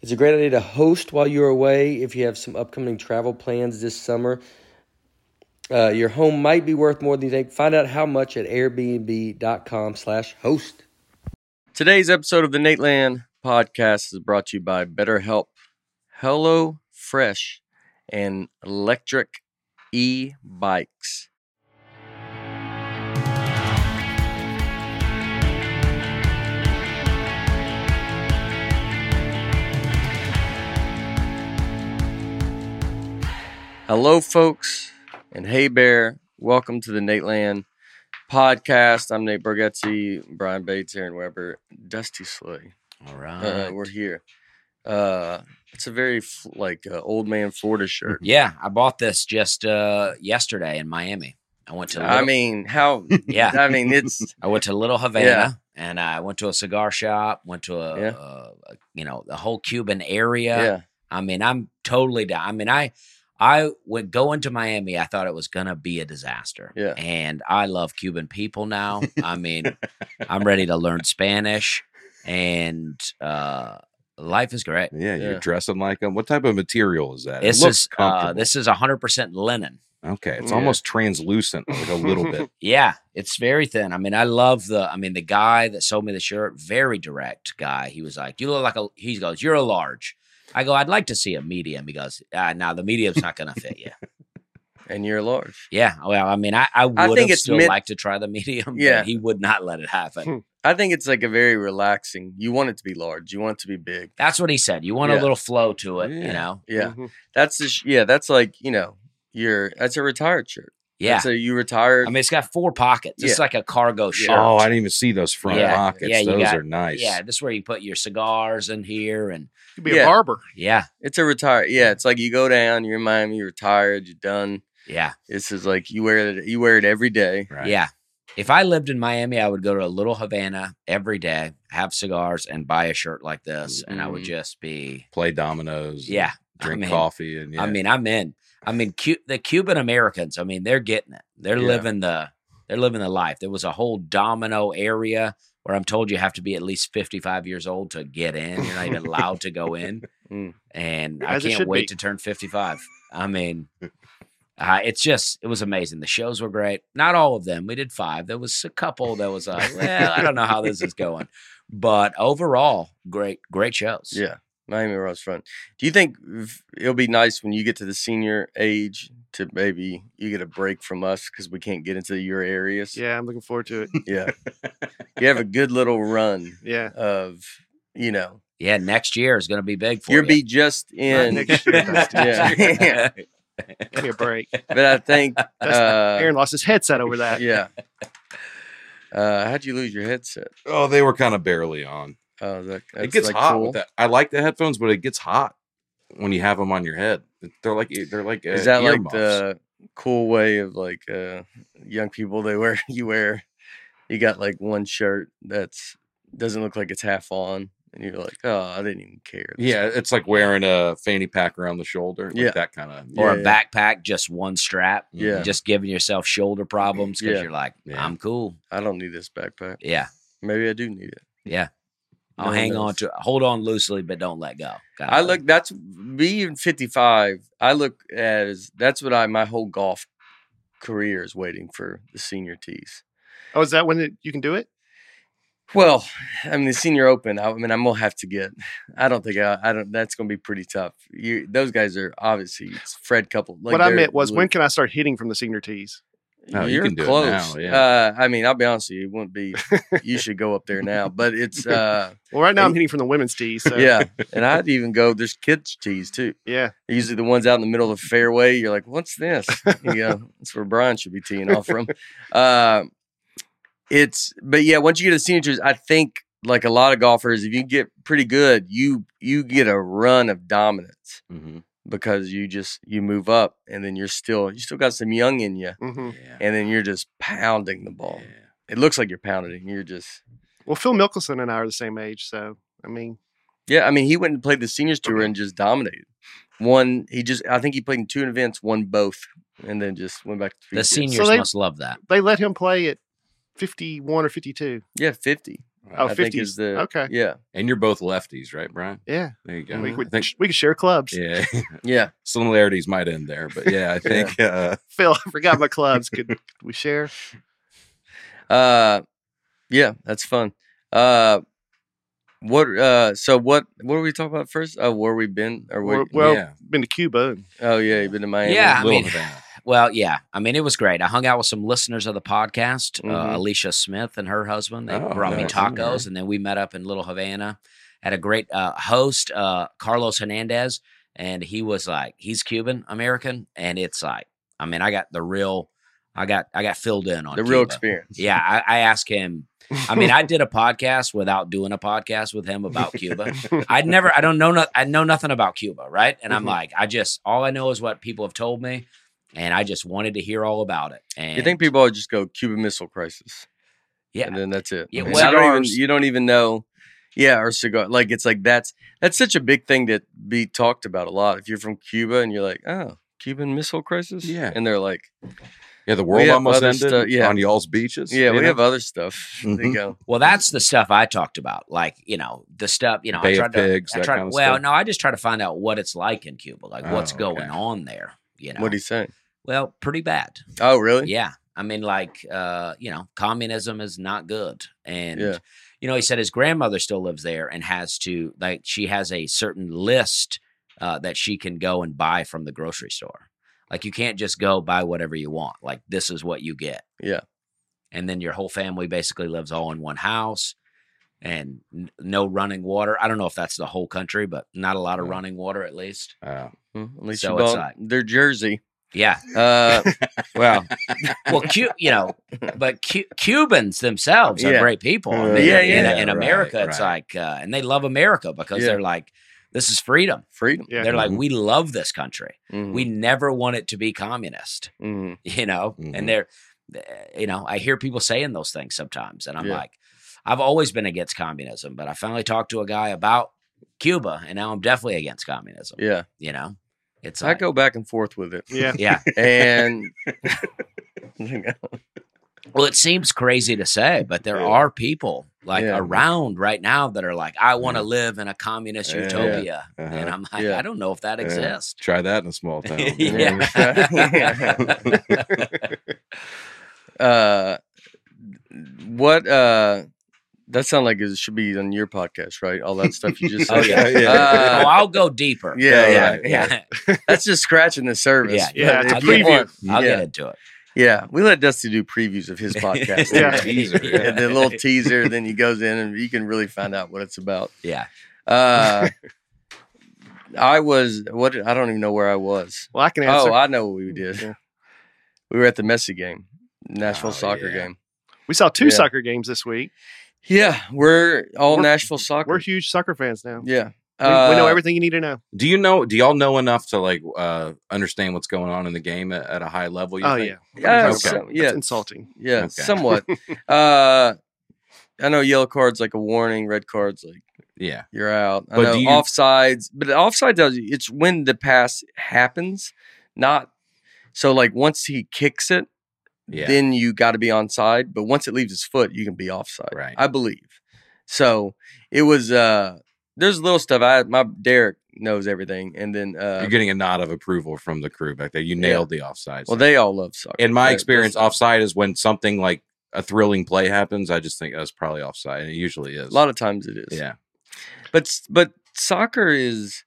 It's a great idea to host while you're away if you have some upcoming travel plans this summer. Uh, your home might be worth more than you think. Find out how much at airbnb.com/host. Today's episode of the Nate Land podcast is brought to you by BetterHelp, Hello Fresh, and Electric E Bikes. Hello, folks, and hey, Bear. Welcome to the Nate Land podcast. I'm Nate Borghetti, Brian Bates, Aaron Weber, Dusty Slay. All Uh, right. We're here. Uh, it's a very f- like uh, old man Florida shirt. yeah, I bought this just uh yesterday in Miami. I went to I Little- mean, how? Yeah. I mean, it's I went to Little Havana and I went to a cigar shop, went to a, Yeah. uh, you know, the whole Cuban area. yeah. I mean, I'm totally down. I mean, I I went going to Miami, I thought it was gonna be a disaster. Yeah. And I love Cuban people now. I mean, I'm ready to learn Spanish and uh life is great. Yeah, Yeah. you're dressing like them. What type of material is that? It This looks is uh, comfortable. this is hundred percent linen. Okay, it's Yeah. almost translucent, like a little bit. Yeah, it's very thin. I mean, I love the. I mean, the guy that sold me the shirt, very direct guy. He was like, "You look like a." He goes, "You're a large." I go, "I'd like to see a medium." He goes, ah, "No, the medium's not going to fit you." And you're large. yeah, well, I mean, I, I would think have it's still meant- like to try the medium. but Yeah. Hmm. he would not let it happen. I think it's like a very relaxing. You want it to be large. You want it to be big. That's what he said. You want Yeah. a little flow to it, you Yeah. know? Yeah. Mm-hmm. Mhm. That's the sh- yeah. That's like you know. You're that's a retired shirt. Yeah. So you retired. I mean, it's got four pockets. It's Yeah. like a cargo shirt. Oh, I didn't even see those front Yeah, pockets. yeah, you those got- are nice. yeah. This is where you put your cigars in here, and Could be Yeah. a barber. yeah, It's a retire. Yeah, it's like you go down. You're in Miami. You're retired. You're done. yeah. This is like you wear it. You wear it every day. right. Yeah. If I lived in Miami, I would go to a little Havana every day, have cigars, and buy a shirt like this, and I would Mhm. just be, Play dominoes. yeah. I Drink mean- coffee and yeah. I mean, I'm in. I mean, Cu- the Cuban Americans. I mean, they're getting it. They're Yeah. living the. They're living the life. There was a whole domino area where I'm told you have to be at least 55 years old to get in. You're not even allowed to go in. Mm. And As I it can't should wait be. to turn 55. I mean, uh, it's just it was amazing. The shows were great. Not all of them. We did five. There was a couple that was like, well, I don't know how this is going, but overall, great, great shows. Yeah. Miami Ross front. Do you think v- it'll be nice when you get to the senior age to maybe you get a break from us because we can't get into your areas? Yeah, I'm looking forward to it. Yeah. you have a good little run Yeah. of you know yeah. Next year is going to be big for you'll you. be just in. next year, that's next yeah. Give me a break. but I think That's- uh, Aaron lost his headset over that. yeah. Uh, how'd you lose your headset? oh, they were kind of barely on. Oh, that, that's it gets like hot cool. with that. I like the headphones, but it gets hot when you have them on your head. They're like they're like uh, Is that like earmuffs. the cool way of like uh young people they wear you wear you got like one shirt that's doesn't look like it's half on and you're like, Oh, I didn't even care. This- yeah, it's like wearing a fanny pack around the shoulder. Like Yeah. that kind of Yeah, or a yeah. backpack, just one strap. Yeah. Just giving yourself shoulder problems because Yeah. you're like, Yeah. I'm cool. I don't need this backpack. Yeah. Maybe I do need it. Yeah. I'll No one hang on knows. to hold on loosely, but don't let go. kinda I thing. look that's me in fifty five, I look at as that's what I my whole golf career is waiting for the senior tees. Oh, is that when it, you can do it? Well, I mean the senior open. I, I mean I'm gonna have to get. I don't think uh, I. I don't. That's gonna be pretty tough. You those guys are obviously it's Fred couple. like, what I they're meant was, le- when can I start hitting from the senior tees? No, Oh, you you're can do it now, close. yeah. uh, I mean, I'll be honest with you. It wouldn't be. you should go up there now. But it's uh, Well, right now I'm hitting from the women's tees. So, yeah. And I'd even go. There's kids tees too. yeah. Usually the ones out in the middle of the fairway. You're like, what's this? You know, that's where Brian should be teeing off from. Uh, it's but yeah, once you get to signatures, I think like a lot of golfers, if you get pretty good, you you get a run of dominance Mhm. because you just you move up and then you're still you still got some young in you. hmm Yeah. And then you're just pounding the ball. Yeah. It looks like you're pounding it. And you're just Well, Phil Mickelson and I are the same age, so I mean, yeah. I mean, he went and played the seniors tour and just dominated. One, he just I think he played in two events, won both, and then just went back to The PGA. seniors they- must love that. they let him play at 51 or 52. Yeah, fifty. Oh, I 50s. think is the okay. yeah And you're both lefties, right, Brian? Yeah. There you go. We, I could think, we could share clubs. yeah, yeah. similarities might end there, but yeah, I think uh, Phil, I forgot my clubs. Could, could we share? Uh, yeah, that's fun. Uh, what? Uh, so what? What were we talking about first? Oh, where we been? Or where? Well, well yeah, been to Cuba. And, oh yeah, you been to Miami. Yeah, I little mean- Havana. Well, yeah. I mean, it was great. I hung out with some listeners of the podcast, Mhm. uh, Alicia Smith and her husband. They Oh, brought me nice. tacos, and then we met up in Little Havana. Had a great uh, host, uh, Carlos Hernandez, and he was like, he's Cuban American, and it's like, I mean, I got the real, I got, I got filled in on the real Cuba. experience. Yeah, I, I asked him. I mean, I did a podcast without doing a podcast with him about Cuba. I'd never, I don't know, no, I know nothing about Cuba, right? And I'm Mhm. like, I just, all I know is what people have told me, and I just wanted to hear all about it. And You think people would just go Cuban Missile Crisis? yeah, and then that's it. Yeah, And you don't even cigars. you don't even know. Yeah, or cigar. Like it's like that's that's such a big thing that be talked about a lot. If you're from Cuba and you're like, oh, Cuban Missile Crisis, Yeah. and they're like, yeah, the world have almost other ended stuff- yeah. on y'all's beaches. yeah, you we know? have other stuff. They Mhm. go, well, that's the stuff I talked about, like you know, the stuff you know, Bay I tried of Pigs, to, I that tried, kind of well, stuff. no, I just try to find out what it's like in Cuba, like what's Oh, okay. going on there. You know, what do you say? well, pretty bad. Oh, really? Yeah. I mean, like, uh, you know, communism is not good. And, Yeah. you know, he said his grandmother still lives there and has to, like, she has a certain list uh, that she can go and buy from the grocery store. Like, you can't just go buy whatever you want. Like, this is what you get. Yeah. And then your whole family basically lives all in one house and n- no running water. I don't know if that's the whole country, but not a lot of Yeah. running water at least. Oh. Mm, At least So you it's bought like- their jersey. Yeah. Uh, Well, well, Cu- you know, but Cu- Cubans themselves are Yeah. great people. I Uh, mean, yeah, in, yeah. in Right, America, it's right. like, uh, and they love America because Yeah. Mm-hmm. they're like, this is freedom. freedom. Yeah. They're like, Mhm. we love this country. Mhm, We never want it to be communist, mhm. you know? Mhm. And they're, uh, you know, I hear people saying those things sometimes. And I'm Yeah. like, I've always been against communism, but I finally talked to a guy about Cuba and now I'm definitely against communism, Yeah, you know? It's I like, go back and forth with it, Yeah. yeah. and Well, it seems crazy to say, but there Yeah. are people like Yeah. around right now that are like, I want to Yeah. live in a communist Yeah. utopia. And Uh-huh. I'm like, Yeah. I don't know if that Yeah. exists. Try that in a small town. you know? Yeah. uh, what? Uh, that sound like it should be on your podcast, right? All that stuff you just Oh, said. yeah. Yeah. oh, Uh, I'll go deeper. yeah, yeah, Right, yeah. yeah. That's just scratching the surface. Yeah, yeah, But it's a if you preview. want- I'll yeah, get into it. yeah. We let Dusty do previews of his podcast. Yeah. Teaser, yeah. yeah, the little teaser. Then he goes in, and you can really find out what it's about. Yeah. Uh, I was what? did- I don't even know where I was. Well, I can answer. Oh, I know what we did. Yeah. We were at the Messi game, Nashville Oh, soccer yeah. game. we saw two yeah. soccer games this week. Yeah, we're all We're- Nashville soccer. We're huge soccer fans now. yeah, We, we know Uh, everything you need to know. Do you know? Do y'all know enough to like uh understand what's going on in the game at, at a high level? You Oh, think? yeah. Yeah, Okay. some- It's yeah, insulting. yeah, Okay. somewhat. uh, I know yellow cards like a warning, red cards like yeah, you're out. I But know do you- offsides, but offside does it's when the pass happens, not so like once he kicks it, yeah. then you got to be onside. But once it leaves his foot, you can be offside. Right. I believe. So it was. uh There's little stuff. I my Derek knows everything, and then uh You're getting a nod of approval from the crew back there. You nailed the offside. well, sign. they all love soccer. in my They- experience, that's- offside is when something like a thrilling play happens, I just think that's probably offside. And it usually is. A lot of times it is. yeah. But s- but soccer is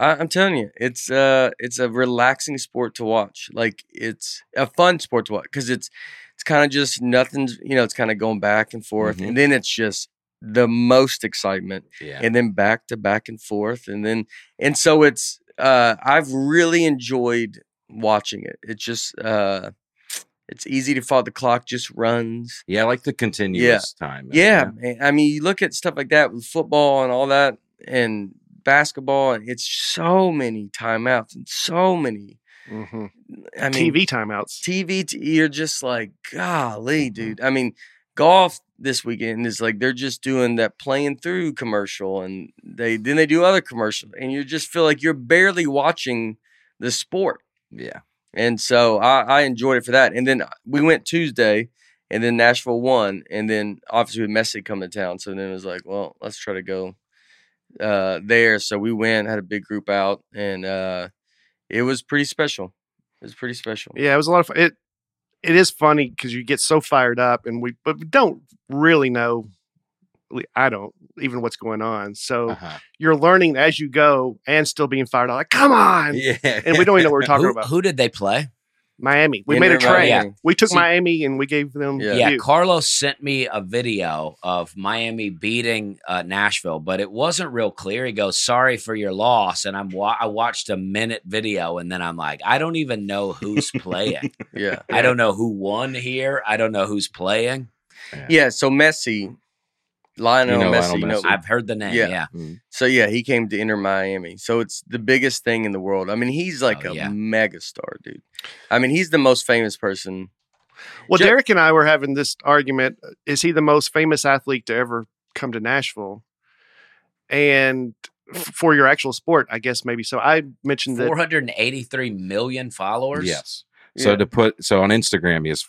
I, I'm telling you, it's uh it's a relaxing sport to watch. Like it's a fun sport to watch because it's it's kind of just nothing's you know, it's kind of going back and forth. Mhm. And then it's just the most excitement Yeah. and then back to back and forth and then and so it's uh I've really enjoyed watching it. It's just uh it's easy to follow the clock just runs. yeah. I like the continuous time. Yeah, man. I mean, you look at stuff like that with football and all that, and basketball, and it's so many timeouts and so many. hmm I mean, TV timeouts. TV, t- you're just like, golly, dude. I mean, golf this weekend is like they're just doing that playing through commercial, and they then they do other commercials, and you just feel like you're barely watching the sport. Yeah. And so I, I enjoyed it for that. And then uh, we went Tuesday, and then Nashville won, and then obviously with Messi coming to town, so then it was like, well, let's try to go uh, there. So we went, had a big group out, and uh, it was pretty special. It was pretty special. Yeah, it was a lot of fun. It it is funny because you get so fired up, and we but we don't really know. at lea- I don't even what's going on. So Uh-huh. you're learning as you go, and still being fired up. Like, come on! Yeah. And we don't even know what we're talking who, about. who did they play? Miami. We In made a and trade. around there. We took See- Miami and we gave them. Yeah. Yeah, you. Carlos sent me a video of Miami beating uh, Nashville, but it wasn't real clear. He goes, "Sorry for your loss," and I'm wa- I watched a minute video, and then I'm like, I don't even know who's playing. Yeah. I don't know who won here. I don't know who's playing. Yeah. So Messi, Lionel know Messi, Lionel you know, Messi. I've heard the name. Yeah. Yeah, Mm, so yeah, he came to enter Miami. So it's the biggest thing in the world. I mean, he's like Oh, a yeah. mega star, dude. I mean, he's the most famous person Well, Jeff- Derek and I were having this argument. uh, Is he the most famous athlete to ever come to Nashville? And f- for your actual sport, I guess maybe so. I mentioned that. four hundred and eighty-three million followers. Yes. So Yeah. to put so on Instagram, he has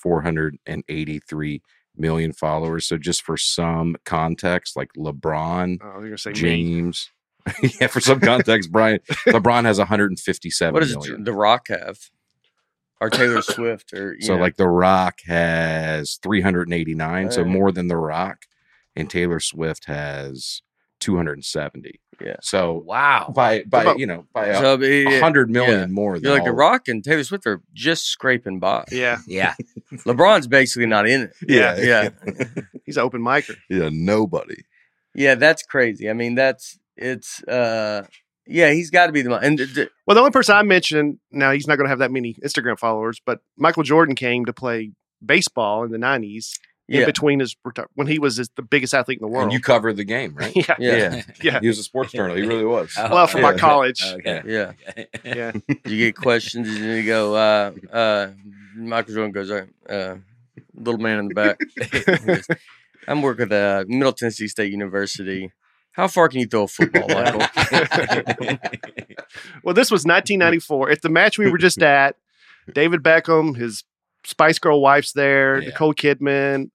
483 million followers. So just for some context, like LeBron Oh, you're gonna say me. James. yeah, for some context, Brian LeBron has 157 What does million. The Rock have? Or Taylor Swift? Or you so know. like The Rock has 389, so Right. more than The Rock, and Taylor Swift has 270. Yeah. So Wow. by by about- you know by a So, yeah, yeah. 100 million yeah. more than You're like The all- Rock and Taylor Swift are just scraping by. Yeah, Yeah. LeBron's basically not in it. Yeah. Yeah, he's an open micer. Yeah, nobody. yeah, that's crazy. I mean, that's it's. uh Yeah, he's got to be the mo- and th- th- Well, the only person I mentioned now he's not going to have that many Instagram followers, but Michael Jordan came to play baseball in the '90s. yeah, In between his reti- when he was the biggest athlete in the world. And you cover the game, right? yeah. yeah, yeah. Yeah. He was a sports journalist. He really was. Oh, Well, from my Yeah. Uh, college, okay. yeah. You get questions, and then you go. uh uh Michael Jordan goes, "All right, uh, little man in the back. He goes, I'm working at uh, Middle Tennessee State University. How far can you throw a football, Michael? Well, this was 1994. It's the match we were just at. David Beckham, his Spice Girl wife's there, Yeah. Nicole Kidman,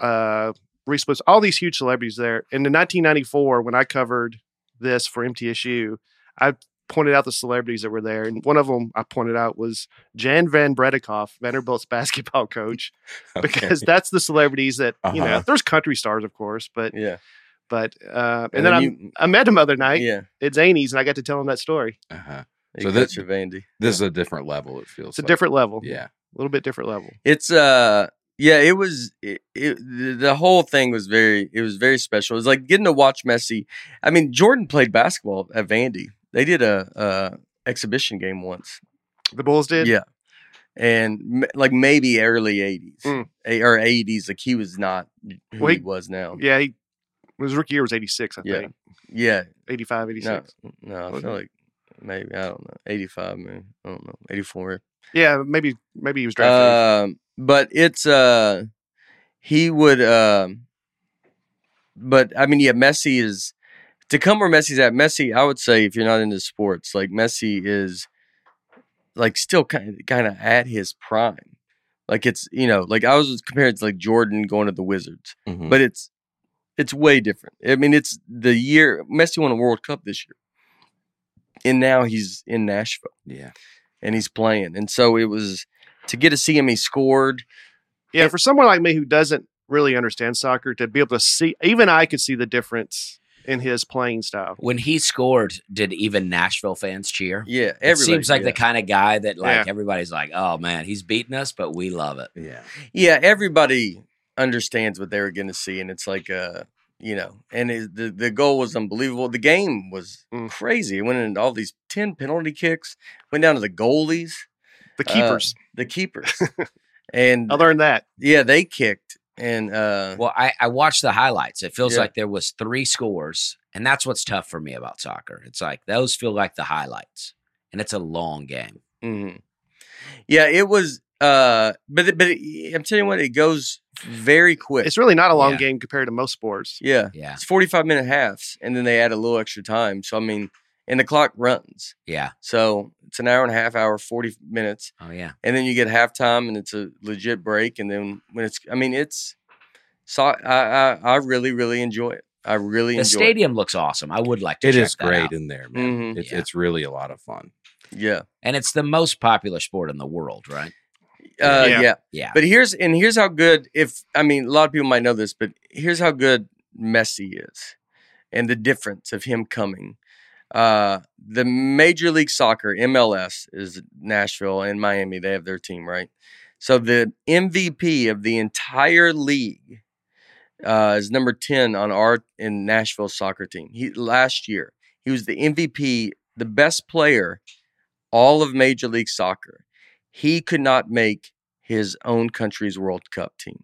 uh, Reese Witherspoon, all these huge celebrities there. And in 1994, when I covered this for MTSU, I pointed out the celebrities that were there, and one of them I pointed out was Jan Van Bredikoff, Vanderbilt's basketball coach, because that's the celebrities that you know. Uh-huh. There's country stars, of course, but Yeah, but uh, and, then, I you- I met him other night yeah, at Zany's, and I got to tell him that story. Uh-huh. you So so that- that's your Vandy. This is a different level, it feels It's a like. different level. Yeah. a little bit different level. It's uh yeah, it was it, it, the- the whole thing was very it was very special. It was like getting to watch Messi. I mean, Jordan played basketball at Vandy. They did a uh exhibition game once. The Bulls did. yeah. And m- like maybe early 80s Mm. A- or 80s like he was not who Well, he he- was now. Yeah. yeah. He, his rookie year was eighty six, I Yeah. think. 85, 86. no. No, I Wasn't feel like maybe I don't know. 85 maybe. I don't know. 84. Yeah, maybe maybe he was drafted. Um, but it's uh, he would. um but I mean, yeah, Messi is to come where Messi's at. Messi, I would say, if you're not into sports, like Messi is, like still kind kind of at his prime. Like it's you know, like I was comparing it to like Jordan going to the Wizards, Mhm. but it's it's way different. I mean, it's the year Messi won a World Cup this year, and now he's in Nashville yeah. and he's playing. And so it was to get to see him. He scored. Yeah, for someone like me who doesn't really understand soccer, to be able to see, even I could see the difference in his playing style. When he scored, did even Nashville fans cheer? Yeah, It everybody seems like yeah. the kind of guy that like Yeah. everybody's like, oh man, he's beating us, but we love it. Yeah. yeah everybody understands what they were going to see and it's like uh you know and it, the the goal was unbelievable the game was Mm. crazy it went into all these 10 penalty kicks went down to the goalies The Uh, keepers, the keepers and I learned that. yeah they kicked and uh Well, I, I watched the highlights. It feels Yeah. like there was three scores, and that's what's tough for me about soccer. It's like those feel like the highlights, and it's a long game. hmm yeah it was uh but it- but it, i'm telling you what it goes very quick It's really not a long Yeah. game compared to most sports. yeah Yeah, it's 45 minute halves and then they add a little extra time so i mean and the clock runs yeah, So it's an hour and a half, hour, 40 minutes. oh yeah. And then you get halftime and it's a legit break. And then when it's, I mean, it's, so I, I, I really, really enjoy it. I really The enjoy stadium looks awesome. I would like to. It check is that great out. in there, it. man. Mhm. It's Yeah. it's really a lot of fun. Yeah. and it's the most popular sport in the world, right? Uh, Yeah. yeah. Yeah, But here's, and here's how good, if, I mean, a lot of people might know this, but here's how good Messi is and the difference of him coming. Uh, the Major League Soccer, MLS, is Nashville and Miami. They have their team, right? So the MVP of the entire league uh, is number 10 on our in Nashville soccer team. He last year, he was the MVP, the best player all of Major League Soccer. He could not make his own country's World Cup team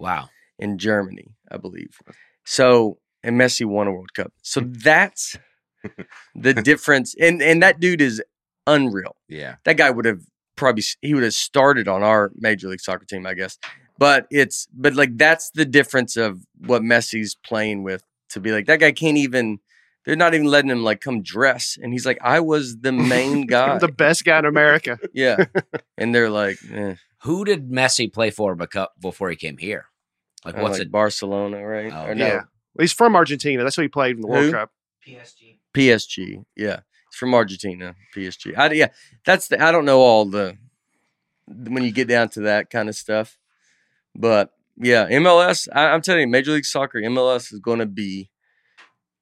wow. in Germany, I believe. So and Messi won a World Cup. So Hmm. that's the difference. And and that dude is unreal Yeah. that guy would have probably he would have started on our major league soccer team, I guess. But it's but like that's the difference of what Messi's playing with to be like that guy can't even they're not even letting him like come dress and he's like I was the main guy. The best guy in America. yeah. And they're like eh, Who did Messi play for beco- before he came here? Like, I'm what's Uh, like it? Barcelona, right? Oh, or no, Yeah. He's from Argentina. That's who he played in the World Who? Cup. PSG. PSG. Yeah. It's from Argentina, PSG. I, yeah. That's the I don't know all the when you get down to that kind of stuff. But yeah, MLS, I, I'm telling you, Major League Soccer, MLS is gonna be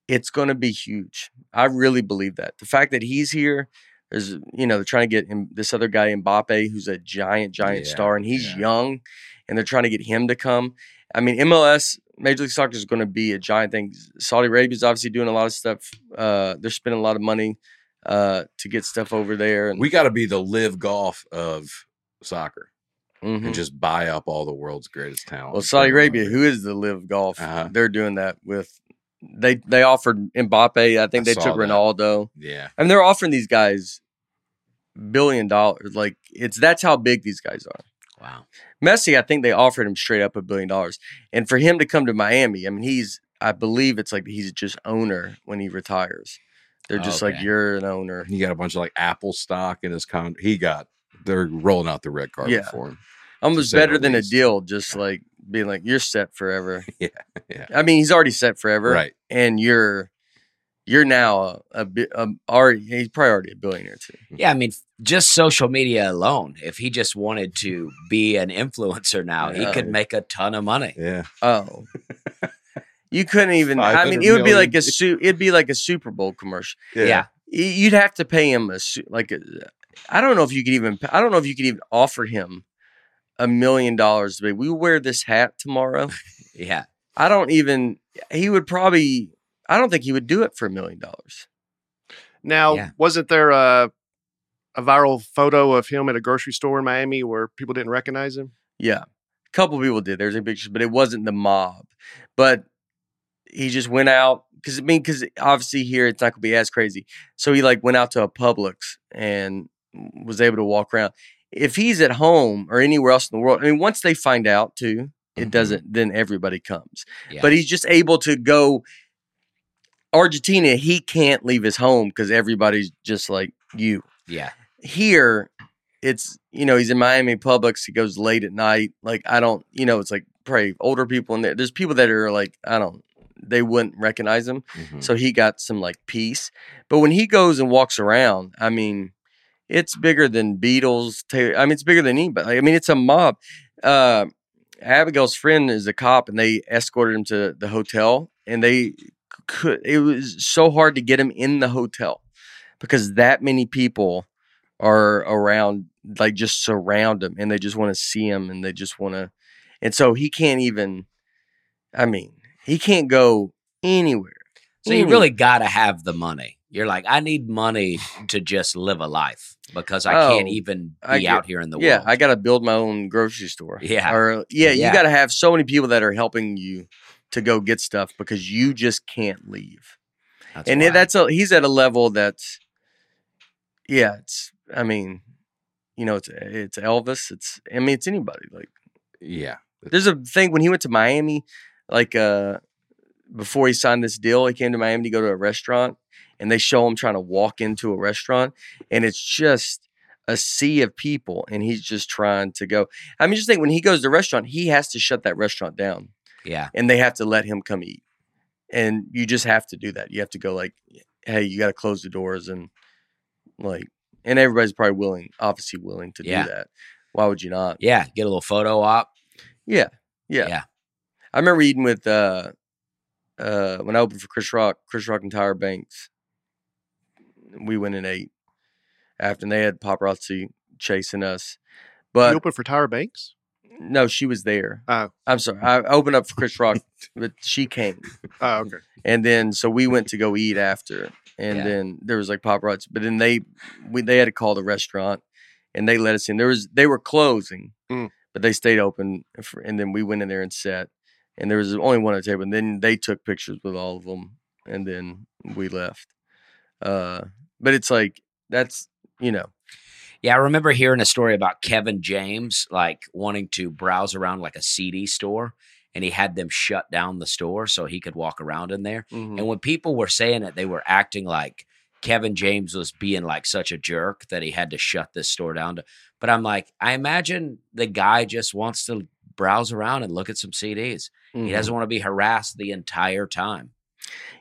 it's gonna be huge. I really believe that. The fact that he's here, there's you know, they're trying to get him, this other guy Mbappe, who's a giant, giant Yeah, star, and he's yeah. young, and they're trying to get him to come. I mean, MLS, Major League Soccer is going to be a giant thing. Saudi Arabia's obviously doing a lot of stuff. Uh, they're spending a lot of money uh, to get stuff over there. And We got to be the live golf of soccer Mhm. and just buy up all the world's greatest talent. well, Saudi Arabia, who is the live golf, Uh-huh. they're doing that with. They they offered Mbappe. I think I they took saw that. Ronaldo. Yeah. I mean, they're offering these guys billion dollars. Like it's that's how big these guys are. Wow. Messi, I think they offered him straight up a billion dollars. And for him to come to Miami, I mean, he's, I believe it's like he's just owner when he retires. They're just like, Okay. you're an owner. He got a bunch of like Apple stock in his con. He got, they're rolling out the red carpet Yeah. for him. Almost say the better than a least. deal, just like being like, you're set forever. Yeah, yeah. I mean, he's already set forever. Right. And you're, you're now a, a, bi- a already, he's probably already a billionaire too. Yeah, I mean, just social media alone. If he just wanted to be an influencer now, he Yeah. could make a ton of money. Yeah. Oh. You couldn't even. I mean, 500 it would be million. like a su- It'd be like a Super Bowl commercial. Yeah. y- you'd have to pay him a su- like a, I don't know if you could even I don't know if you could even offer him a million dollars to be we wear this hat tomorrow. Yeah. I don't even he would probably I don't think he would do it for a million dollars. Now, Yeah. wasn't there a, a viral photo of him at a grocery store in Miami where people didn't recognize him? Yeah. A couple people did. There's a picture, but it wasn't the mob. But he just went out because I mean, because obviously here it's not gonna be as crazy. So he like went out to a Publix and was able to walk around. If he's at home or anywhere else in the world, I mean, once they find out too, it Mhm. doesn't. Then everybody comes. Yeah. But he's just able to go. Argentina, he can't leave his home because everybody's just like you Yeah. here it's you know he's in miami publix he goes late at night like i don't you know it's like probably older people in there there's people that are like i don't they wouldn't recognize him Mhm. so he got some like peace but when he goes and walks around i mean it's bigger than beatles Taylor, i mean it's bigger than anybody i mean it's a mob uh Abigail's friend is a cop, and they escorted him to the hotel, and they could. It was so hard to get him in the hotel because that many people are around, like just surround him, and they just want to see him, and they just want to, and so he can't even. I mean, he can't go anywhere. So you Anywhere. really got to have the money. You're like, I need money to just live a life because I can't Oh, even I be get- out here in the yeah, world. I got to build my own grocery store. Yeah. Or yeah, Yeah. you got to have so many people that are helping you to go get stuff because you just can't leave. That's and wild. that's a he's at a level that's yeah, it's I mean, you know, it's it's Elvis, it's I mean, it's anybody like Yeah. there's a thing when he went to Miami, like uh before he signed this deal, he came to Miami to go to a restaurant and they show him trying to walk into a restaurant and it's just a sea of people and he's just trying to go. I mean just think when he goes to a restaurant, he has to shut that restaurant down yeah. and they have to let him come eat. And you just have to do that. You have to go like, hey, you gotta close the doors and like and everybody's probably willing, obviously willing to Yeah. do that. Why would you not? Yeah. Get a little photo op. Yeah. Yeah. Yeah. I remember eating with uh uh when I opened for Chris Rock, Chris Rock and Tyra Banks. We went and ate after and they had paparazzi chasing us. you But open for Tyra Banks? no, she was there. Oh. I'm sorry. I opened up for Chris Rock, but she came. Oh, Um, okay. And then so we went to go eat after. And Yeah. then there was like paparazzi. But then they we they had to call the restaurant and they let us in. There was they were closing, Mm. but they stayed open for, and then we went in there and sat. And there was only one at the table. And then they took pictures with all of them. And then we left. Uh but it's like that's you know, Yeah, I remember hearing a story about Kevin James like wanting to browse around like a CD store and he had them shut down the store so he could walk around in there. mhm. Mm-hmm. And when people were saying it, they were acting like Kevin James was being like such a jerk that he had to shut this store down. To, but I'm like, I imagine the guy just wants to browse around and look at some CDs. He Mm-hmm. Mhm. doesn't want to be harassed the entire time.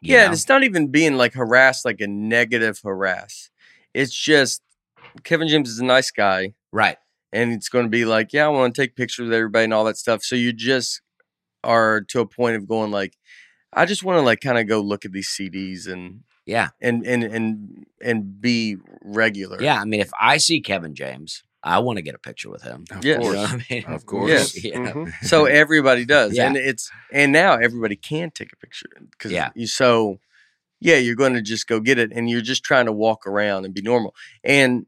you Yeah, know? and it's not even being like harassed like a negative harass. It's just Kevin James is a nice guy. right. and it's going to be like, yeah, I want to take pictures with everybody and all that stuff. So you just are to a point of going like, I just want to like kind of go look at these CDs and Yeah. and and and and be regular. Yeah. I mean, if I see Kevin James, I want to get a picture with him. Yes. Of You course. know what I mean? Oh, Of course. Yes. Yeah. Mhm. So everybody does, Yeah. and it's and now everybody can take a picture because Yeah. you so yeah you're going to just go get it, and you're just trying to walk around and be normal. And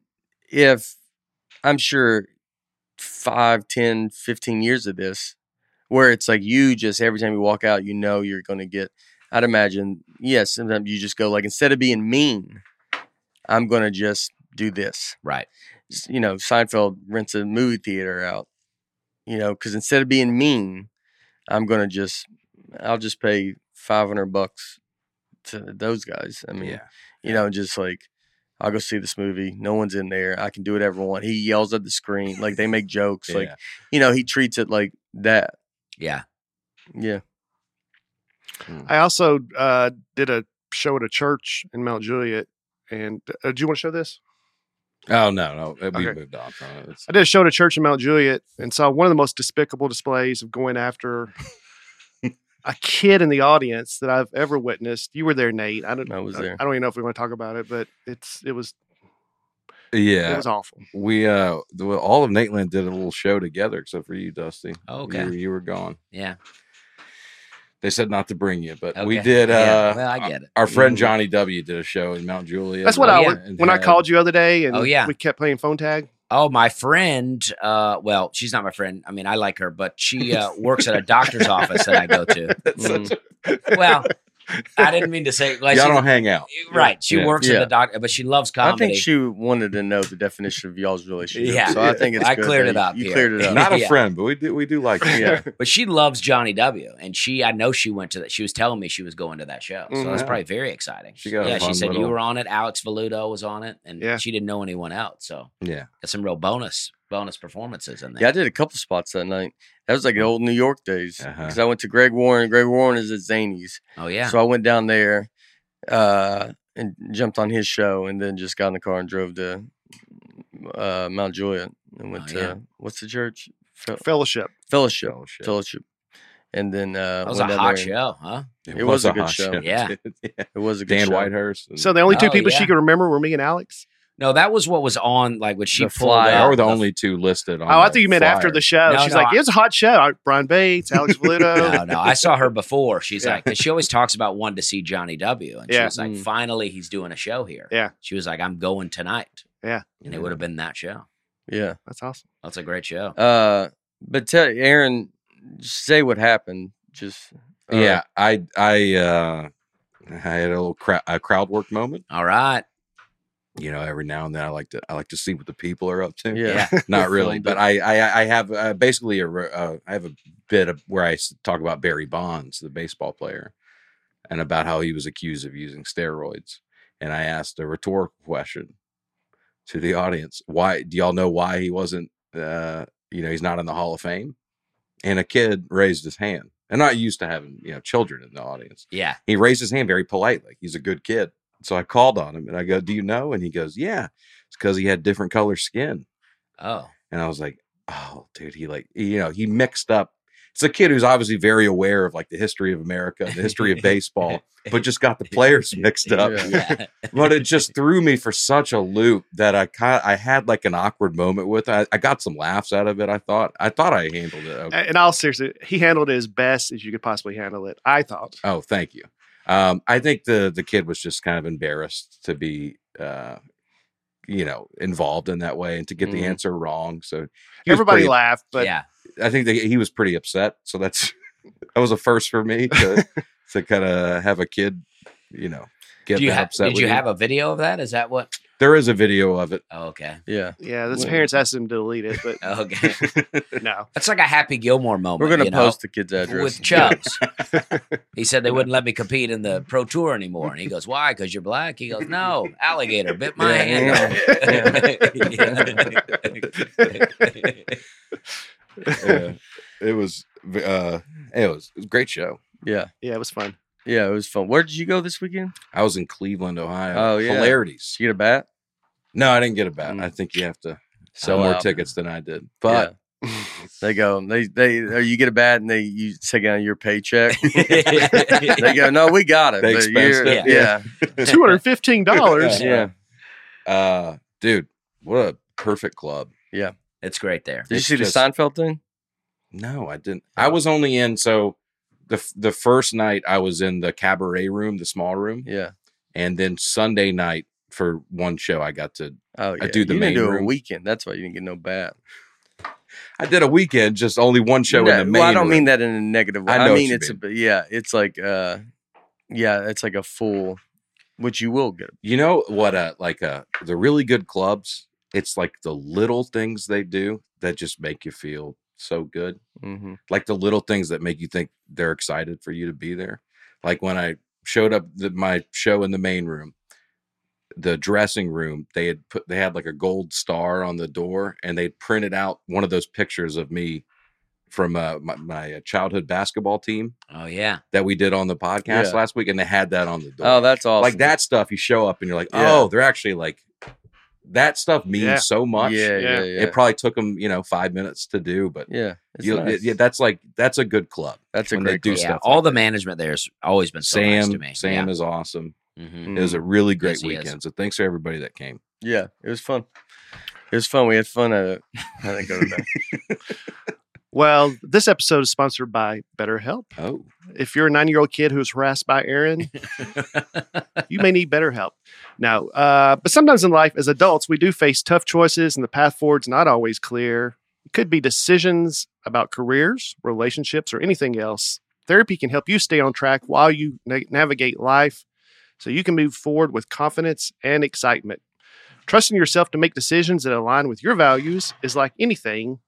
if I'm sure five, 10, 15 years of this, where it's like you just every time you walk out, you know you're going to get. I'd imagine yes. Sometimes you just go like instead of being mean, I'm going to just do this Right. s- you know, Seinfeld rents a movie theater out, you know, because instead of being mean, I'm gonna just, I'll just pay five hundred bucks to those guys. I mean, yeah. you know, just like I'll go see this movie. No one's in there. I can do whatever I want. He yells at the screen, like they make jokes, like Yeah. you know, he treats it like that. Yeah. Yeah. I also uh, did a show at a church in Mount Juliet. And uh, do you want to show this? Oh no, no, we Okay. moved on from it. It's- I did a show at a church in Mount Juliet and saw one of the most despicable displays of going after a kid in the audience that I've ever witnessed. You were there, Nate. I don't I was there. I don't even know if we want to talk about it, but it's it was it yeah, was awful. we uh, the- well, all of Nateland did a little show together, except for you, Dusty. Okay. you, you were gone. Yeah. They said not to bring you, but we Okay. did. Uh, Yeah, well, I get it. Our friend Mhm. Johnny W did a show in Mount Juliet. That's what Oh, I yeah. was when I called you the other day and Oh, yeah. we kept playing phone tag. Oh, my friend. Uh, well, she's not my friend. I mean, I like her, but she uh, works at a doctor's office that I go to. Mm-hmm. Well, I didn't mean to say. Like, y'all she- don't hang out. right. She Yeah. works at Yeah. the doctor, but she loves comedy. I think she wanted to know the definition of y'all's relationship. Yeah. So I think it's I good cleared that it you- up You here. cleared it up. Not a Yeah. friend, but we do. We do like. you. yeah. but she loves Johnny W. And she, I know she went to that. She was telling me she was going to that show. So that's Mhm. probably very exciting. She got a yeah, she fun said you little- were on it. Alex Valudo was on it, and Yeah. she didn't know anyone else. So yeah. got some real bonus bonus performances in there. Yeah, I did a couple spots that night. That was like Mm. the old New York days Uh-huh. because I went to Greg Warren. Greg Warren is at Zany's, Oh yeah. so I went down there uh, and jumped on his show, and then just got in the car and drove to uh, Mount Juliet and went Oh, to yeah. what's the church? Oh. Fel- Fellowship. fellowship, Fellowship. fellowship, and then uh, That was a went down hot there and- show, huh? It was a good hot show. Yeah. Yeah. It was a good Dan show. Whitehurst. and- So the only two Oh, people yeah. she could remember were me and Alex. No, that was what was on. Like when she The pulled flyer. they up are the the- only two listed on Oh, I the thought you meant after flyer. the show. No, She's no, like, I- it's a hot show. Brian Bates, Alex Valuto. No, no, I saw her before. She's Yeah. like, 'cause she always talks about wanting to see Johnny W. And she Yeah. was like, Mm. finally, he's doing a show here. Yeah. She was like, I'm going tonight. Yeah. And it would have been that show. Yeah. That's awesome. That's a great show. Uh, but tell Aaron, say what happened. Just Oh. uh, yeah, I I uh I had a little crowd a crowd work moment. All right. You know, every now and then I like to I like to see what the people are up to. yeah, not Feel really, but bit- I I, I have uh, basically a re- uh, I have a bit of where I s- talk about Barry Bonds, the baseball player, and about how he was accused of using steroids, and I asked a rhetorical question to the audience: Why do y'all know why he wasn't? Uh, you know, he's not in the Hall of Fame, and a kid raised his hand, and not used to having you know children in the audience Yeah. he raised his hand very politely. He's a good kid. So I called on him and I go, Do you know? And he goes, Yeah. It's because he had different color skin. Oh, And I was like, Oh, dude, he like, you know, he mixed up. It's a kid who's obviously very aware of like the history of America, the history of baseball, but just got the players mixed up. Yeah. yeah. But it just threw me for such a loop that I kind I had like an awkward moment with. it. I, I got some laughs out of it. I thought I thought I handled it. Okay. And all seriously, he handled it as best as you could possibly handle it. I thought. Oh, thank you. Um, I think the the kid was just kind of embarrassed to be, uh, you know, involved in that way and to get Mhm. the answer wrong. So he was Everybody pretty- laughed, but yeah. I think that he was pretty upset. So that's that was a first for me to to kind of have a kid, you know, get Do you that have, upset. did with you have a video of that? Is that what? There is a video of it. Oh, okay. Oh, yeah. yeah, his Well- parents asked him to delete it, but Okay. no. That's like a Happy Gilmore moment. We're gonna Oh, you know? post the kid's address. with Chubbs. he said they wouldn't let me compete in the pro tour anymore. And he goes, Why? Because you're black? He goes, No, alligator bit my Yeah, hand. Uh, it was v- uh, it was it was a great show. yeah, Yeah, it was fun. yeah. It was fun. Where did you go this weekend? I was in Cleveland, Ohio. Oh, yeah. Hilarities. Did you get a bat? No, I didn't get a bat. Mm. I think you have Oh, to Sell sell more out. tickets than I did. Yeah. But Uh, they go. They they or you get a bat and they you take out your paycheck. they go. No, we got it. They but you're- expensed it, Yeah. Two hundred fifteen dollars. yeah, yeah. Uh, dude, what a perfect club. It's great there. Did you It's see just- the Seinfeld thing? No, I didn't. Oh. I was only in so the f- the first night I was in the cabaret room, the small room, Yeah. and then Sunday night for one show I got to. Oh, yeah. do the you main didn't do room. a weekend. That's why you didn't get no bat. I did a weekend, just only one show in No, the main. well, I don't mean room. that in a negative way. I I, know what mean you it's a yeah, it's like uh yeah, it's like a full which you will get. You know what? Uh, like uh, the really good clubs. It's like the little things they do that just make you feel so good. Mm-hmm. like the little things that make you think they're excited for you to be there. Like when I showed up the, my show in the main room, the dressing room, they had put they had like a gold star on the door, and they printed out one of those pictures of me from uh, my, my childhood basketball team Oh, yeah. that we did on the podcast Yeah. last week, and they had that on the door. Oh, that's awesome. Like that stuff, you show up and you're like, Yeah. oh, they're actually like that stuff means Yeah. so much. Yeah, Yeah. yeah, yeah. It probably took them, you know, five minutes to do, but yeah. It's you, nice. yeah, that's like that's a good club. that's a when they great do club. Oh, stuff yeah. like All the that. management there's always been so nice Sam, to me. Sam yeah. is awesome. Mhm. Mhm. It was a really great Yes, he is. weekend. So thanks for everybody that came. yeah, it was fun. It was fun. We had fun at it. I think over there. Well, this episode is sponsored by BetterHelp. Oh, If you're a nine year old kid who is harassed by Aaron, you may need better help. Now, uh, but sometimes in life, as adults, we do face tough choices, and the path forward's not always clear. It could be decisions about careers, relationships, or anything else. Therapy can help you stay on track while you na- navigate life so you can move forward with confidence and excitement. Trusting yourself to make decisions that align with your values is like anything.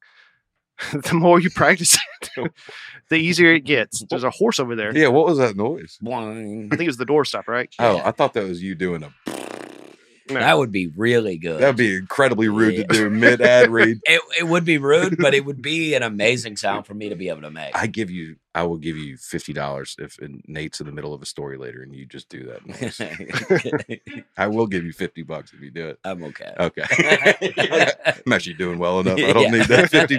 the more you practice it, the easier it gets. There's a horse over there. yeah. What was that noise? I Boing. think it was the doorstop, right? Oh, Yeah. I thought that was you doing a. No. That would be really good. That would be incredibly rude Yeah. to do mid ad read. it, it would be rude, but it would be an amazing sound for me to be able to make. I give you. I will give you fifty dollars if Nate's in the middle of a story later and you just do that. noise. I will give you fifty bucks if you do it. I'm okay. Okay. I'm actually doing well enough. I Yeah. don't need that 50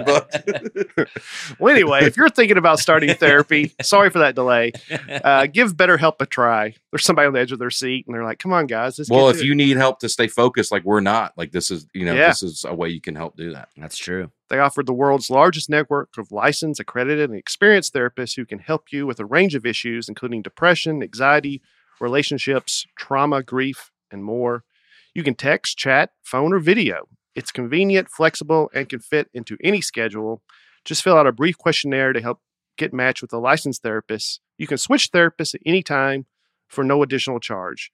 bucks. Well, anyway, if you're thinking about starting therapy, sorry for that delay. Uh, give BetterHelp a try. There's somebody on the edge of their seat, and they're like, "Come on, guys, let's well, get if to it." you need help to stay focused, like we're not, like this is, you know, Yeah. this is a way you can help do that. That's true. They offer the world's largest network of licensed, accredited, and experienced therapists who can help you with a range of issues, including depression, anxiety, relationships, trauma, grief, and more. You can text, chat, phone, or video. It's convenient, flexible, and can fit into any schedule. Just fill out a brief questionnaire to help get matched with a licensed therapist. You can switch therapists at any time for no additional charge.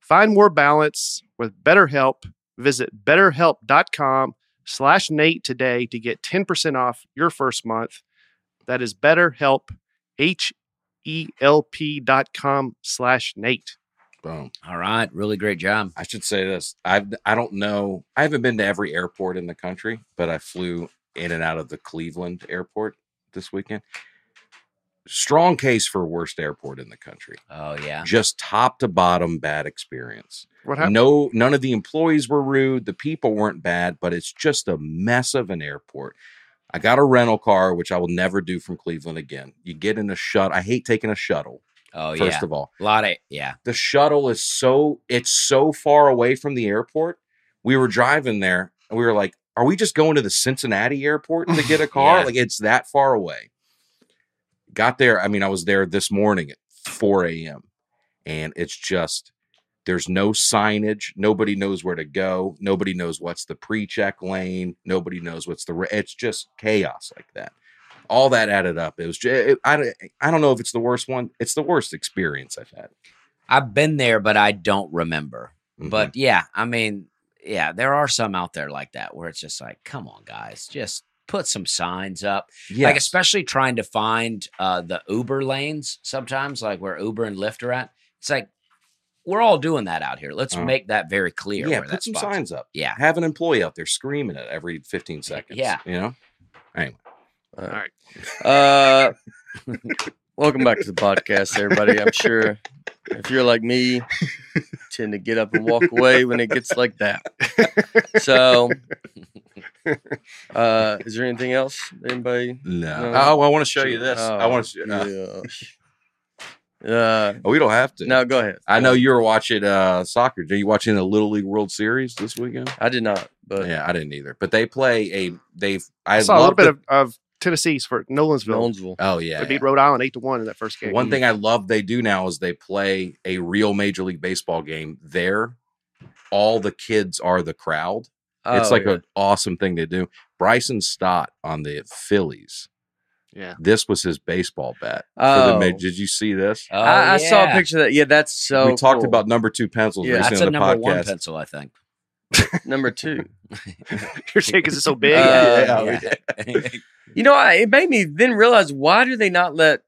Find more balance with BetterHelp. Visit betterhelp.com slash Nate today to get 10% off your first month. That is BetterHelp, H-E-L-P dot com slash Nate. Boom. All right. Really great job. I should say this. I've, I don't know. I haven't been to every airport in the country, but I flew in and out of the Cleveland airport this weekend. Strong case for worst airport in the country. Oh yeah. Just top to bottom bad experience. What happened? No, none of the employees were rude. The people weren't bad, but it's just a mess of an airport. I got a rental car, which I will never do from Cleveland again. You get in a shuttle. I hate taking a shuttle, Oh first yeah. of all. A lot of yeah. The shuttle is so it's so far away from the airport. We were driving there and we were like, are we just going to the Cincinnati airport to get a car? Yeah. Like it's that far away. Got there. I mean, I was there this morning at 4 a.m. And it's just there's no signage. Nobody knows where to go. Nobody knows what's the pre-check lane. Nobody knows what's the. Re- it's just chaos like that. All that added up. It was. ju- It, I don't- I don't know if it's the worst one. It's the worst experience I've had. I've been there, but I don't remember. Mhm. But yeah, I mean, yeah, there are some out there like that where it's just like, come on, guys, just put some signs up. yeah, Like especially trying to find uh the Uber lanes sometimes, like where Uber and Lyft are at. It's like we're all doing that out here. Let's Uh-huh. make that very clear. yeah, where put that some spot's- signs up. Yeah. Have an employee out there screaming it every 15 seconds. Yeah. you know. All right. Uh, welcome back to the podcast, everybody. I'm sure if you're like me, you tend to get up and walk away when it gets like that. So, uh, is there anything else? Anybody? No. No. Oh, I want to show you this. I Oh, want to. Uh, gosh. Uh, Oh, We don't have to. no, go ahead. I know you were watching uh, soccer. Are you watching the Little League World Series this weekend? I did not, but yeah, I didn't either. But they play a. They've. Uh, I, I, saw a little loved bit the- of, of Tennessee's for Nolansville. Jonesville. Oh yeah. They yeah. beat Rhode Island 8 to 1 in that first game. One thing I love they do now is they play a real Major League Baseball game there. All the kids are the crowd. it's Oh, like yeah. an awesome thing to do. Bryson Stott on the Phillies. Yeah. This was his baseball bat. For the Oh. ma- did you see this? Oh, I, I saw a yeah. picture of that. Yeah, that's so. we talked cool. about number two pencils Yeah, recently That's a on the number one podcast. pencil, I think. number two. Your shake is so big. Uh, yeah. You know, I, it made me then realize why do they not let?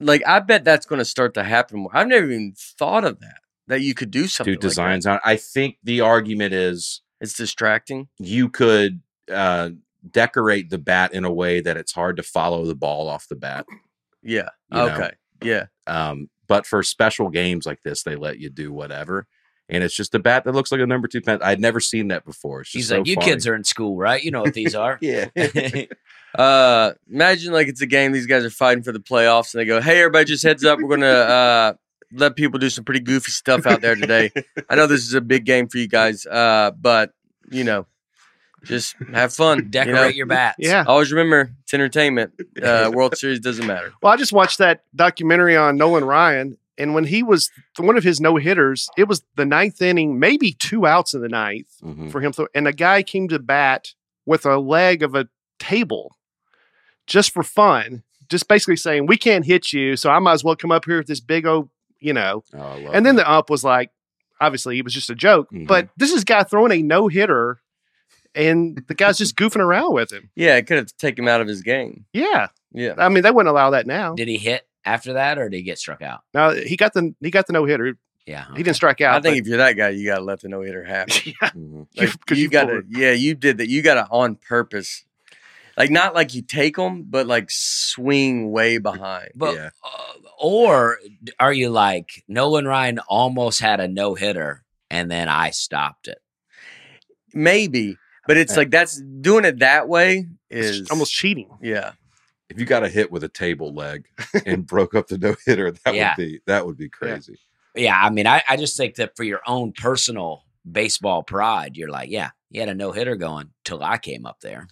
Like, I bet that's going to start to happen more. I've never even thought of that. That you could do something. Two like that. designs on. I think the argument is It's distracting. you could uh, decorate the bat in a way that it's hard to follow the ball off the bat. Yeah. You know? okay. Yeah. Um, but for special games like this, they let you do whatever. And it's just a bat that looks like a number two pen. I'd never seen that before. It's just She's so like, you funny." kids are in school, right? You know what these are. yeah. Uh, imagine like it's a game. These guys are fighting for the playoffs, and they go, "Hey, everybody, just heads up. We're gonna uh, let people do some pretty goofy stuff out there today. I know this is a big game for you guys, uh, but you know, just have fun. Decorate You know? your bats. yeah. Always remember, it's entertainment. Uh, World Series doesn't matter. Well, I just watched that documentary on Nolan Ryan, and when he was one of his no hitters, it was the ninth inning, maybe two outs in the ninth Mhm. Mm-hmm. for him. And a guy came to bat with a leg of a table just for fun, just basically saying, We can't hit you, so I might as well come up here with this big old, you know. Oh, I love And then that. the ump was like, Obviously, it was just a joke, Mhm. but Mm-hmm. this is guy throwing a no hitter, and the guy's just goofing around with him. Yeah, it could have taken him out of his game. Yeah. Yeah. I mean, they wouldn't allow that now. Did he hit after that, or did he get struck out? Now he got the he got the no hitter. Yeah. He didn't strike out. I think if you're that guy, you gotta let the no hitter happen. but- yeah, Mhm. Like, you- 'cause you, you got to, forward. yeah, you did that. You got to on purpose, like not like you take them, but like swing way behind. But Yeah. uh, or d- are you like Nolan Ryan almost had a no hitter and then I stopped it? Maybe But it's like that's doing it that way It's is almost cheating. yeah. If you got a hit with a table leg and broke up the no hitter, that Yeah. would be that would be crazy. Yeah, I mean, I, I just think that for your own personal baseball pride, you're like, yeah, he had a no hitter going till I came up there.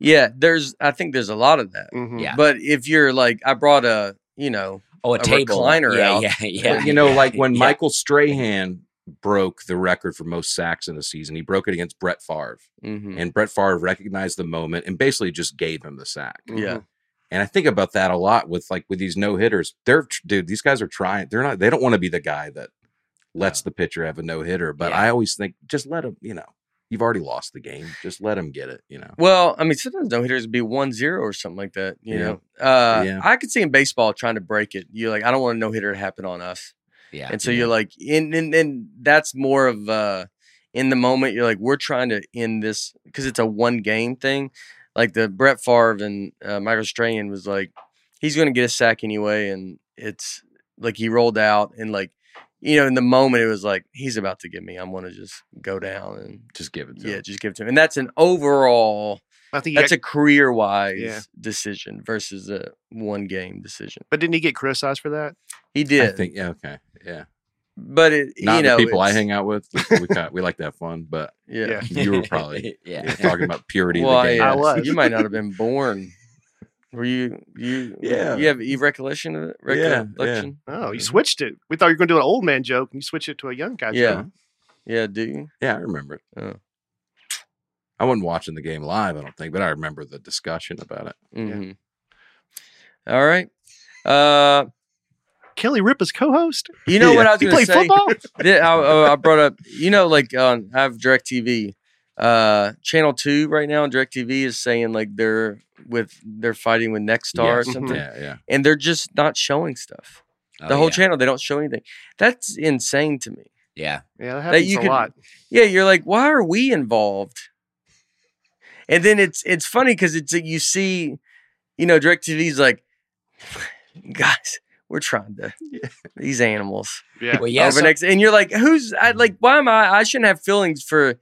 Yeah, there's I think there's a lot of that. Mhm. Yeah. But if you're like I brought a, you know, Oh, a, A table recliner yeah, out. yeah, yeah, But, you know, like when Yeah. Michael Strahan broke the record for most sacks in a season, he broke it against Brett Favre. mhm. Mm. And Brett Favre recognized the moment and basically just gave him the sack. Mm-hmm. yeah. And I think about that a lot with like with these no hitters. They're tr- dude, these guys are trying. They're not. They don't want to be the guy that lets the pitcher have a no hitter. But Yeah. I always think just let him. You know, you've already lost the game. Just let him get it. You know. Well, I mean, sometimes no hitters would be one zero or something like that. You Yeah. know, uh, Yeah. I could see in baseball trying to break it. You're like, I don't want a no hitter to happen on us, yeah. and so you're like, and and, and that's more of uh, in the moment. You're like, we're trying to end this because it's a one game thing. Like the Brett Favre and uh, Michael Strahan was like, he's going to get a sack anyway, and it's like he rolled out and like. You know, in the moment, it was like he's about to get me. I'm gonna just go down and Just give it to yeah, him. just give it to him. And that's an overall I think. that's a That's career wise Yeah. decision versus a one game decision. but didn't he get criticized for that? He I did, think yeah. Okay. Yeah. but it, Not you know, the people I it's- hang out with. We, we, got, we like to have fun, but Yeah, Yeah. you were probably yeah. yeah, talking about purity. Well, uh, of the game. I was. you might not have been born. Were you? You? Yeah. You have you have recollection of it? Yeah, yeah. Recollection? Oh, you Mhm. switched it. We thought you were going to do an old man joke, and you switched it to a young guy. Yeah. joke. Yeah. Do you? Yeah, I remember it. Oh. I wasn't watching the game live, I don't think, but I remember the discussion about it. Mhm. All right. Uh, Kelly Ripa's co-host. you know what Yeah. I was He going to played say? football. Th- I, uh, I- I brought up, you know, like on I have DirecTV. Uh, Channel Two right now on DirecTV is saying like they're with they're fighting with Nextstar or Yes. something, Yeah, yeah. and they're just not showing stuff. The Oh, whole yeah. channel they don't show anything. That's insane to me. Yeah. Yeah, that happens you a could- lot. Yeah, you're like, why are we involved? And then it's it's funny because it's you see, you know, DirecTV's like, guys, we're trying to Yeah. these animals. Yeah. Well, yeah. over so- next, and you're like, who's I like? Why am I? I shouldn't have feelings for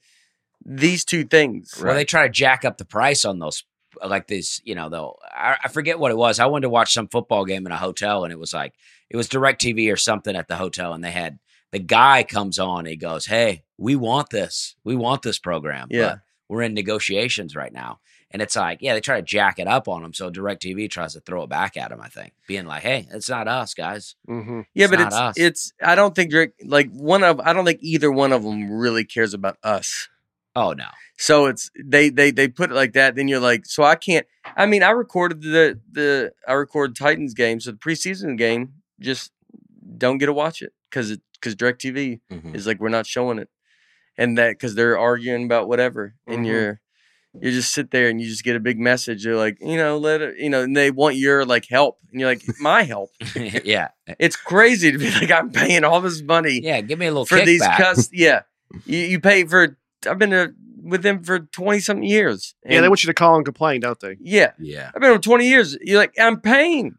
these two things. Well, they try to jack up the price on those, like this, you know, though. I, I forget what it was. I wanted to watch some football game in a hotel, and it was like, it was direct TV or something at the hotel, and they had the guy comes on, he goes, Hey, we want this. We want this program. Yeah. But we're in negotiations right now. And it's like, yeah, they try to jack it up on them. So DirecTV tries to throw it back at them, I think, being like, hey, it's not us, guys. Mm-hmm. yeah, it's but not it's us. it's. I don't think Drake like one of. I don't think either one of them really cares about us. Oh, no. So it's they they they put it like that. Then you're like, so I can't. I mean, I recorded the the I recorded Titans game, so the preseason game just don't get to watch it because it because Directv Mhm. is like we're not showing it and that because they're arguing about whatever and Mhm. you're you just sit there and you just get a big message they're like you know let it you know and they want your like help and you're like my help yeah. it's crazy to be like i'm paying all this money Yeah. Give me a little for these kickback. cuss yeah you, you pay for i've been uh with them for 20 something years Yeah, they want you to call and complain, don't they? yeah Yeah, i've been with 20 years you're like i'm paying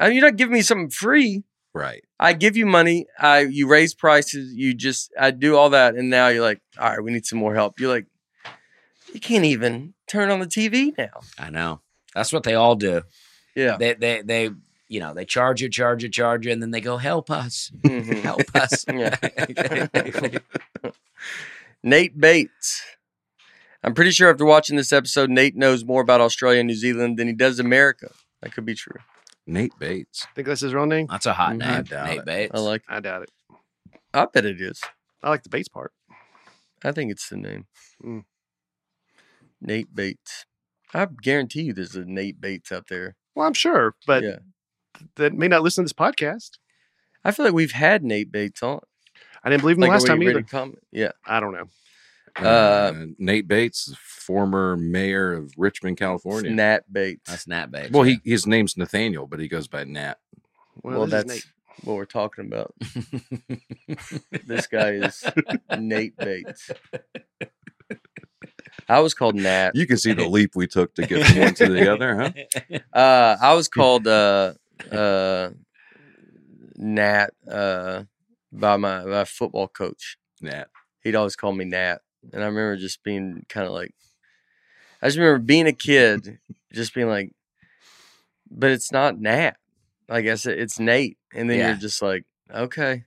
Uh, you're not giving me something free right. I give you money. I you raise prices. You just I do all that, and now you're like, all right, we need some more help. You're like, you can't even turn on the TV now. I know. That's what they all do. Yeah, they they they you know they charge you charge you charge you and then they go help us Mhm. help us Yeah. Nate Bates. I'm pretty sure after watching this episode, Nate knows more about Australia and New Zealand than he does America. That could be true. Nate Bates. Think that's his real name? that's a hot Mhm. name I doubt Nate it. Bates I like. I doubt it. I bet it is. I like the bass part. I think it's the name. Mm. Nate Bates. I guarantee you, there's a Nate Bates out there. Well, I'm sure, but yeah, that may not listen to this podcast. I feel like we've had Nate Bates on. I didn't believe him Like, last are time we either. ready to comment? Yeah. I don't know. Uh, Uh, Nate Bates, is former mayor of Richmond, California. Nat Bates. that's Nat Bates Well, he his name's Nathaniel, but he goes by Nat. well, Well, this is that's what we're talking about. this guy is Nate Bates. I was called Nat. You can see the leap we took to get from one to the other, huh? Uh, I was called uh, uh, Nat uh, by my, my football coach. Nat. He'd always call me Nat. And I remember just being kind of like, I just remember being a kid, just being like, but it's not Nat. Like I said, it's Nate. And then Yeah. you're just like, okay.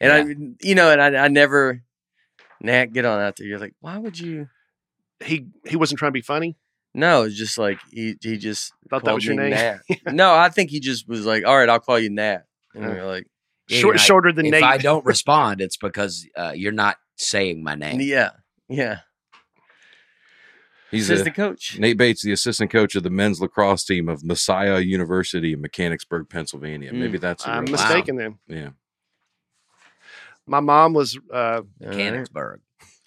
And I, you know, and I, I never, Nat, get on out there. You're like, why would you? He he wasn't trying to be funny. No, it's just like, he, he just Thought that was your called me name. Nat. no, I think he just was like, all right, I'll call you Nat. And Uh, we were like, Yeah, Short, you're like, shorter than if Nate. I don't respond, it's because uh, you're not saying my name. yeah, yeah. He's Says a, the coach. Nate Bates, the assistant coach of the men's lacrosse team of Messiah University in Mechanicsburg, Pennsylvania. Maybe that's the Mm, I'm real- mistake- mistaken then. Yeah, My mom was uh, All right. Mechanicsburg.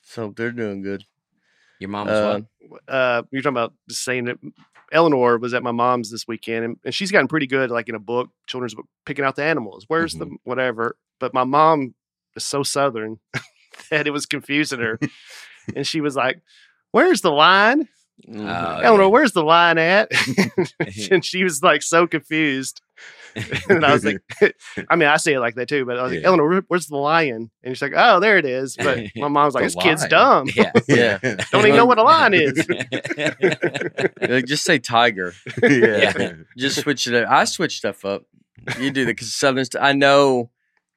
So they're doing good. Your mom was Uh, what? uh, you're talking about just saying that Eleanor was at my mom's this weekend, and, and she's gotten pretty good, like in a book, children's book, picking out the animals. Where's the whatever? But my mom is so southern that it was confusing her, and she was like, "Where's the line, mm-hmm. Oh, Eleanor? yeah. Where's the line at?" and she was like so confused. and I was like, I mean, I say it like that too, but I was like, Yeah. Eleanor, where- where's the lion? And she's like, oh, there it is. But my mom's like, The this kid's lion. dumb. Yeah. yeah. Don't even know what a lion is. Like, just say tiger. yeah. Just switch it up. I switch stuff up. You do the cause southern stuff. I know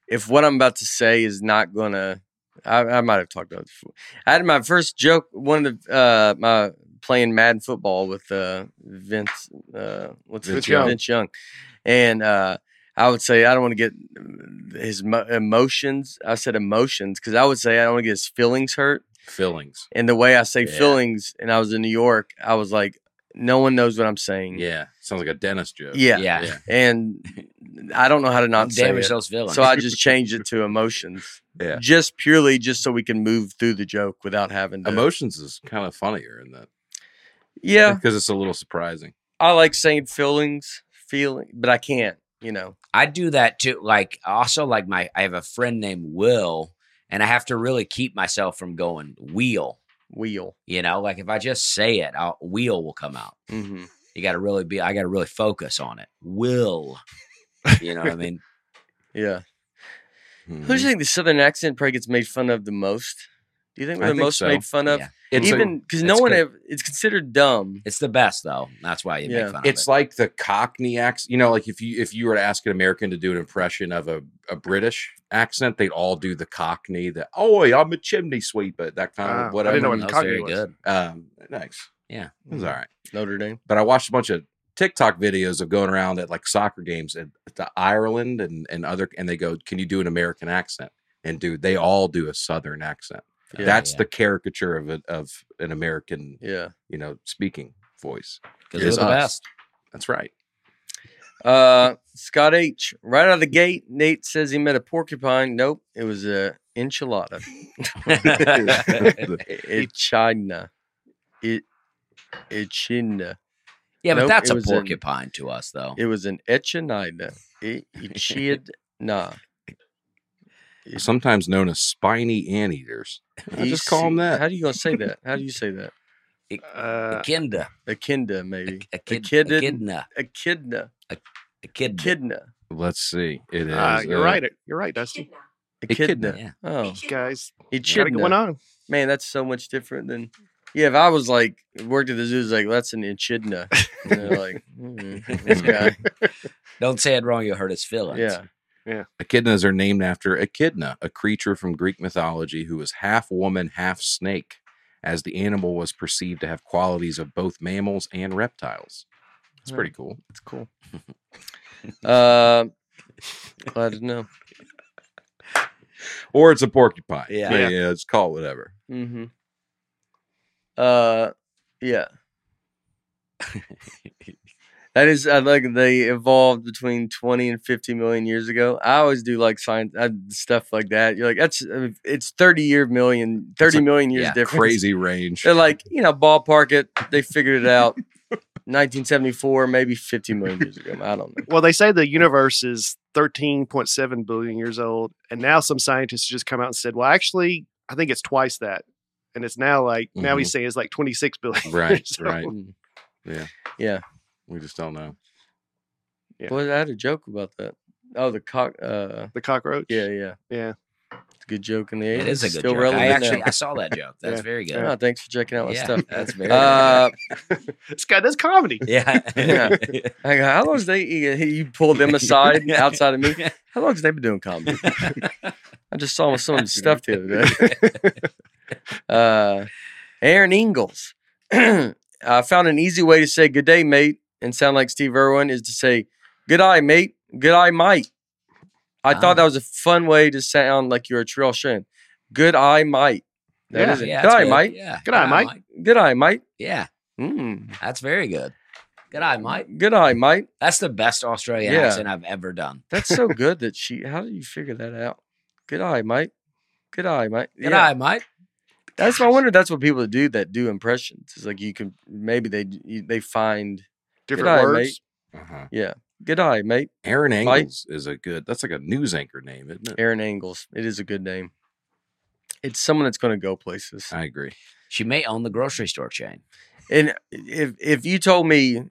if what I'm about to say is not gonna. I, I might have talked about this before. I had my first joke. One of the uh, my playing Madden football with uh, Vince. Uh, what's Vince his Young. name? Vince Young, and uh, I would say I don't want to get his mo- emotions. I said emotions because I would say I don't want to get his feelings hurt. Fillings. and the way I say Yeah. feelings, and I was in New York, I was like, no one knows what I'm saying. Yeah, sounds like a dentist joke. Yeah. Yeah. yeah, And I don't know how to not say Damn it. yourselves, villain. So I just changed it to emotions, yeah. just purely just so we can move through the joke without having to. Emotions is kind of funnier in that yeah, because it's a little surprising. I like saying feelings, feeling, but I can't. You know, I do that too. Like also like my I have a friend named Will, and I have to really keep myself from going wheel. wheel. You know, like if I just say it, I'll, wheel will come out. Mm-hmm. You got to really be. I got to really focus on it. Will. You know what I mean? Yeah. Who do Mhm. you think the Southern accent probably gets made fun of the most? Do you think we're I the think most so. made fun of? Yeah. It's a- Even because no it's one good. ever, it's considered dumb. It's the best though. That's why you Yeah. make fun of it's it. like the Cockney accent. You know, like if you if you were to ask an American to do an impression of a, a British accent, they'd all do the Cockney, the oh, I'm a chimney sweeper, that kind Wow, Ah, I of whatever. didn't know what That was Cockney very was. Hmm. good. um, nice. Yeah. it was all right. Notre Dame. But I watched a bunch of TikTok videos of going around at like soccer games at, the Ireland and and other, and they go, "Can you do an American accent?" And dude, they all do a Southern accent. Yeah. That's yeah. the caricature of a, of an American, Yeah. you know, speaking voice. because it's It's the us. best. That's right. Uh, Scott H. Right out of the gate, Nate says he met a porcupine. Nope, it was a enchilada. Echidna. It. Echidna. Yeah, but Nope, that's it a was in- porcupine to us though. It was an echinida. E- Echidna. It- sometimes known as spiny anteaters. I just call them EC. E, How that. do you gonna say that? How do you say that? Uh, Echidna. Echidna, maybe. A kid, Echidna. echidna. Echidna. Echidna. Echidna. Let's see. It is. uh, you're uh, right. You're right, Dusty. Echidna. Echidna. Yeah. Oh, Guys, got it going echidna. on. Man, that's so much different than. Yeah, if I was like worked at the zoo, it's like that's an echidna. And they're like, "Mm, this guy. Don't say it wrong. You'll hurt his feelings. Yeah. Echidnas are named after Echidna, a creature from Greek mythology who was half woman, half snake, as the animal was perceived to have qualities of both mammals and reptiles. It's Huh. pretty cool. It's cool. uh, glad to know. Or it's a porcupine. Yeah. Yeah. yeah it's called whatever. Mm-hmm. Uh, yeah. that is, I like they evolved between twenty and fifty million years ago. I always do like science I, stuff like that. You're like, that's uh, it's thirty year million, thirty a- million years yeah, difference. Crazy range. They're like, you know, ballpark it. They figured it out. 1974, maybe 50 million years ago. I don't know. Well, they say the universe is 13.7 billion years old, and now some scientists just come out and said, "Well, actually, I think it's twice that." And it's now like now Mm-hmm. he's saying it's like 26 billion. Right, So- right. Mm. Yeah. Yeah. We just don't know. Yeah. Well, I had a joke about that. Oh, the cock. Uh, The cockroach. yeah, yeah. Yeah. It's a good joke in the 80s. It is a good Still joke. I relevant actually now. I saw that joke. That's Yeah. very good. Oh, thanks for checking out my Yeah, stuff. That's very Uh, This guy does comedy. good. yeah. yeah. I go, how long they? You you pulled them aside outside of me. How long has they been doing comedy? I just saw some of them stuff the other day. Uh, Aaron Ingalls. I found an easy way to say good day, mate, and sound like Steve Irwin is to say good eye, mate, good eye, mate. I Ah. thought that was a fun way to sound like you're a true Australian. Good eye, mate. That Yeah. is it. Yeah, good that's eye, good. mate. Yeah. Good eye, Mike. Good eye, mate. Yeah. Mm. That's very good. Good eye, Mike. Good eye, mate. That's the best Australian Yeah. accent I've ever done. That's so good that she. How did you figure that out? Good eye, mate. Good eye, mate. Good Yeah. eye, Mike. That's. I wonder. if That's what people do that do impressions. It's like you can maybe they you, they find Different eye, words. mate. Uh-huh. good eye, mate. Aaron Mike? Angles is a good. That's like a news anchor name, isn't it? Aaron Angles. It is a good name. It's someone that's going to go places. Uh. I agree. She may own the grocery store chain. And if if you told me,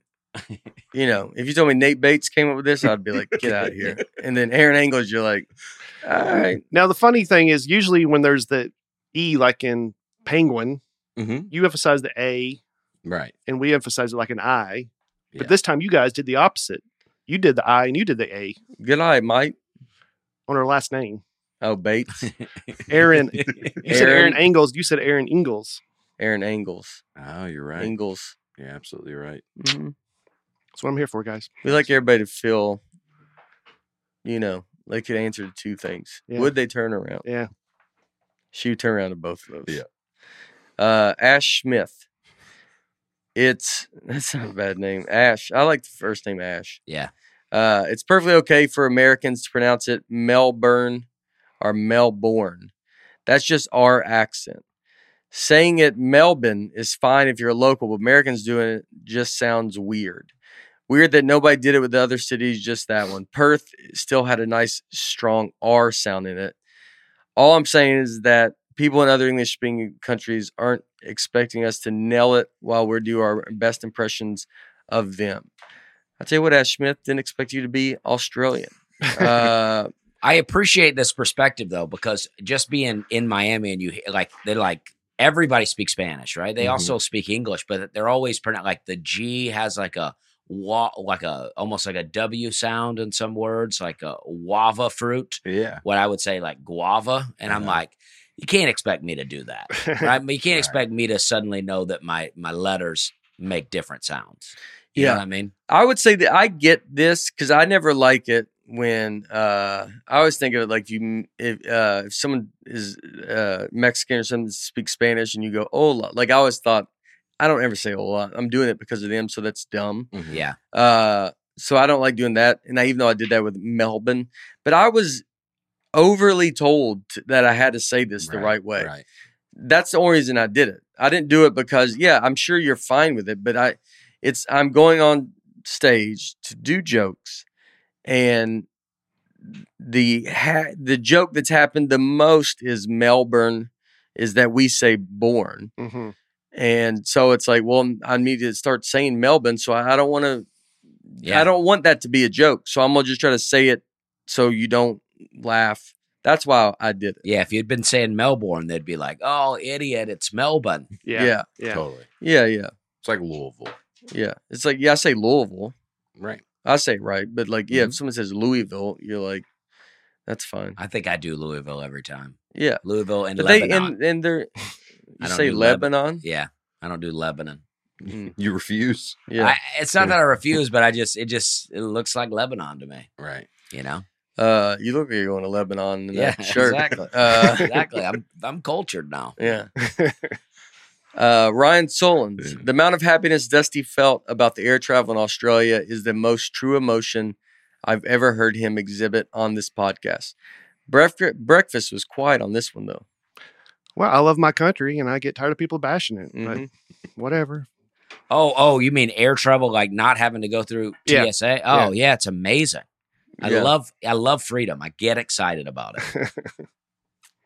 you know, if you told me Nate Bates came up with this, I'd be like, get out of here. And then Aaron Angles, you're like, all right, Now the funny thing is usually when there's the E like in penguin, Mm-hmm. you emphasize the A Right. and we emphasize it like an I. But Yeah. this time you guys did the opposite. You did the I and you did the A good eye, mate. on her last name. Oh, Bates, Aaron you Aaron- said Aaron Angles, you said Aaron Ingalls. Aaron Angles, Oh, you're right. Ingles. You're absolutely right. Mhm. That's what I'm here for, guys. We like everybody to feel, you know, they could answer to two things. Yeah. Would they turn around? Yeah. She would turn around to both of those. Yeah. Uh, Ash Smith. It's that's not a bad name. Ash. I like the first name Ash. Yeah. Uh, it's perfectly okay for Americans to pronounce it Melbourne or Melbourne. That's just our accent. Saying it Melbourne is fine if you're local, but Americans doing it just sounds weird. Weird that nobody did it with the other cities, just that one. Perth still had a nice, strong R sound in it. All I'm saying is that people in other English speaking countries aren't expecting us to nail it while we do our best impressions of them. I tell you what, Ash Smith didn't expect you to be Australian. Uh, I appreciate this perspective though, because just being in Miami and you he- like they like everybody speaks Spanish, right? They Mhm. also speak English, but they're always pronounced like the G has like a wa like a almost like a W sound in some words, like a guava fruit. Yeah. What I would say like guava, and I'm Uh-huh. like, you can't expect me to do that, right? you can't Right. expect me to suddenly know that my my letters make different sounds. You know yeah. what I mean? I would say that I get this because I never like it when uh, I always think of it like you if uh, if someone is uh, Mexican or something that speaks Spanish and you go hola like I always thought I don't ever say hola I'm doing it because of them so that's dumb Mhm. Yeah. uh, so I don't like doing that and I even though I did that with Melbourne but I was overly told t- that I had to say this the right way Right. that's the only reason I did it. I didn't do it because yeah, I'm sure you're fine with it, but I it's I'm going on stage to do jokes and the ha- the joke that's happened the most is Melbourne is that we say born. Mhm. And so it's like, well, I need to start saying Melbourne, so I, I don't want to Yeah. I don't want that to be a joke. So I'm going to just try to say it so you don't laugh. That's why I did it. Yeah, if you'd been saying Melbourne, they'd be like, "Oh, idiot, it's Melbourne." Yeah. Yeah. yeah. Totally. Yeah, yeah. It's like Louisville. Yeah. It's like, yeah, I say Louisville. Right. I say right, but like, yeah, if someone says Louisville, you're like, that's fine. Mm-hmm. I think I do Louisville every time. Yeah. Louisville and But they Lebanon. and and they're you don't say do Leb- Lebanon? yeah, I don't do Lebanon. Mm. You refuse. Yeah. I, it's not Yeah. that I refuse, but I just it just it looks like Lebanon to me. Right. You know? uh you look like you're going to Lebanon in Yeah, that shirt. exactly. Uh exactly. I'm I'm cultured now. yeah. Uh, Ryan Solons, Yeah. the amount of happiness Dusty felt about the air travel in Australia is the most true emotion I've ever heard him exhibit on this podcast. Bref- breakfast was quiet on this one, though. Well, I love my country and I get tired of people bashing it. Mhm. But whatever. Oh, oh, you mean air travel, like not having to go through Yeah. TSA? Oh, yeah, it's amazing. I Yeah. love I love freedom. I get excited about it.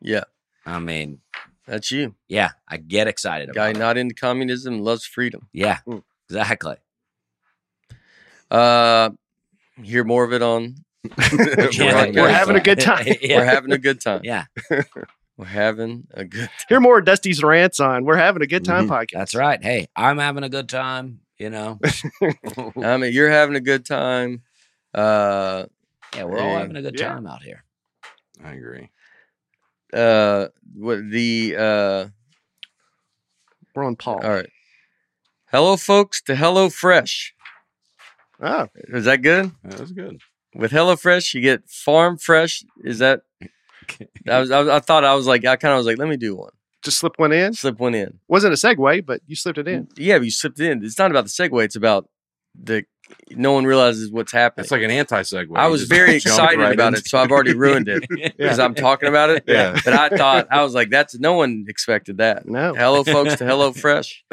Yeah, I mean, that's you. yeah, I get excited Guy about it. not into communism loves freedom. Yeah. Mm. Exactly. Uh, hear more of it on We're on We're that having a side. good time. yeah. We're having a good time. yeah, We're having a good time. Hear more of Dusty's rants on. We're having a good time podcast. Mm-hmm. that's right. Hey, I'm having a good time. You know, I mean, you're having a good time. Uh, yeah, we're all Hey, having a good yeah. time out here. I agree. uh, what the, uh, We're on Paul. all right. Hello, folks, to Hello Fresh. Oh, Is that good? That was good. With Hello Fresh, you get farm fresh. Is that, I was, I, was, I thought I was like, I kind of was like, let me do one. just slip one in. Slip one in. Wasn't a segue, but you slipped it in. Yeah, but you slipped it in. It's not about the segue. It's about the, no one realizes what's happening. That's like an anti segue. I was very excited about it, so I've already ruined it because I'm talking about it. Yeah. But I thought I was like, that's no one expected that. No. Hello, folks, to Hello Fresh.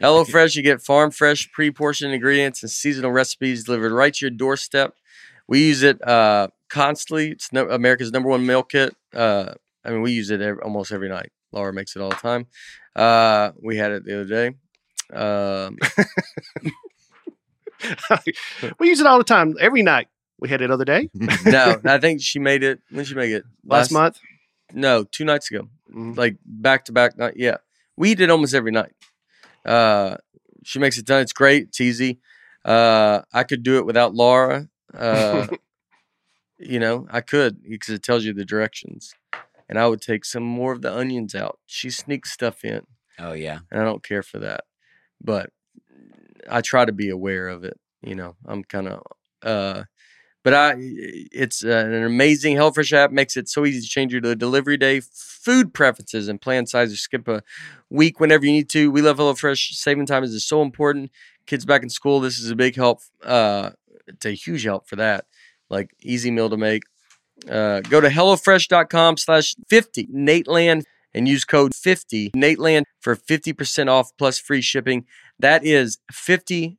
Hello Fresh, you get farm fresh, pre-portioned ingredients and seasonal recipes delivered right to your doorstep. We use it uh, constantly. It's no, America's number one meal kit. Uh, I mean, we use it ev- almost every night. Laura makes it all the time. Uh, we had it the other day. Um, we use it all the time, every night. We had it other day, no, I think she made it. When did she make it? last, month. No, two nights ago. Mhm. Mm-hmm. like back to back night. Yeah, we did almost every night. Uh, she makes it done. It's great. It's easy. Uh, I could do it without Laura. Uh, you know, I could because it tells you the directions, and I would take some more of the onions out. She sneaks stuff in, Oh yeah, and I don't care for that. But I try to be aware of it. You know, I'm kind of. Uh, but I, it's uh, an amazing HelloFresh app. Makes it so easy to change your delivery day, food preferences, and plan size, or skip a week whenever you need to. We love HelloFresh. Saving time is so important. Kids back in school, this is a big help. Uh, it's a huge help for that. Like easy meal to make. Uh, go to hellofresh.com slash 50 nateland and use code 50 nateland for 50% off plus free shipping that is 50%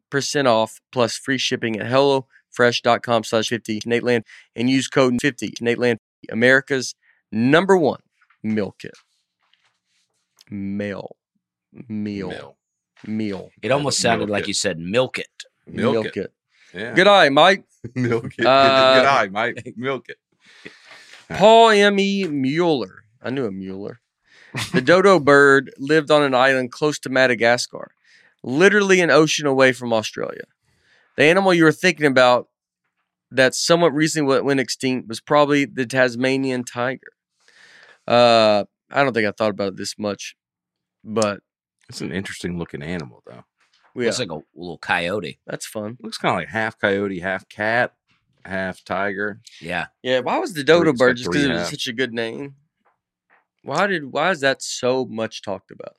off plus free shipping at hellofresh.com slash 50 nateland and use code 50 nateland america's number one meal kit meal meal meal, Milk. it almost sounded Milk like it. you said milk it. Milk, it. kit Yeah. good eye mike Milk it. Good Uh, eye, Mike. Milk it. Paul M. E. Mueller. I knew a Mueller. The dodo bird lived on an island close to Madagascar, literally an ocean away from Australia. The animal you were thinking about that somewhat recently went- went extinct was probably the Tasmanian tiger. Uh, I don't think I thought about it this much, but It's an interesting looking animal, though. yeah, It's like a little coyote. that's fun. Looks kind of like half coyote, half cat, half tiger. Yeah, Yeah, why was the dodo it's bird like just three because it and a was half. such a good name? Why did why is that so much talked about?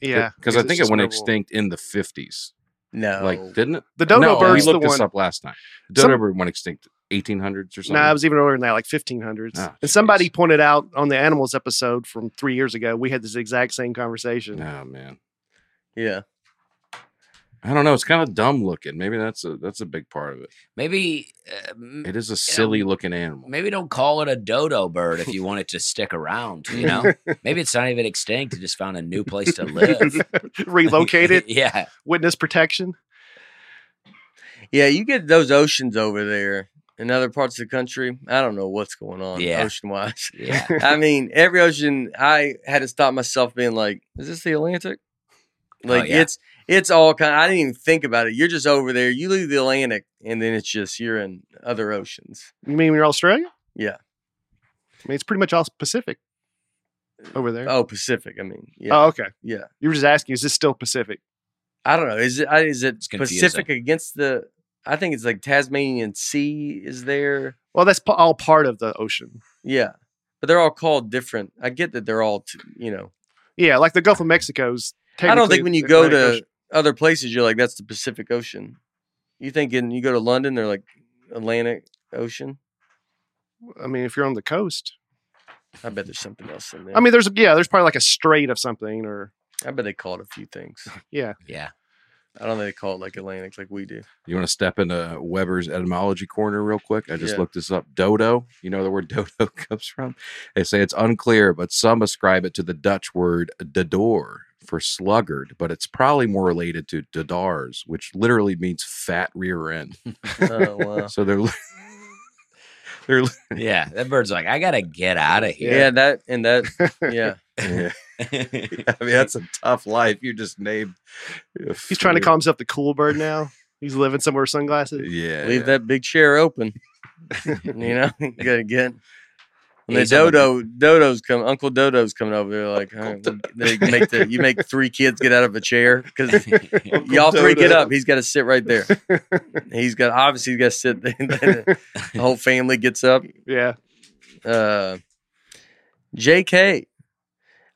Yeah, Because I it's think it just went mobile. extinct in the 50s. No, Like, didn't it? The dodo no, bird's we the looked this one. up last night. The dodo Some- bird went extinct 1800s or something. No, it was even earlier than that, like 1500s. Ah, and somebody jeez. pointed out on the animals episode from three years ago, we had this exact same conversation. Oh, man. yeah, I don't know. It's kind of dumb looking. Maybe that's a that's a big part of it. maybe. Uh, m- It is a silly looking animal. Maybe don't call it a dodo bird if you want it to stick around. You know, maybe it's not even extinct. It just found a new place to live. Relocated, yeah, witness protection. Yeah, you get those oceans over there in other parts of the country. I don't know what's going on Yeah. ocean wise. yeah. I mean, every ocean I had to stop myself being like, is this the Atlantic? Like Oh, yeah. it's it's all kind I didn't even think about it. You're just over there. You leave the Atlantic and then it's just you're in other oceans. You mean you're Australia? Yeah. I mean, it's pretty much all Pacific over there. Oh, Oh, Pacific, I mean. Yeah. Oh. okay. yeah. You were just asking, is this still Pacific? I don't know. Is it I- is it It's confusing. Pacific against the I think it's like Tasmanian Sea is there. Well, that's pa- all part of the ocean. Yeah. But they're all called different. I get that they're all, t- you know, Yeah, like the Gulf of Mexico's. I don't technically think when you the go Atlantic to Ocean. other places, you're like, that's the Pacific Ocean. You think in you go to London, they're like Atlantic Ocean. I mean, if you're on the coast, I bet there's something else in there. I mean, there's yeah, there's probably like a strait of something, or I bet they call it a few things. yeah, Yeah. I don't think they call it like Atlantic like we do. You want to step into Weber's etymology corner real quick? I just Yeah. looked this up. Dodo, you know the word dodo comes from? They say it's unclear, but some ascribe it to the Dutch word dador for sluggard, but it's probably more related to dadars, which literally means fat rear end. Oh wow. So they're They're yeah, that bird's like, I gotta get out of Yeah. here. that and that. Yeah, Yeah. I mean, that's a tough life. You just named. He's trying to call himself the cool bird now. He's living somewhere with sunglasses. Yeah. leave that big chair open. you know, you gotta get. When the He's on the- dodo dodo's come, Uncle Dodo's coming over. They're like, "All right, Dodo." they make the you make three kids get out of a chair because y'all three get Dodo. up. He's got to sit right there. he's got obviously he's got to sit. there. the whole family gets up. Yeah. Uh, J.K.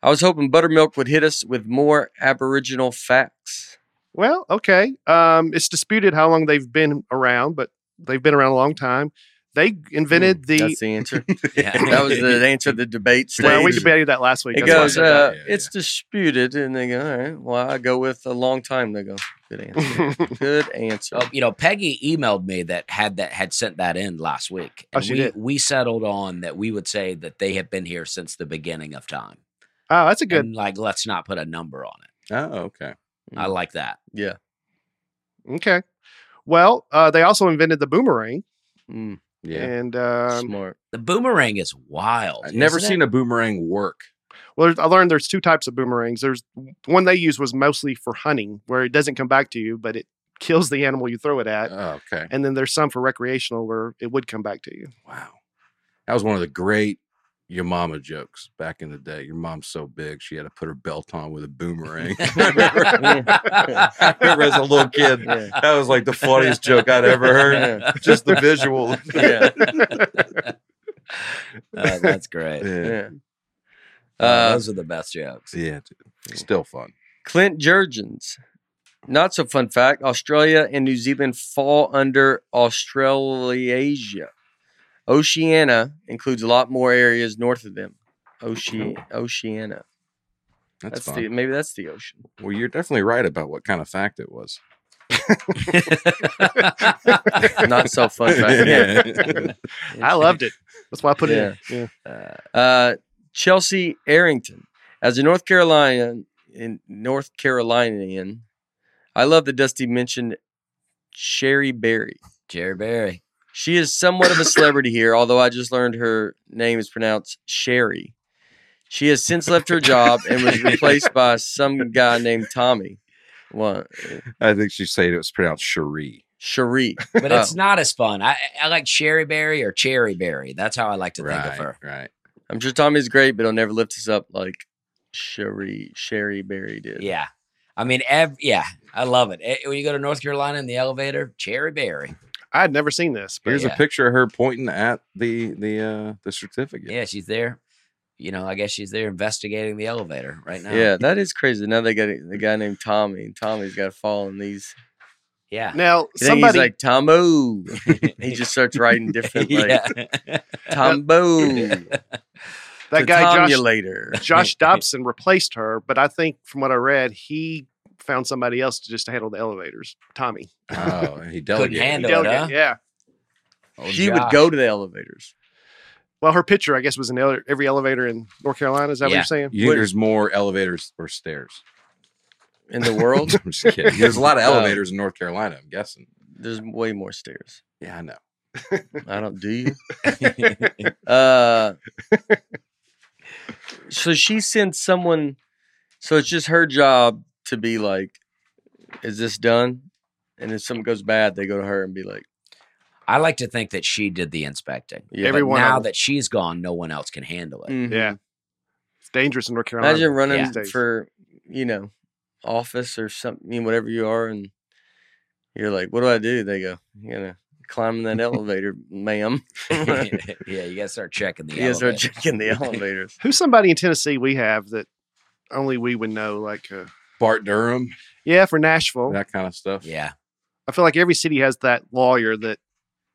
I was hoping Buttermilk would hit us with more Aboriginal facts. Well, okay. Um, it's disputed how long they've been around, but they've been around a long time. They invented Mm, the. That's the answer. Yeah. that was the answer to the debate stage. well, we debated that last week. It That's why I goes, said that. uh, Yeah, it's disputed. And they go, all right, well, I go with a long time. They go, good answer. good answer. Well, Oh, you know, Peggy emailed me that had that had sent that in last week. Oh, and she we, did. we settled on that we would say that they have been here since the beginning of time. oh, that's a good. And like let's not put a number on it. Oh, okay. Hmm. I like that. Yeah. Okay. Well, uh, they also invented the boomerang, Mm, Yeah. and um, smart. The boomerang is wild. I've never isn't seen it? a boomerang work. Well, there's- I learned there's two types of boomerangs. There's one they use was mostly for hunting, where it doesn't come back to you, but it kills the animal you throw it at. Oh, okay. and then there's some for recreational where it would come back to you. Wow. That was one of the great your mama jokes back in the day. Your mom's so big, she had to put her belt on with a boomerang. I remember as a little kid, Yeah. that was like the funniest joke I'd ever heard. Yeah. Just the visual. Yeah. Oh, that's great. Yeah. yeah. Oh, Uh, those are the best jokes. Yeah, dude. Still fun. Clint Jurgens. Not so fun fact Australia and New Zealand fall under Australasia. Oceania includes a lot more areas north of them. Ocean, Oceania. That's, That's, fun. the maybe that's the ocean. Well, you're definitely right about what kind of fact it was. Not so fun fact. Yeah. I loved it. That's why I put it in. Yeah. Uh, Uh, Chelsea Arrington. As a North Carolina in North Carolinian, I love that Dusty mentioned Sherry Berry. Jerry Berry. She is somewhat of a celebrity here, although I just learned her name is pronounced Sherry. She has since left her job and was replaced by some guy named Tommy. Well, I think she said it was pronounced Cherie. Cherie. But Oh. it's not as fun. I, I like Sherry Berry or Cherry Berry. That's how I like to think of her. right. I'm sure Tommy's great, but he'll never lift us up like Cherie, Sherry Berry did. Yeah. I mean, ev- yeah, I love it. Eh, When you go to North Carolina in the elevator, Cherry Berry. I had never seen this, but Here's yeah. a picture of her pointing at the the uh the certificate. Yeah, she's there. You know, I guess she's there investigating the elevator right now. Yeah, that is crazy. Now they got a, the guy named Tommy, and Tommy's got to fall in these. Yeah. now You think somebody he's like Tomo. he just starts writing different like yeah. Tombo. that guy Josh, later. Josh Dobson replaced her, but I think from what I read, he found somebody else to just handle the elevators. Tommy, Oh, and he delegated. Oh, He handle- Handle it, delegated- huh? yeah. Old She Josh. would go to the elevators. Well, her picture, I guess, was in ele- every elevator in North Carolina. Is that what Yeah. you're saying? You think there's more elevators or stairs? In the world, I'm just kidding. There's a lot of Um, No. elevators in North Carolina. I'm guessing. there's way more stairs. Yeah, I know. I don't do you. Uh, so she sends someone. So it's just her job to be like, "Is this done?" And if something goes bad, they go to her and be like, I like to think that she did the inspecting. "Yeah." But Everyone now on- that she's gone, no one else can handle it. Mhm. Yeah. It's dangerous in North Carolina. Imagine running these days. for you know office or something, whatever you are, and you're like, "What do I do?" They go, "You gotta climb in that elevator, ma'am." you yeah, you gotta start checking the Mm. gotta start elevator. checking the elevators. Who's somebody in Tennessee we have that only we would know? Like, uh, Bart Durham, yeah, for Nashville. that kind of stuff. Oh. Yeah. I feel like every city has that lawyer that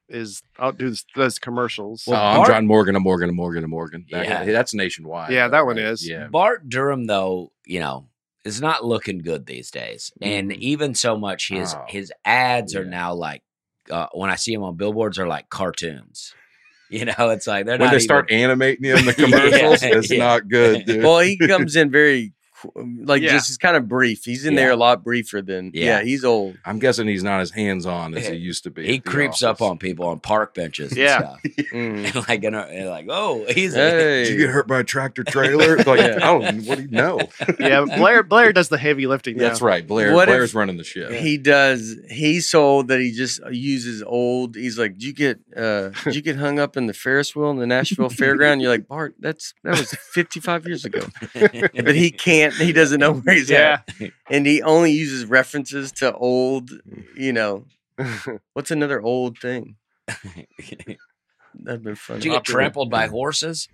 is out does those commercials. Oh, Well, I'm Bart- John Morgan, a Morgan, a Morgan, a Morgan. That- Yeah. That's nationwide. Yeah, though, that one right? is. Yeah. Bart Durham, though, you know, is not looking good these days, and even so much his Oh, his ads are yeah. now like uh, when I see him on billboards are like cartoons. You know, it's like they're When not they start even- animating him in the Yeah, commercials, it's yeah. not good, dude. well, he comes in very um, like Yeah. just he's kind of brief. He's in there a Yeah. lot briefer than yeah. Yeah. he's old. I'm guessing he's not as hands on as he used to be. He at the creeps up office. on people on park benches and Yeah. stuff. Mm. And like, in a, and like, oh, he's Did you get Hey, hurt by a tractor trailer? It's Like, Yeah. I don't. What do you know? yeah, Blair Blair does the heavy lifting. Now. That's right, Blair. What if- Blair's running the ship. he does. He's so old that he just uses old. He's like, "Did you get uh, did you get hung up in the Ferris wheel in the Nashville Fairground?" You're like, "Bart, that's that was 55 years ago." But he can't. He doesn't know where he's Yeah. at, and he only uses references to old. Mm. You know, what's another old thing? That'd been fun. Did you get trampled by horses?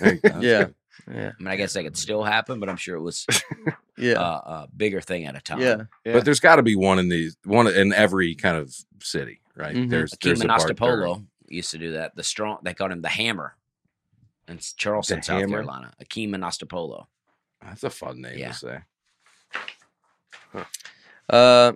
There you go. Yeah, yeah, I mean, I guess that could still happen, but I'm sure it was uh, yeah, a bigger thing at a time. yeah. Yeah. But there's got to be one in these, one in every kind of city, right? Mhm. There's Mm-hmm. Akeem there's a Bart Durham. Anastopolo used to do that. The strong, they called him the Hammer. In Charleston, The South Hammer? Carolina. Akeem Anastopolo. That's a fun name Yeah. to say. Uh,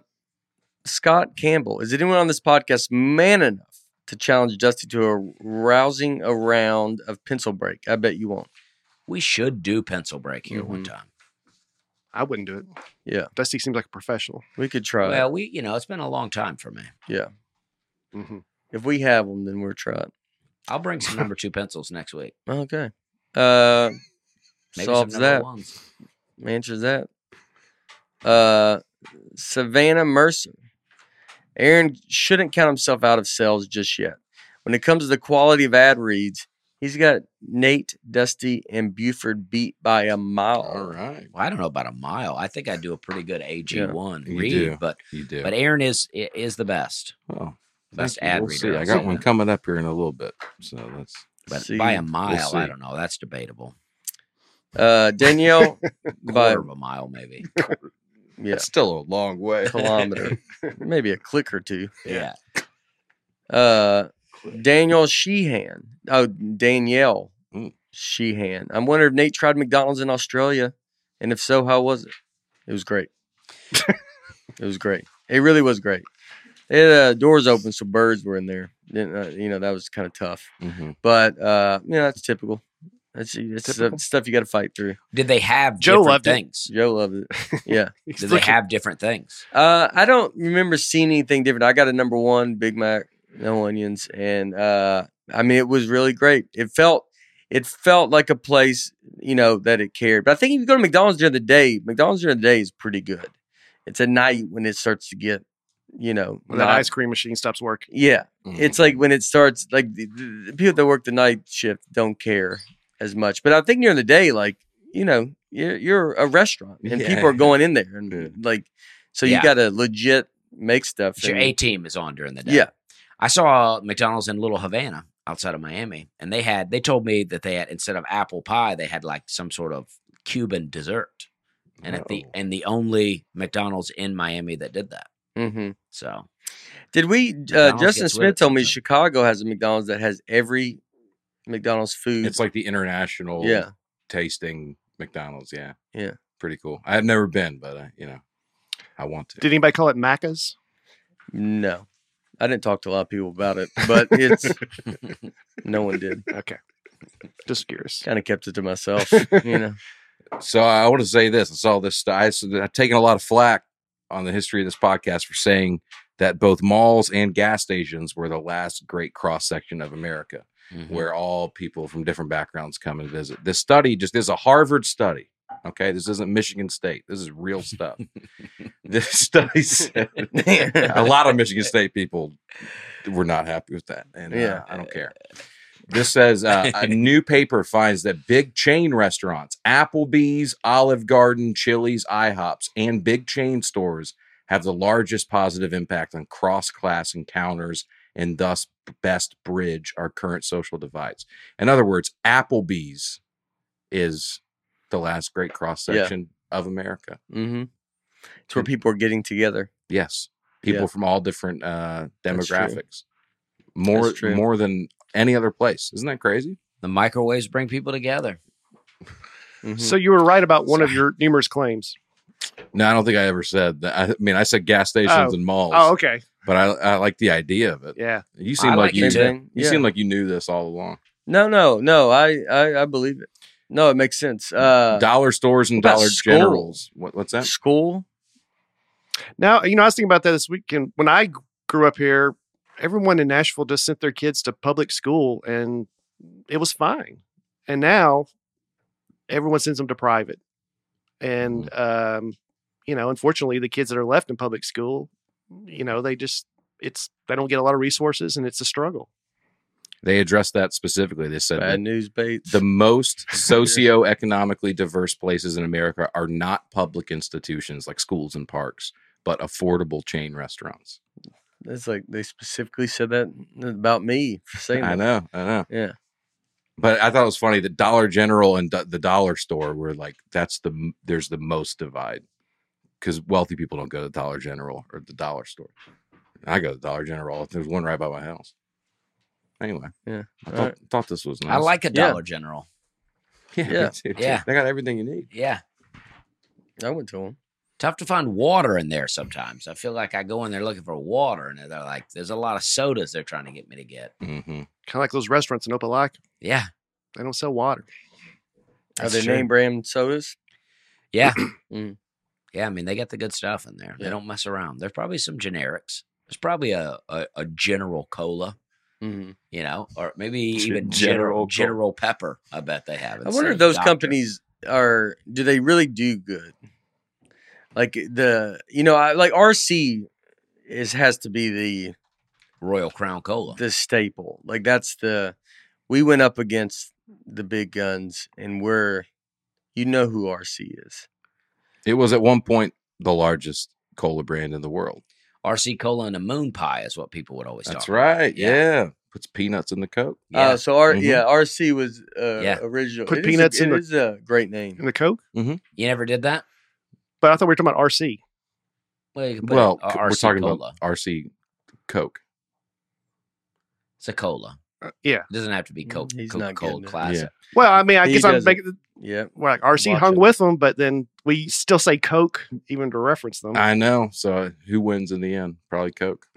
Scott Campbell, is anyone on this podcast man enough to challenge Dusty to a rousing a round of pencil break? I bet you won't. We should do pencil break here Mm-hmm. one time. I wouldn't do it. Yeah. Dusty seems like a professional. We could try. it. well, we, you know, it's been a long time for me. hmm if we have them, then we're trying. I'll bring some number two pencils next week. Okay. Uh, Maybe solves some number that. ones. Answers that. Uh, Savannah Mercer. Aaron shouldn't count himself out of sales just yet. When it comes to the quality of ad reads, he's got Nate, Dusty, and Buford beat by a mile. All right, Well, I don't know about a mile. I think I do a pretty good AG one You read, do. but you do. but Aaron is i- is the best. well, Best thank you. ad We'll reader. see. I I've got seen. one coming up here in a little bit, so that's But See, by a we'll mile, I see. don't know. That's debatable. Uh, Danielle by Quarter of a mile, maybe. yeah, it's still a long way. kilometer, maybe a click or two. Yeah. Uh, Daniel Sheehan. Oh, Danielle Mm. Sheehan. I'm wondering if Nate tried McDonald's in Australia, and if so, how was it? It was great. it was great. It really was great. They had uh, doors open, so birds were in there. Didn't, uh, you know that was kind of tough, Mhm. but uh, you know that's typical. That's, that's uh, Typical? stuff you got to fight through. Did they have Joe different loved it. things? Joe loved it. Yeah. Did they have different things? Uh, I don't remember seeing anything different. I got a number one Big Mac, no onions, and uh, I mean it was really great. It felt it felt like a place you know that it cared. But I think if you go to McDonald's during the day, McDonald's during the day is pretty good. It's at night when it starts to get you know When that not- ice cream machine stops working. Yeah, Mhm. it's like when it starts like the, the the people that work the night shift don't care as much. But I think during the day, like you know, you're you're a restaurant and Yeah. people are going in there and Yeah. like so Yeah. you got to legit make stuff. Your and- A team is on during the day. Yeah. I saw McDonald's in Little Havana outside of Miami, and they had they told me that they had instead of apple pie, they had like some sort of Cuban dessert. And at the Oh. and the only McDonald's in Miami that did that. Mhm. So Did we? Uh, McDonald's Justin gets with Smith it told me sometimes. Chicago has a McDonald's that has every McDonald's food. it's like the international yeah, tasting McDonald's. Yeah, Yeah. pretty cool. I've never been, but I, you know, I want to. Did anybody call it Macca's? no, I didn't talk to a lot of people about it, but it's no one did. Okay. Just curious. Kind of kept it to myself, you know. So I want to say this. I saw this. I, I've taken a lot of flack on the history of this podcast for saying that both malls and gas stations were the last great cross section of America, mhm. Mm-hmm. where all people from different backgrounds come and visit. This study just this is a Harvard study. Okay, this isn't Michigan State. This is real stuff. this study said a lot of Michigan State people were not happy with that, and uh, Yeah. I don't care. This says uh, a new paper finds that big chain restaurants, Applebee's, Olive Garden, Chili's, IHOPs, and big chain stores have the largest positive impact on cross class encounters and thus best bridge our current social divides. In other words, Applebee's is the last great cross section of America. hmm It's where people are getting together. Yes, Yeah. people from all different uh, That's true. demographics, more That's true. more than any other place. Isn't that crazy? the microwaves bring people together. Mhm. So you were right about one of your numerous claims. No, I don't think I ever said that. I, I mean, I said gas stations Oh. and malls, Oh, okay. but I, I like the idea of it. Yeah. You seem I like, like you it Same too. you thing. Yeah. seem like you knew this all along. no, no, no. I, I, I believe it. No, it makes sense. Uh, dollar stores and what about dollar school? generals. What, what's that? school. Now, you know, I was thinking about that this weekend. When I g- grew up here, everyone in Nashville just sent their kids to public school and it was fine. And now everyone sends them to private. And, um, you know, unfortunately, the kids that are left in public school, you know, they just, it's, they don't get a lot of resources and it's a struggle. They addressed that specifically. They said Bad that news, Bates. the most socioeconomically diverse places in America are not public institutions like schools and parks, but affordable chain restaurants. That's like they specifically said that about me for saying I that. know, I know. Yeah. But I thought it was funny that Dollar General and do- the dollar store were like that's the m- there's the most divide because wealthy people don't go to Dollar General or the dollar store. I go to Dollar General. There's one right by my house. Anyway, Yeah, I all thought, thought this was nice. I like a Yeah. Dollar General. yeah, Yeah. me too, too. Yeah. They got everything you need. Yeah. I went to him. Tough to find water in there sometimes. I feel like I go in there looking for water and they're like, there's a lot of sodas they're trying to get me to get. Mm-hmm. Kind of like those restaurants in Opelika, Yeah. they don't sell water. Are that's they true. name brand sodas? Yeah. Mm. Yeah. I mean, they got the good stuff in there. They Yeah. don't mess around. There's probably some generics. There's probably a, a, a general cola, Mm-hmm. you know, or maybe Gen- even General general Cola. general pepper. I bet they have. I instead wonder if of those Dr. companies are do they really do good? Like the you know I like RC is has to be the Royal Crown Cola. the staple. Like that's the we went up against the big guns and we're you know who RC is. It was at one point the largest cola brand in the world. RC Cola and a moon pie is what people would always That's talk. about. right. Yeah. Puts peanuts in the Coke. Yeah. Uh, so our Mhm. yeah RC was uh, Yeah. original. Mm-hmm. Put It is a- peanuts in It the- is a great In name. the Coke, you never did that? but I thought we were talking about RC. Well, you could put it- Well, uh, c- RC we're talking Cola. about RC Coke. It's a cola. Uh, yeah. It doesn't have to be Mm, Coke. he's Coca not getting Cola it. Classic. Well, I mean, I He guess I'm doesn't. making Yeah. We're like RC Watch hung it. with them, but then we still say Coke even to reference them. I know. So who wins in the end? Probably Coke.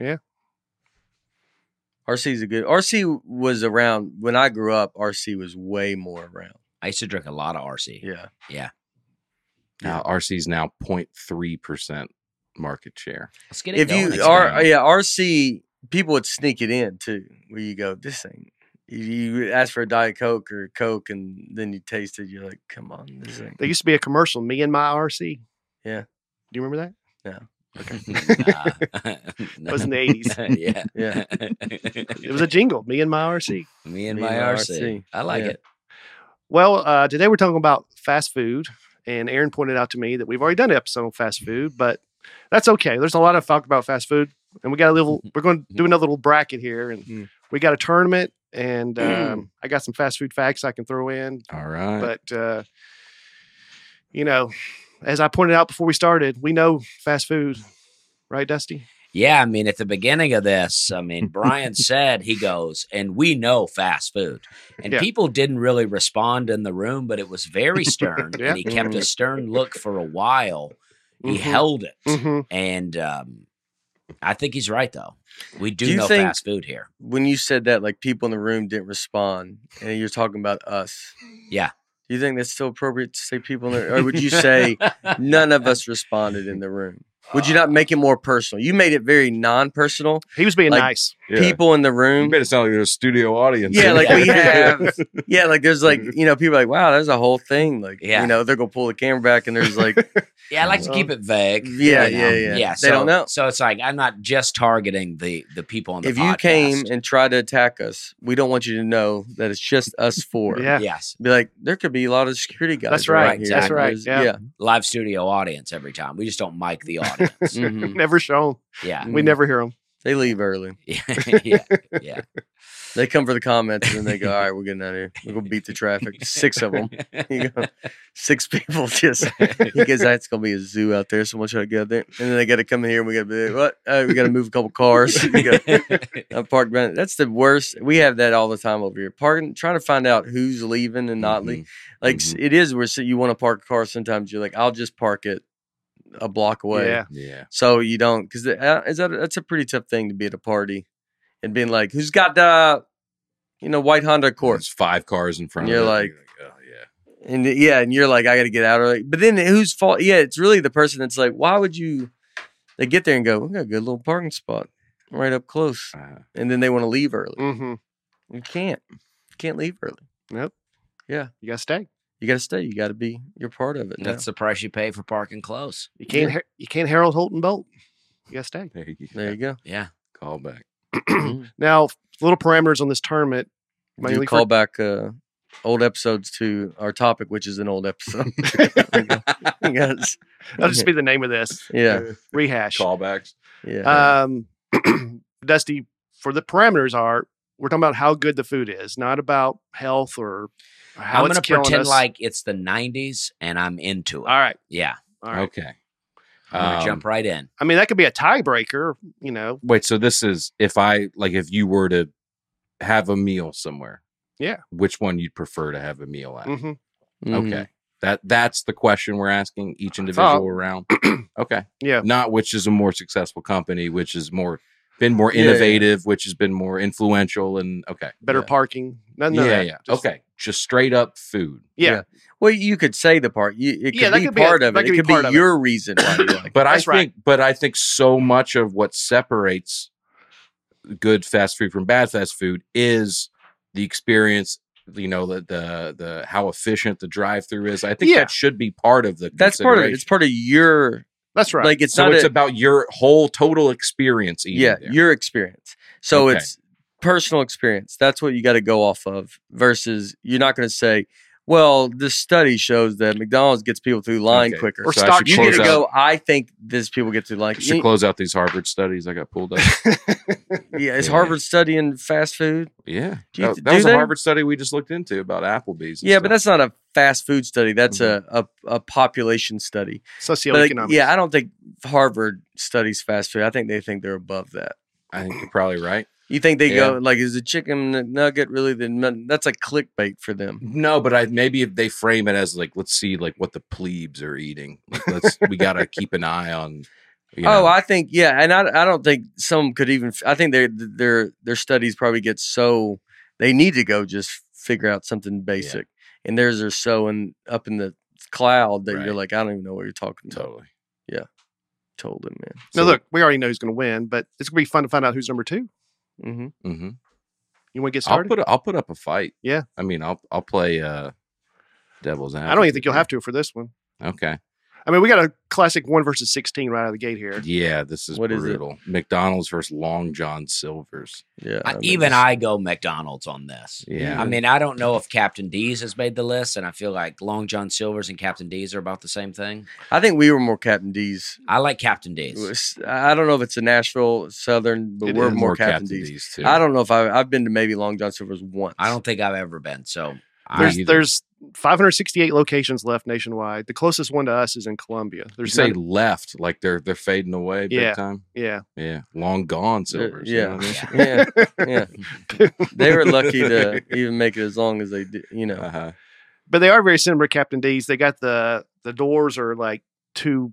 RC is a good RC was around when I grew up. RC was way more around. I used to drink a lot of RC. Yeah, Now RC's now 0.3 percent market share. Let's get it if going. you It's are going. yeah RC, people would sneak it in too. Where you go, this thing. You- You ask for a diet coke or coke, and then you taste it. You're like, come on, this ain't. There used to be a commercial, me and my RC. Yeah. Do you remember that? Nah. It was in the 80s. yeah. Yeah. It was a jingle, me and my RC. Me and Me my and my RC. RC. I like Yeah. it. Well, uh, today we're talking about fast food, and Aaron pointed out to me that we've already done an episode on fast food, but that's okay. There's a lot of talk about fast food, and we got a little. We're going to do another little bracket here, and Mm-hmm. Mm. we got a tournament, and um, I got some fast food facts I can throw in. All right. but uh, you know, as I pointed out before we started, we know fast food, right, Dusty? Yeah, I mean, at the beginning of this, I mean, Brian said he goes, and we know fast food, and Yeah. people didn't really respond in the room, but it was very stern, Yeah. and he kept Mm-hmm. a stern look for a while. He Mm-hmm. held it, hmm and um, I think he's right though. We do, Do you know think- fast food here. When you said that, like people in the room didn't respond, and you're talking about us. Yeah. Do you think that's still appropriate to say people in the, or would you say none of us responded in the room? Would you Uh. not make it more personal? You made it very non-personal. He was being Like- nice. Yeah. People in the you room. made it sound like there's a studio audience. Yeah, in like there. we have. Yeah, like there's like you know people are like wow, there's a whole thing. Like Yeah. you know they're gonna pull the camera back and there's like Yeah, I like to Well, keep it vague. Uh-huh. Mm, yeah, you yeah, know? yeah. yeah. They don't so- know. so it's like I'm not just targeting the the people on the if you podcast. came and tried to attack us, we don't want you to know that it's just us four. Yeah. yes, Be like, there could be a lot of security guys. That's around right, here. that's right, There's- yeah. live studio audience every time. We just don't mic the audience. yeah. Mhm. Never shown. yeah. We Mm. never hear him. They leave early. yeah, yeah, yeah. They come for the comments and then they go, all right, we're getting out of here. We're going to beat the traffic. Six of them. You go, six people just, you guys, that's going to be a zoo out there. Someone try to get out there. And then they got to come here and we got to be like, what? Uh, we got to move a couple cars. We gotta- I'm parked. behind- That's the worst. We have that all the time over here. Parking, trying to find out who's leaving and not leaving. Mhm. Like s it is where so you want to park a car. Sometimes you're like, I'll just park it a block away. Yeah. Yeah. So you don't because is that that's a pretty tough thing to be at a party and being like, who's got the you know white Honda Accord? There's five cars in front You're of it. like- oh yeah. And yeah, and you're like, I got to get out early. But then whose fault? Yeah, it's really the person that's like, why would you? They get there and go, we got a good little parking spot right up close, Uh, and then they want to leave early. Mm-hmm. You can't, you can't leave early. You got to stay. You got to stay. You got to be. You're part of it. now. That's the price you pay for parking close. You can't. ha- You can't Harold Holton Bolt. You got to stay. there you there you go. Yeah. Call back. Mm-hmm. Now, little parameters on this tournament. Do Mainly call for, back uh, old episodes to our topic, which is an old episode. yes. that'll just be the name of this yeah. rehash. Callbacks. Yeah. Um, Dusty, for the parameters are we're talking about how good the food is, not about health or how I'm it's gonna killing pretend us. like it's the 90s and I'm into it. all right, Yeah. all right. Okay. I'm gonna Um, jump right in. I mean, that could be a tiebreaker. You know, Wait, so this is if I like if you were to have a meal somewhere. Yeah. Which one you'd prefer to have a meal at? hmm Mhm. Okay. That that's the question we're asking each thought- individual round. okay. Yeah. Not which is a more successful company, which is more been more Yeah, yeah, yeah. innovative, which has been more influential and okay. better Yeah. parking. None of yeah, that. yeah. Just- okay. Just straight up food. Yeah. Yeah. Well, you could say the part. You, it could Yeah, that be could be a- part of it. that It could be could be, part of it. your reason why you like. But I That's think right. but I think so much of what separates good fast food from bad fast food is the experience you know the the, the how efficient the drive through is. I think Yeah. that should be part of the That's part of it. consideration. It's part of your That's right. like. It's so not it's a, about your whole total experience eating yeah there. your experience. So Okay. it's personal experience. That's what you got to go off of. Versus you're not going to say, well, this study shows that McDonald's gets people through line Okay. quicker. Or I stock should you should got to close out- go. I think these people get through line. I should You- close out these Harvard studies I got pulled up. Yeah, is Yeah. Harvard studying fast food? yeah. Do you that th- that do was they? a Harvard study we just looked into about Applebee's. and Yeah, but stuff. that's not a fast food study. That's Mm-hmm. a, a a population study. But, socioeconomic. like, yeah, I don't think Harvard studies fast food. I think they think they're above that. I think you're probably right. You think they go like, is a chicken n- nugget really the? nun- That's like clickbait for them. No, but I maybe if they frame it as like, let's see like what the plebes are eating. Like let's we gotta keep an eye on you know, Oh, I think yeah, and I, I don't think some could even. I think their their their studies probably get so they need to go just figure out something basic, and theirs are so in, up in the cloud that Right. you're like, I don't even know what you're talking about. totally. Totally, man. now, look, we already know who's going to win, but it's going to be fun to find out who's number two. Mm-hmm. hmm You want to get I'll started? put a, I'll put up a fight. Yeah. I mean I'll I'll play uh devil's advocate. I don't even think you'll have to for this one. Okay. I mean, we got a classic one versus sixteen right out of the gate here. Yeah, this is What is it? brutal. McDonald's versus Long John Silver's. Mm-hmm. Yeah. I- mean, even it's- I go McDonald's on this. Yeah. I mean, I don't know if Captain D's has made the list, and I feel like Long John Silver's and Captain D's are about the same thing. I think we were more Captain D's. I like Captain It D's. was- I don't know if it's a Nashville Southern, but It we're is. more, Captain, D's. too. I don't know if I, I've been to maybe Long John Silver's once. I don't think I've ever been. So I, There's either. there's 568 locations left nationwide. The closest one to us is in Columbia. You There's say none- left, like they're they're fading away big Yeah. time. yeah. Yeah. Long gone They're- Silver's. you Yeah, know what I mean? yeah, yeah. They were lucky to even make it as long as they did. You know, Uh-huh. But they are very similar to Captain D's. They got the the doors are like two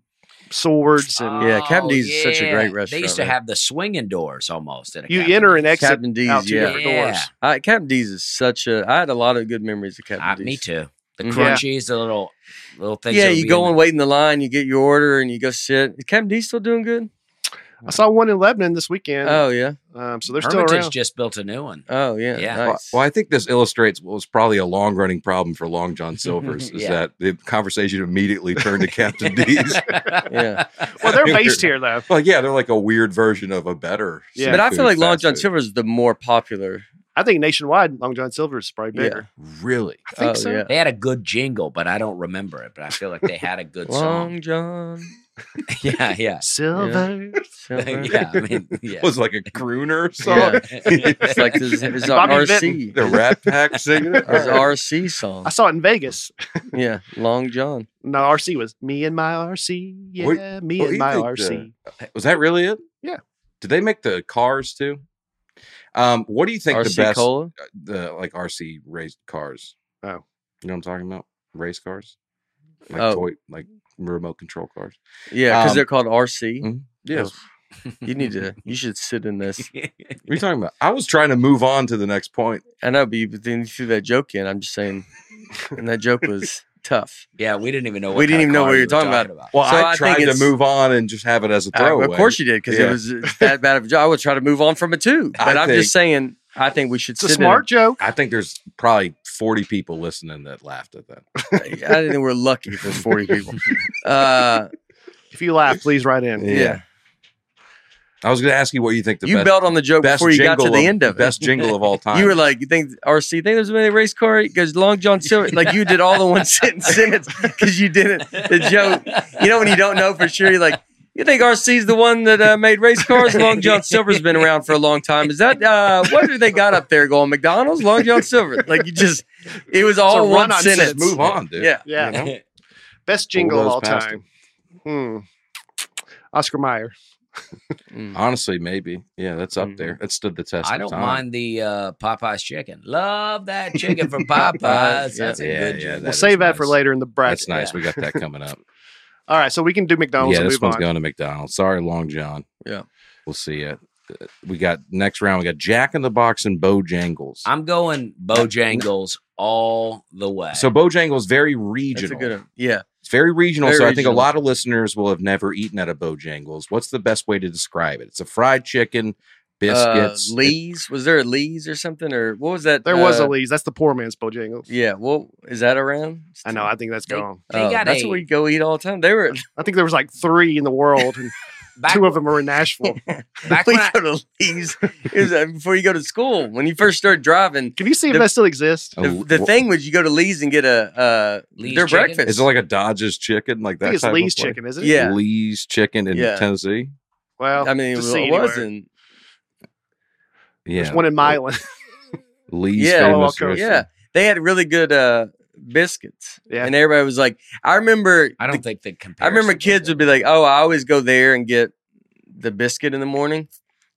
swords Ah, and Yeah, Captain D's is such a great Oh, They used restaurant, to man. have the swinging doors almost. At a you Captain enter and D's. exit Captain D's. out two yeah, different Yeah. doors. I, Captain D's is such a. I had a lot of good memories of Captain Uh, D's. me too. The Mhm. Yeah. crunchies, the little little things. Yeah, that would you be go in and wait in the line, you get your order, and you go sit. Is Captain D's still doing good? I saw one in Lebanon this weekend. Oh yeah, um, so the, they're still Hermitage around. just built a new one. oh yeah. Yeah. Well- nice. Well, I think this illustrates what was probably a long running problem for Long John Silver's is Yeah. that the conversation immediately turned to Captain D's. Yeah. Well, they're based here though. Well, yeah, they're like a weird version of a better. Yeah. But I seafood feel like Long fast John food. Silver's the more popular. I think nationwide, Long John Silver is probably Yeah. bigger. Really? I think oh, so. Yeah. They had a good jingle, but I don't remember it. But I feel like they had a good song. Long John yeah, yeah, Silver. Silver. yeah. I mean, yeah. It was like a crooner song. Yeah. It's like this, it's a Bobby RC. The Rat Pack singing it. It's a RC song. I saw it in Vegas. Yeah, Long John. No, RC was me and my RC. Yeah, What- me what do and you my think, RC. Was that really it? Yeah. Did they make the cars too? Um, what do you think RC the best Cola. the like RC race cars? Oh. you know what I'm talking about? Race cars, like Oh. toy, like remote control cars. Yeah, because Um, they're called RC. Mm. Yes, You need to. You should sit in this. What are you talking about? I was trying to move on to the next point. I know, but, you, but then you threw that joke in. I'm just saying, and that joke was tough. yeah, we didn't even know. What We didn't kind of even know car what you you were were talking about. Well, So I I think tried to it's- move on and just have it as a Uh, throwaway. of course you did, because it Yeah. was that bad of a joke. I would try to move on from it too. I But I'm think- just saying, I think we should It's a sit smart joke. I think there's probably 40 people listening that laughed at that. In it. I think we're lucky if there's 40 people. Uh, If you laugh, please write in. yeah. I was going to ask you what you think the You best, built on the joke best before you got to jingle the of- end of it. best jingle of all time. You were like, you think RC think there's a race car? Because Long John Silver, like you did all the one sentence sentence because you did it. The joke, you know, when you don't know for sure, you're like, you think RC's the one that uh, made race cars? Long John Silver's been around for a long time. Is that uh, what do they got up there going? McDonald's, Long John Silver. Like you just, it was all one run-on sentence. sentence. move on, dude. Yeah, Yeah. You know? Best jingle of those all past time. Hmm. Oscar Mayer. Mm. Honestly, maybe. Yeah, that's up Mhm. there. That stood the test. I of don't time. mind the uh, Popeyes chicken. Love that chicken from Popeyes. Yeah. That's a Yeah, good yeah, joke. That We'll is save that for nice. later in the bracket. That's nice. We got that coming up. All right, so we can do McDonald's yeah, and this move one's on. going to McDonald's. Sorry, Long John. Yeah. We'll see it. We got next round. We got Jack in the Box and Bojangles. I'm going Bojangles all the way. So Bojangles very that's a regional. good one. Yeah, It's very regional. Very so I think regional. a lot of listeners will have never eaten at a Bojangles. What's the best way to describe it? It's a fried chicken, biscuits. Uh, Lee's was there a Lee's or something or what was that? There was uh, a Lee's. That's the poor man's Bojangles. Yeah, well, is that around? I know. I think that's They- gone. they Oh, got that's a what we go eat all the time. They were I think there was like three in the world, and back, two of them are in Nashville. back we when I, go to Lee's. It was uh, before you go to school. When you first started driving, Can you see if The- that still exists? Oh, the, the wh- thing was you go to Lee's and get a uh, Lee's their chicken? breakfast. Is it like a Dodge's chicken? Like I that? think it's type of Lee's place? chicken, isn't it? Yeah. Lee's chicken in Yeah. Tennessee. Well, I mean, it, just wa- see it anywhere. wasn't. Yeah. There's one in Milan. Lee's Yeah. famous Oh, okay. Yeah, restaurant. they had really good uh, biscuits, Yeah. and everybody was like, "I remember." I don't the- think the I remember kids would be like, "Oh, I always go there and get the biscuit in the morning,"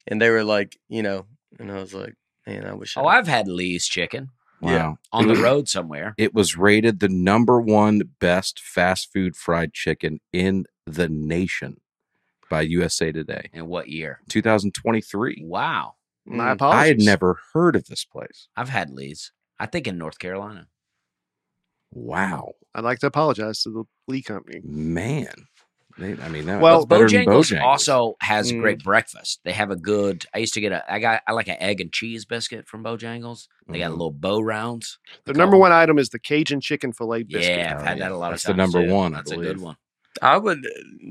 and they were like, you know, and I was like, "Man, I wish." Oh, I I've had Lee's chicken Wow. Yeah. on the road somewhere. It was rated the number one best fast food fried chicken in the nation by USA Today, In what year? 2023. Wow, My Mm. apologies. I had never heard of this place. I've had Lee's. I think in North Carolina. Wow, I'd like to apologize to the Lee company. man. They- I mean, that, Well, well, Oh, better than Bojangles, Bojangles. also has Mm. a great breakfast. They have a good. I used to get a. I got. I like an egg and cheese biscuit from Bojangles. They got Mhm. little bow rounds. The They number call one item is the Cajun chicken filet biscuit. Yeah, I've Oh, had yeah. that a lot That's of the times. number too. one, I That's a good believe. one. I would,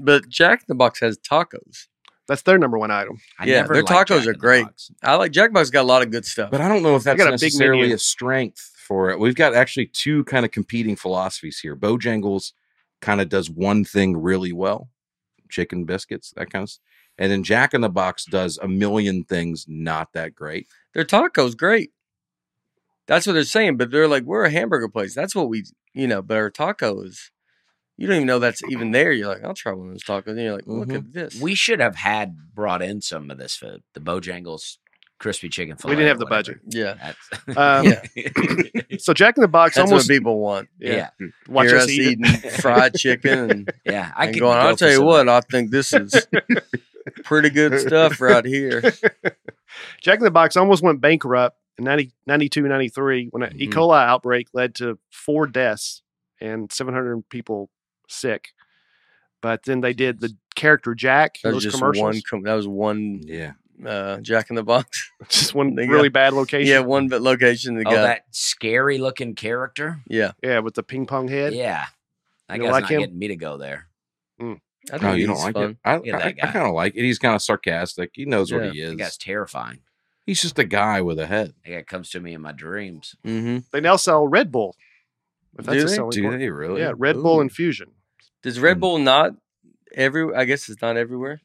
but Jack in the Box has tacos. That's their number one item. I Yeah, never their liked tacos Jack are in the great. Box. I like Jack in the Box got a lot of good stuff. But I don't know if that's got a big necessarily menu. a strength for it. We've got actually two kind of competing philosophies here. Bojangles kind of does one thing really well, chicken biscuits, that kind of stuff. And then Jack in the Box does a million things not that great. Their tacos great. That's what they're saying, but they're like, we're a hamburger place. That's what we, you know, but our tacos, you don't even know that's even there. You're like, I'll try one of those tacos. And you're like, look Mhm. at this. We should have had brought in some of this food. The Bojangles crispy chicken filet. We didn't or have the whatever. budget. yeah. That's, Um, yeah. So Jack in the Box That's almost what people want. yeah, watch Hear us eat. it. eating fried chicken and, yeah. I and could going, go I'll for tell you some- what, I think this is pretty good stuff right here. Jack in the Box almost went bankrupt in 90, 92, 93 when Mm-hmm. an E. Mhm. coli outbreak led to four deaths and 700 people sick. But then they did the character Jack in That was those just commercials. one, com- that was one Yeah. uh, Jack in the Box. just one They got- really bad location. Yeah, one but location. The Oh, guy. that scary looking character. yeah. Yeah, with the ping pong head. Yeah, that You guy's like not him? getting me to go there. I think No, Oh, you don't he's like fun. it. I, Yeah, that I, guy. kind of like it. He's kind of sarcastic. He knows Yeah. what he That guy's is. terrifying. He's just a guy with a head. That guy comes to me in my dreams. Mm-hmm. They now sell Red Bull. If Do that's a they? selling Do point. they really? Yeah, Red Bull Ooh. infusion. Does Red Mm. Bull not every? I guess it's not everywhere.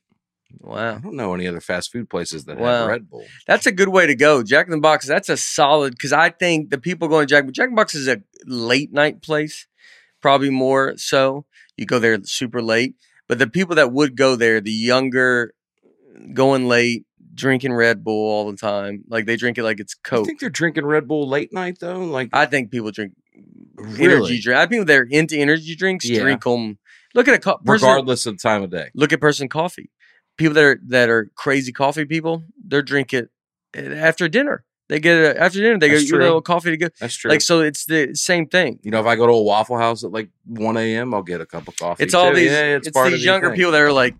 I Wow, don't know any other fast food places that Wow. have Red Bull. that's a good way to go. Jack in the Box. That's a solid because I think the people going to Jack, Jack in the Box is a late night place, probably more so. You go there super late, but the people that would go there, the younger, going late, drinking Red Bull all the time, like they drink it like it's I Coke. think they're drinking Red Bull late night though. Like I think people drink Really? energy drink. I think they're into energy drinks. Yeah. Drink them. Look at a co- person. regardless of the time of day. Look at person coffee. people that are that are crazy coffee people, they're drink it after dinner. They get it after dinner. They That's go get a true. little coffee to go. That's true. Like so, it's the same thing. you know, if I go to a Waffle House at like 1 a.m., I'll get a cup of coffee. It's all too. these. Yeah, it's these younger people that are like,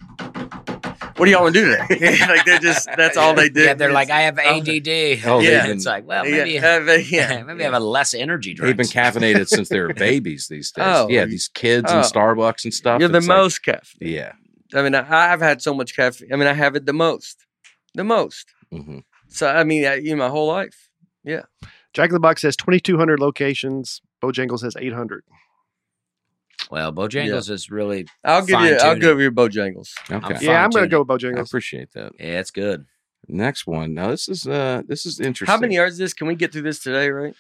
"What do y'all want to do today?" like they're just that's all they do. yeah, they're like, I have Oh, ADD. oh, they've yeah, been- it's like, well, Yeah, maybe, have a- yeah, maybe have a less energy They've drink. been caffeinated since they were babies these days. Oh. yeah, these kids and Oh. Starbucks and stuff. You're the it's like- most caffeine. yeah. I mean, I, I've had so much caffeine. I mean, I have it the most, the most. hmm So I mean, I, you know, my whole life. Jack in the Box has 2,200 locations. Bojangles has 800. well, Bojangles is really, I'll give you. I'll Fine-tuning. give you Bojangles. Okay. fine. Yeah, I'm going to Fine-tuned. go with I Bojangles. appreciate that. yeah, it's good. Next one. Now this is uh this is interesting. How many yards is this? Can we get through this today? Right?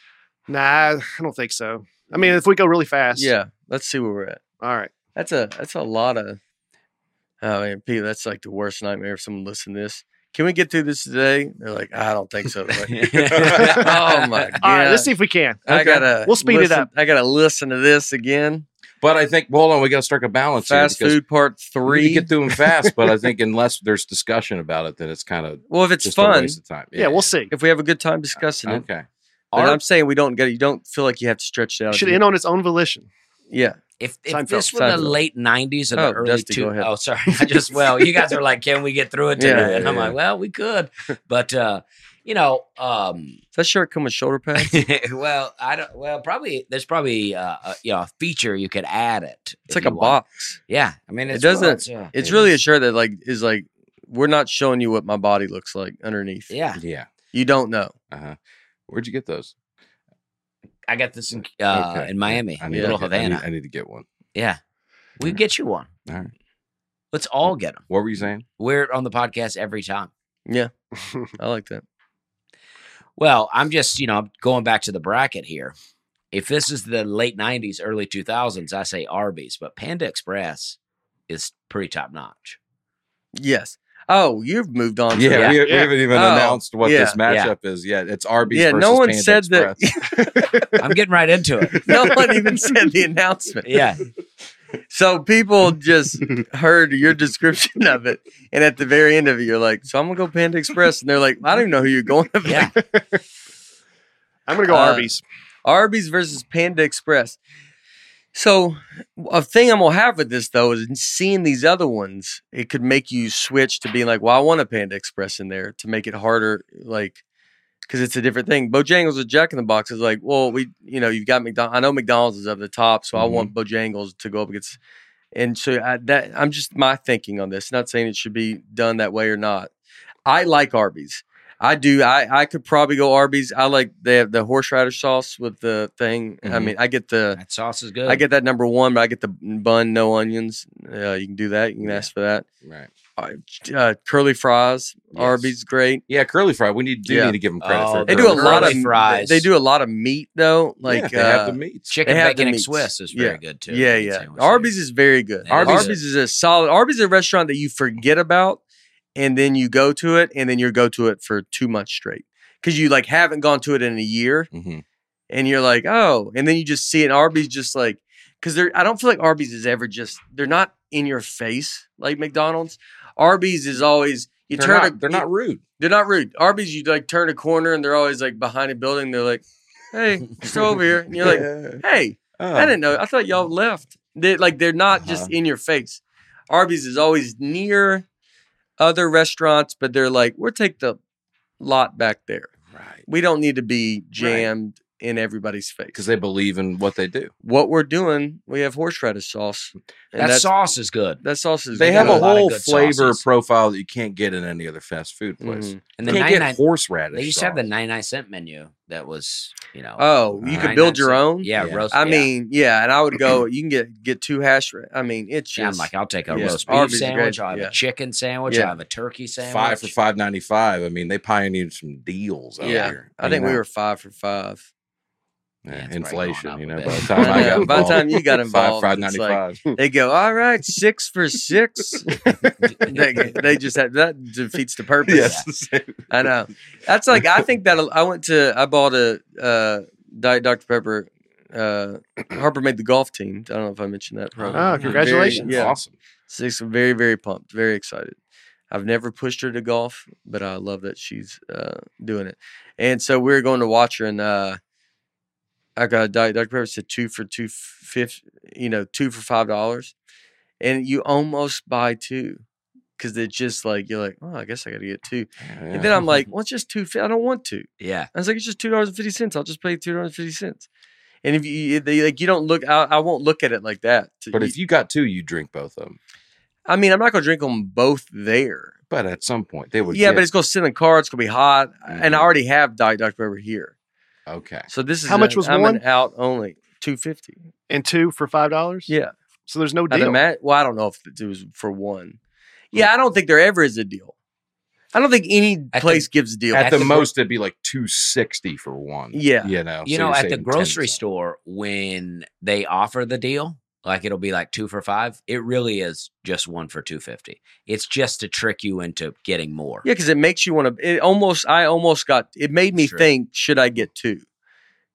Nah, I don't think so. I mean, if we go really fast. Yeah. Let's see where we're at. All right. That's a that's a lot of. I mean, Pete, that's like the worst nightmare if someone listened to this. Can we get through this today? They're like, I don't think so. Like, oh my god! All right, let's see if we can. I gotta. We'll speed it listen- up. I gotta listen to this again. But I think hold on, we got to strike a balance here Fast because food part we three. need to get through them fast. but I think unless there's discussion about it, then it's kind of well, if it's just a fun, waste of time. Yeah, we'll see. if we have a good time discussing it, Okay. but Our- I'm saying we don't get. You don't feel like you have to stretch it out. Should again. end on its own volition. yeah. If, if Seinfeld. this were the Seinfeld. late '90s or the Oh, early Dusty, two, go ahead. oh, sorry, I just well, you guys are like, can we get through it today? Yeah, and I'm yeah, like, well, we could, but uh, you know, um, Does that shirt come with shoulder pads? well, I don't. Well, probably there's probably uh, a, you know a feature you could add it. It's if like a you want. box. Yeah, I mean, It it's doesn't- well, it's, uh, It's It really a is. shirt that like is like we're not showing you what my body looks like underneath. yeah, Yeah. You don't know. Uh-huh. Where'd you get those? I got this in uh, Okay. in Miami, I need, Little to get- I, Havana. need, I need to get one. yeah, we Alright. get you one. All right. Let's all get them. What were you saying? We're on the podcast every time. Yeah, I like that. Well, I'm just, you know, I'm going back to the bracket here. If this is the late 90s, early 2000s, I say Arby's, but Panda Express is pretty top notch. Yes. Oh, you've moved on. Yeah, To Yeah. We, we Yeah. haven't even Oh, announced what this yeah. matchup is yet. It's Arby's. yeah. No versus one Panda said Express. that. I'm getting right into it. no one even said the announcement. Yeah. So people just heard your description of it, and at the very end of it, you're like, "So I'm gonna go Panda Express," and they're like, "I don't even know who you're going." with." Yeah. I'm going to go Uh, Arby's. Arby's versus Panda Express. So, a thing I'm gonna have with this though is in seeing these other ones, it could make you switch to being like, "Well, I want a Panda Express in there to make it harder." Like, because it's a different thing. Bojangles or Jack in the Box is like, well, we, you know, you've got McDonald's. I know McDonald's is up the top, so I want Bojangles to go up against. And so I, that I'm just my thinking on this. Not saying it should be done that way or not. I like Arby's. I do. I I could probably go Arby's. I like they have the horseradish sauce with the thing. I Mhm. mean, I get the That sauce is good. I get that number one, but I get the bun, no onions. Uh, you can do that. You can Yeah. ask for that. Right. Uh, curly fries. Yes. Arby's great. Yeah, curly fry. We need do Yeah. need to give them credit Oh, for They do Curly a lot of fries. fries. They, do a lot of meat though. Like Like they have uh, the meats. Chicken They have the bacon and meats. Swiss is very Yeah. good too. Yeah, I'd yeah. say we're Arby's saying. is very good. It is Arby's, good. is a solid. Arby's is a restaurant that you forget about, and then you go to it, and then you go to it for two months straight because you like haven't gone to it in a year, hmm and you're like, oh, and then you just see it. And Arby's just like because they're. I don't feel like Arby's is ever just. They're not in your face like McDonald's. Arby's is always you Mm. they're, turn. not, a, they're you- not rude. They're not rude. Arby's, you like turn a corner, and they're always like behind a building. They're like, hey, you're still over here, and you're like, Yeah. hey. Oh. I didn't know. I thought y'all left. They like they're not just Uh-huh. in your face. Arby's is always near other restaurants, but they're like, we'll take the lot back there. Right. We don't need to be jammed in everybody's face. Because they believe in what they do. What we're doing, we have horseradish sauce. that And that's, sauce is good. that sauce is They good. have a got a lot of whole good flavor sauces. profile that you can't get in any other fast food place. Mhm. And the you can't get 99 horseradish. they used to have the sauce. 99 cent menu that was, you know. Oh, you can 99 build your cent. own. Yeah, Yeah. roast. I yeah. mean, yeah, and I would go. You can get get two hash. ra- I mean, it's Yeah, I'm just like, I'll take a yeah, roast beef Arby's is sandwich. great, I'll have yeah. a chicken sandwich. Yeah. I'll have a turkey sandwich. five for five ninety five. I mean, they pioneered some deals out Yeah. here. I you think we know? were five for five. Yeah, Yeah, it's inflation. You probably know, gone by up the a time bit. I got By the involved, time you got involved, five five it's ninety like- five. They go, all right, six for six. they, they just have that defeats the purpose. Yes, I know. That's like I think that I went to I bought a uh, diet Dr Pepper. Uh, Harper made the golf team. I don't know if I mentioned that. Oh, Probably. Oh, Very- congratulations. yeah. awesome. Six. Very very pumped. Very excited. I've never pushed her to golf, but I love that she's uh, doing it. And so we were going to watch her, and uh, I got Diet Dr Pepper said two for two fifty, you know, two for five dollars, and you almost buy two because it's just like you're like, oh, I guess I got to get two. Yeah. And then I'm like, well, it's just two. fi- I don't want to. Yeah. I was like, it's just two dollars and fifty cents. I'll just pay two dollars and fifty cents. And if you if they, like, you don't look. I, I won't look at it like that. but if you got two, you drink both of them. I mean, I'm not gonna drink them both there. But at some point, they would. yeah, get- but it's gonna sit in the car. It's gonna be hot, and I Mhm. already have Diet Dr Pepper here. okay. So this is How much a- was I'm one? An out only two fifty. and two for five dollars. Yeah, So there's no I'd deal. ima- well, I don't know if it was for one. Yeah, I don't think there ever is a deal. I don't think any At the- place gives a deal. At, At the, the gro- most, it'd be like two sixty for one. Yeah. you know, You so know, you're at the saving grocery 10 cents. store, when they offer the deal, like it'll be like two for five, it really is just one for 250. It's just to trick you into getting more. Yeah, because it makes you want to. It almost, I almost got. It made me Sure. think, should I get two?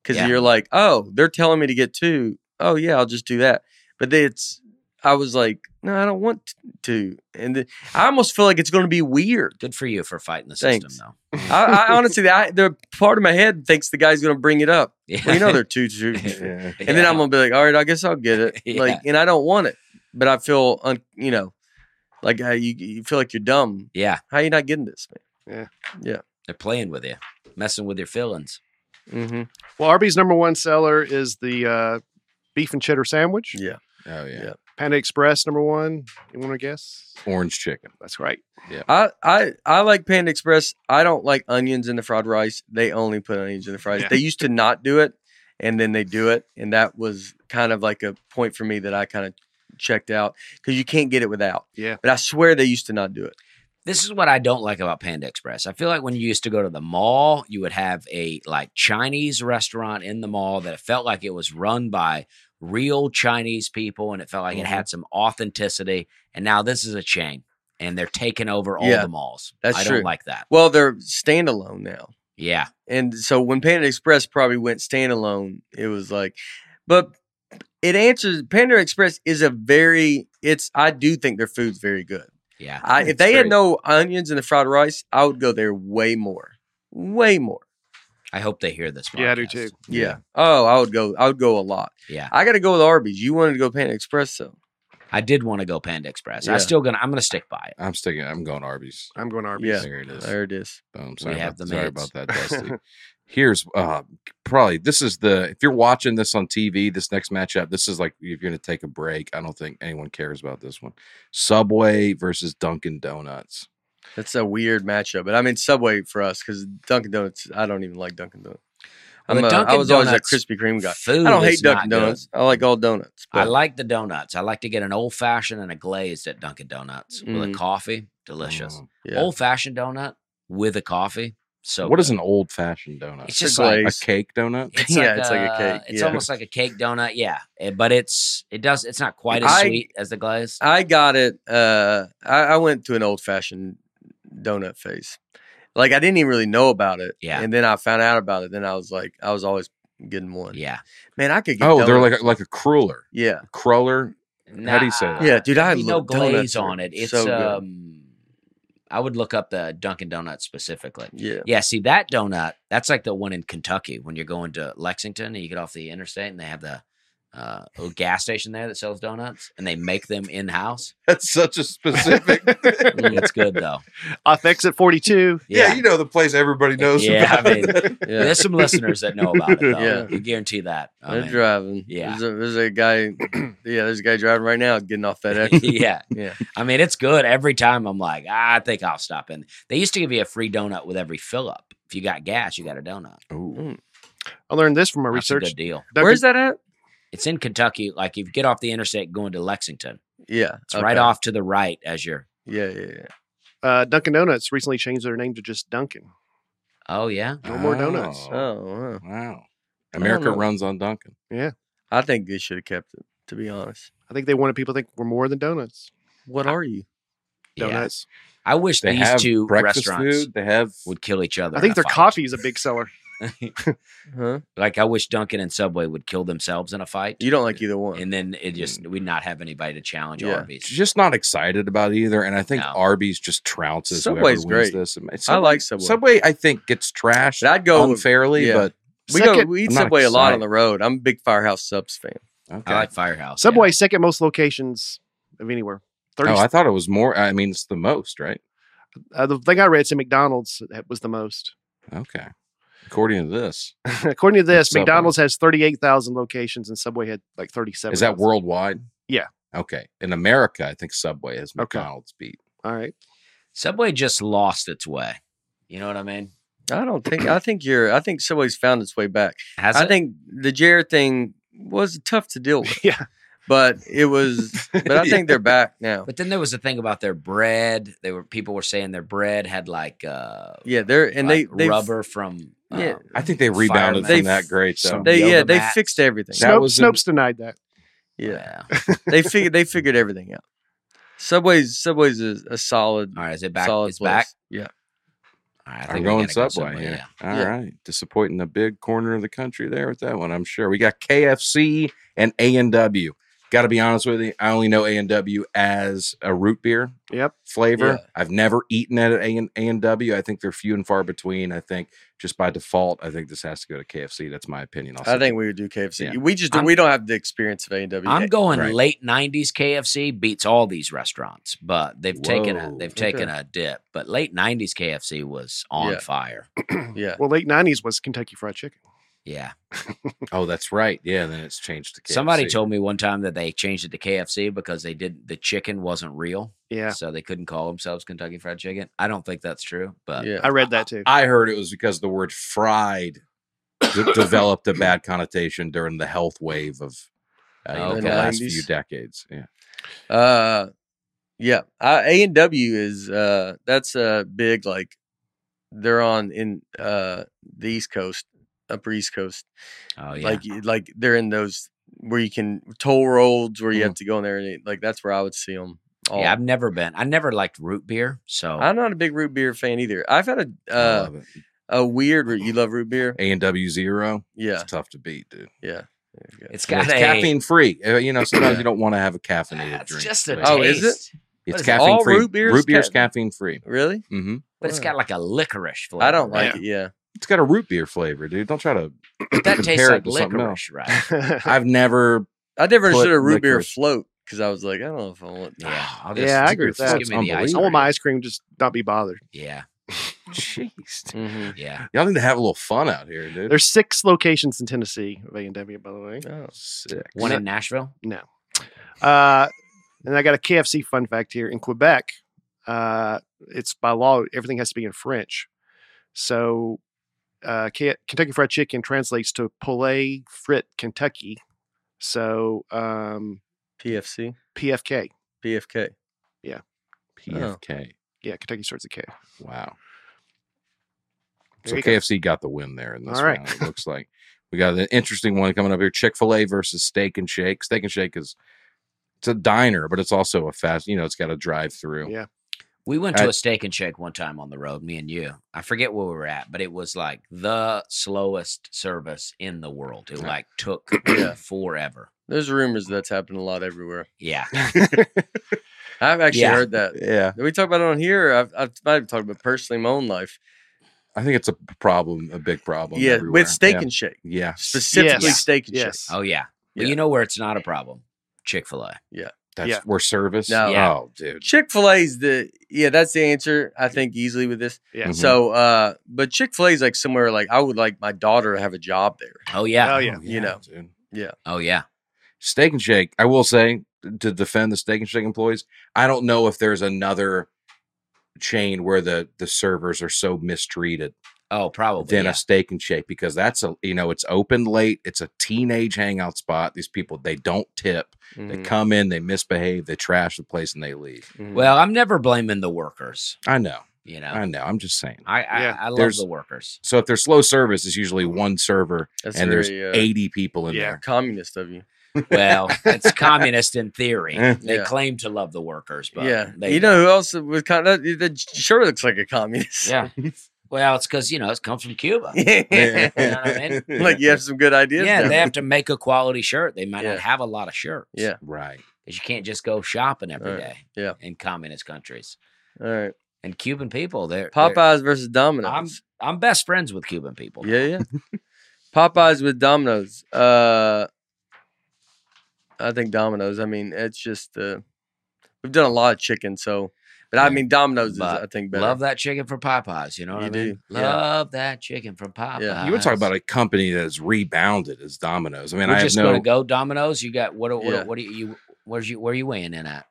Because Yeah. you're like, oh, they're telling me to get two. Oh yeah, I'll just do that. But then it's, I was like, no, I don't want to. And then I almost feel like it's going to be weird. Good for you for fighting the Thanks. system, though. I, I honestly, I, the part of my head thinks the guy's going to bring it up. Yeah. Well, you know, they're two, two, two. store. Yeah. and then I'm gonna be like, all right, I guess I'll get it. Yeah. Like, and I don't want it, but I feel, un, you know, like uh, you, you feel like you're dumb. Yeah. How you not getting this, man? Yeah, They're playing with you, messing with your feelings. yeah, hmm Well, Arby's number one seller is the uh, beef and cheddar sandwich. yeah. Oh yeah. Yeah. Panda Express number one. You want to guess? orange chicken. That's right. I, I I like Panda Express. I don't like onions in the fried rice. They only put onions in the fried rice. Yeah. They used to not do it, and then they do it, and that was kind of like a point for me that I kind of checked out because you can't get it without. Yeah. But I swear they used to not do it. This is what I don't like about Panda Express. I feel like when you used to go to the mall, you would have a like Chinese restaurant in the mall that felt like it was run by real Chinese people and it felt like Mm-hmm. it had some authenticity. And now this is a chain and they're taking over all Yeah, the malls. that's I true. don't like that. Well, they're standalone now. Yeah. And so when Panda Express probably went standalone, it was like, but it answers Panda Express is a very, it's, I do think their food's very good. Yeah. I, if It's they had great. no onions in the fried rice, I would go there way more, way more. I hope they hear this. Yeah, I do podcast. too. Yeah. Oh, I would go, I would go a lot. Yeah. I got to go with Arby's. You wanted to go Panda Express though. I did want to go Panda Express. Yeah. I'm still going to, I'm going to stick by it. I'm sticking. I'm going Arby's. I'm going Arby's. Yeah. There it is. There it is. Boom. Sorry, have about, the sorry meds. about that, Dusty. Here's uh, probably this is the if you're watching this on TV, this next matchup, this is like if you're going to take a break. I don't think anyone cares about this one. Subway versus Dunkin' Donuts. That's a weird matchup, but I mean Subway for us because Dunkin' Donuts. I don't even like Dunkin' Donuts. Well, I'm the a- I Dunkin' was always a Donuts Krispy Kreme guy. Food I don't is hate not Dunkin' good. Donuts. I like all donuts. I but- like the donuts. I like to get an old fashioned and a glazed at Dunkin' Donuts with a Mm. Oh, coffee. Delicious. Mm. yeah. Old fashioned donut with a coffee. So what good. is an old fashioned donut? It's just a like glaze. a Nice. cake donut. it's Yeah, like it's a, like a cake, It's yeah. almost like a cake donut. Yeah, Eh, but it's it does. It's not quite as I- sweet as the glaze. I got it. Uh, I, I went to an old fashioned donut face. Like I didn't even really know about it. Yeah. And then I found out about it. Then I was like, I was always getting one. yeah. Man, I could get. Oh, they're donuts. like a, like a cruller, yeah, cruller. How do you say Nah, that? yeah, dude. I Uh, there'd be no love donuts glaze are on it. It's so good. um, I would look up the Dunkin' Donuts specifically. yeah. Yeah, see that donut. That's like the one in Kentucky when you're going to Lexington and you get off the interstate and they have the uh, little gas station there that sells donuts and they make them in house. That's such a specific. Mm. It's good though. Off exit 42. yeah. Yeah, you know the place everybody knows. Yeah, I about mean, that. Yeah. there's some listeners that know about it though. Yeah. I guarantee that. I They're mean, driving. oh, yeah. There's a, there's a guy. yeah, there's a guy driving right now getting off FedEx. yeah, Yeah. I mean, it's good every time. I'm like, "Ah, I think I'll stop in. They used to give you a free donut with every fill up. If you got gas, you got a donut. Ooh. I learned this from my That's a research. good deal. Dunkin'- Where's that at? It's in Kentucky. Like, if you get off the interstate going to Lexington, Yeah. it's right okay. off to the right as you're. Yeah, yeah, yeah. uh, Dunkin' Donuts recently changed their name to just Dunkin'. Oh yeah, No more donuts. Oh, wow. Wow. America know. runs on Dunkin'. I think they should have kept it. To be honest, I think they wanted people to think we're more than donuts. what are you? yeah. Donuts. I wish They these have two breakfast restaurants food. They have would kill each other. I think in a their fight. coffee is a big seller. Huh? Like I wish Duncan and Subway would kill themselves in a fight, You don't like either one. and then it just we'd not have anybody to challenge Yeah. Arby's. Just not excited about either, and I think No. Arby's just trounces. whoever Subway's wins great. This, And I Subway- like Subway. Subway. I think gets trashed But I'd go. with- unfairly, yeah. but we Second- go. We eat I'm not Subway a lot excited. on the road. I'm a big Firehouse Subs fan. okay. I like Firehouse. yeah. Subway second most locations of anywhere. Thirty. oh, I thought it was more. I mean, it's the most, right? uh, the thing I read said McDonald's was the most. Okay. According to this, According to this, Subway. McDonald's has thirty-eight thousand locations, and Subway had like thirty-seven. is that worldwide? Yeah. Okay. In America, I think Subway has Okay. McDonald's beat. All right. Subway just lost its way. You know what I mean? I don't think. I think you're. I think Subway's found its way back. Has I it? think the Jared thing was tough to deal with, Yeah. but it was. But I think they're back now. But then there was a thing about their bread. They were people were saying their bread had like uh Yeah, they're and like they they rubber from Yeah. um, I think they rebounded Fireman. from that They- great. some- So They yeah yoga they mats. fixed everything. That Snopes, was in- Snopes denied that. Yeah, they figured they figured everything out. Subway's Subway's a, a solid All right, is it Uh, back? solid it's place. back. Yeah, All right, I I'm think we going gotta go Subway. here. All right, Yeah. Disappointing the big corner of the country there with that one, I'm sure. We got KFC and A&W. Got to be honest with you, I only know A&W as a root beer Yep. flavor. Yeah. I've never eaten at an A&W. I think they're few and far between. I think just by default, I think this has to go to KFC. That's my opinion. I'll I say think we would do KFC. Yeah. We just do, I'm- we don't have the experience of A and W. I'm going Right. late '90s. KFC beats all these restaurants, but they've taken a Whoa, they've taken a dip. But late '90s KFC was on Yeah. fire. Yeah, Well, late nineties was Kentucky Fried Chicken. Yeah, that. Oh, that's right. Yeah, then it's changed to KFC. somebody told me one time that they changed it to KFC because they didn't the chicken wasn't real, Yeah, so they couldn't call themselves Kentucky Fried Chicken. I don't think that's true, but yeah. I read that too. I heard it was because the word fried d- developed a bad connotation during the health wave of uh, you know, Okay. the last 90s. few decades. Yeah. Uh, yeah. A and W is uh that's uh big like they're on in uh the East Coast, Upper East Coast. oh Like yeah, Like you- like they're in those where you can toll roads where you have to go in there and eat. like that's where I would see them. All. Mm-hmm. yeah. I've never been. I never liked root beer, so I'm not a big root beer fan either. I've had a I uh, love it. a weird root. You love root beer? A and W zero. Yeah, It's tough to beat, dude. yeah. There you go. it's And got it's a caffeine free. Uh, you know, sometimes Yeah. you don't want to have a caffeinated It's drink. just a but Oh, is it? taste, It's is it? caffeine All free. root beer's beer's ca- caffeine free. Really? hmm but it's got like a licorice flavor. I don't right? like it. Yeah. It's got a root beer flavor, dude. Don't try to. But that tastes compare it like to something licorice, right? I've never. I never Put understood a root beer licorice- float because I was like, I don't know if I want that. Yeah, I'll Yeah, I agree with just that. Give me the It's ice I want cream. my ice cream just not be bothered. Yeah, Jeez, dude. Mhm. yeah. y'all need to have a little fun out here, dude. There's six locations in Tennessee of A and W, by the way. Oh. sick. One in Nashville. No. Uh, and I got a KFC fun fact here in Quebec. Uh, it's by law everything has to be in French. So, uh, K- Kentucky Fried Chicken translates to poulet frit Kentucky. So, um, PFC, PFK. PFK. PFK. Yeah, Kentucky starts with K. Wow. There So you go. KFC got the win there in this All right. round. It looks like we got an interesting one coming up here: Chick Fil A versus Steak and Shake. Steak and Shake is it's a diner, but it's also a fast. You know, it's got a drive-through. Yeah. We went to I- a steak and shake one time on the road, me and you. I forget where we were at, but it was like the slowest service in the world. It Yeah. like took forever. There's rumors that's happening a lot everywhere. Yeah. I've actually Yeah. heard that. Yeah, Did we talk about it on here? I've, I've might have talked about personally my own life. I think it's a p- problem, a big problem. yeah, everywhere. with steak yeah. and shake, yeah. specifically Yes. steak and shake. Yes. Oh yeah. But Yeah. you know where it's not a problem? Chick Fil A. That's Yeah. where service. No. Yeah. Oh, dude. Chick Fil A's the yeah, that's the answer I think easily with this. Yeah. Mhm. Mm-hmm. So, uh, but Chick Fil A's like somewhere like I would like my daughter to have a job there. Oh yeah. Oh, yeah. you know. dude. Oh yeah. Steak and Shake. I will say to defend the Steak and Shake employees, I don't know if there's another chain where the the servers are so mistreated Oh probably. than yeah. a steak and shake because that's a you know it's open late it's a teenage hangout spot these people they don't tip they Mm-hmm. Mhm, come in they misbehave they trash the place and they leave mhm. Well, I'm never blaming the workers. i know You know, i know i'm just saying I I, Yeah. I love There's- the workers. so if there's slow service it's usually one server that's and there's very, uh, 80 people in yeah. there communist of you. Well, it's communist in theory. Eh. They Yeah. claim to love the workers, but yeah, they you know who else was kind of that sure looks like a communist. yeah. Well, it's because you know it comes from Cuba. like know what I mean? you have some good ideas. yeah, there. they have to make a quality shirt. They might Yeah. not have a lot of shirts. Yeah. Right. because you can't just go shopping every Right. day. Yeah. in communist countries All right. and Cuban people, they're they're- Popeyes versus Domino's. I'm I'm best friends with Cuban people. Yeah, yeah. Popeyes with Domino's. Uh, I think Domino's. I mean, it's just uh, we've done a lot of chicken, so but I Yeah. mean Domino's But is I think better. Love that chicken from Popeyes. You know what You I mean? do, yeah. Love that chicken from Popeyes. Yeah. You would talk about a company that's rebounded as Domino's. I mean, We're I have just gonna no. go Domino's. You got what? What? Yeah. What do you? you Where's you? Where are you weighing in at?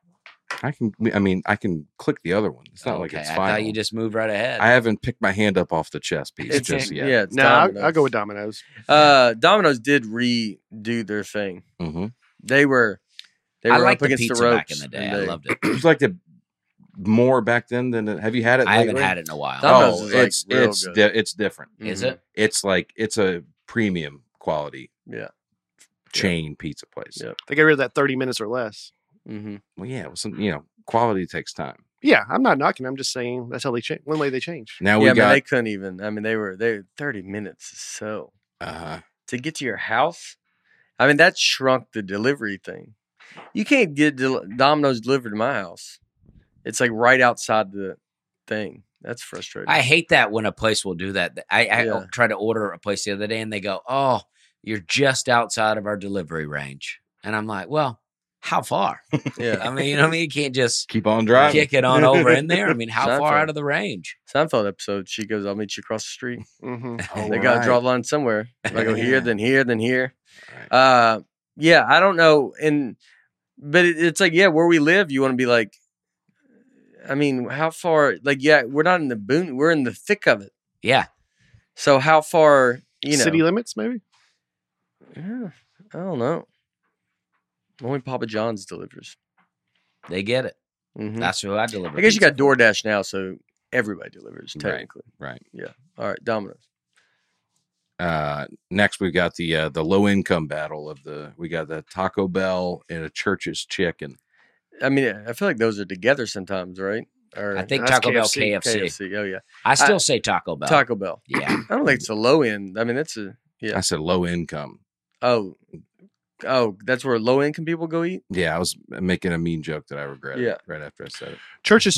I can. I mean, I can click the other one. It's not like okay, it's I final. thought you just moved right ahead. I haven't picked my hand up off the chess piece It's just yeah. yet. it's No, I, Domino's. I'll go with Domino's. Uh, Domino's did redo their thing. hmm They were they were I liked up the against the, pizza back ropes. in the day. and I they- loved it. It was like the more back then than it, have you had it? I haven't lately? had it in a while. Domino's Oh, is, like, it's real it's good. di- it's different. Is Mhm. it? It's like it's a premium quality. Yeah. Chain pizza place. Yeah. They get rid of that 30 minutes or less. Mhm. Well, yeah. It was some, you know, quality takes time. Yeah, I'm not knocking. I'm just saying that's how they change. One way they change. Now Yeah, we man, got. they couldn't even. I mean, they were they thirty minutes. is So uh, to get to your house. I mean, that shrunk the delivery thing. You can't get del- Domino's delivered to my house. It's like right outside the thing. That's frustrating. I hate that when a place will do that. I, I Yeah. tried to order a place the other day and they go, "Oh, you're just outside of our delivery range," and I'm like, "Well, how far? yeah. I mean, you know, what I mean, you can't just keep on driving. kick it on over in there. I mean, how Seinfeld. far out of the range? Seinfeld episode. She goes, "I'll meet you across the street." hmm All they gotta draw right. the line somewhere. If I go here, Yeah. then here, then here. All right. Uh, yeah, I don't know, and but it, it's like, yeah, where we live, you want to be like. I mean, how far? Like, yeah, we're not in the boon. We're in the thick of it. Yeah, So how far? You know, City limits, maybe? Yeah, I don't know. Only Papa John's delivers. they get it. Mhm. That's who I deliver. I guess you pizza got DoorDash now, so everybody delivers Right. technically. Right. All right, Domino's. Uh, next, we've got the uh, the low income battle of the. We got the Taco Bell and a Church's Chicken. I mean, I feel like those are together sometimes, right? Or for. I think That's Taco Bell, KFC. KFC. KFC. Oh yeah, I still say Taco Bell. Taco Bell. yeah, I don't think it's a low end. I mean, that's a Yeah. I said low income. oh oh that's where low income people go eat. Yeah, I was making a mean joke that I regretted Yeah. right after I said it. Church's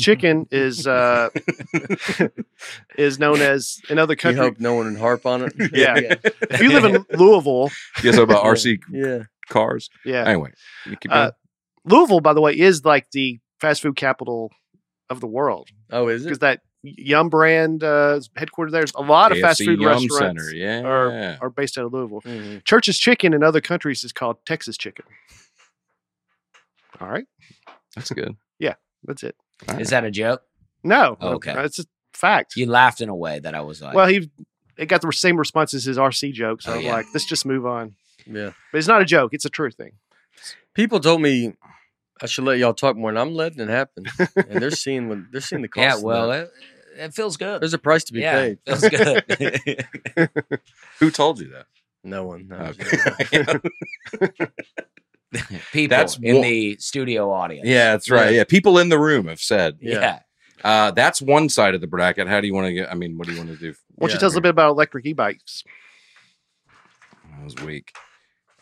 chicken is uh, is known as in other You countries. hope no one would harp on it. Yeah. yeah, If you live in Louisville, You guys know about Yeah. RC yeah. cars? yeah, Anyway, you keep Uh, Louisville, by the way, is like the fast food capital of the world Oh, is because it? that Yum brand uh, is headquartered there. There's a lot of going. fast KFC food Yum restaurants Center. Yeah. are are based out of Louisville. Mhm. Church's chicken in other countries is called Texas chicken. All right, That's good. that's it. is that a joke? No, Okay. it's a fact. You laughed in a way that I was like, Well, he it got the same response as his RC joke, so Oh, I'm yeah. like, let's just move on. Yeah. But it's not a joke; it's a true thing. People told me I should let y'all talk more, and I'm letting it happen. and they're seeing when they're seeing the cost. "Yeah, of that. well, it, it feels good." There's a price to be yeah, paid. it feels good. Who told you that? No one. no, I'm just joking. Okay. People That's in one- the studio audience. yeah, that's right. Yeah, people in the room have said Yeah. yeah. uh, that's one side of the bracket. How do you want to get? I mean, what do you want to do? Why don't Yeah. you tell us a bit about electric e-bikes? That was weak.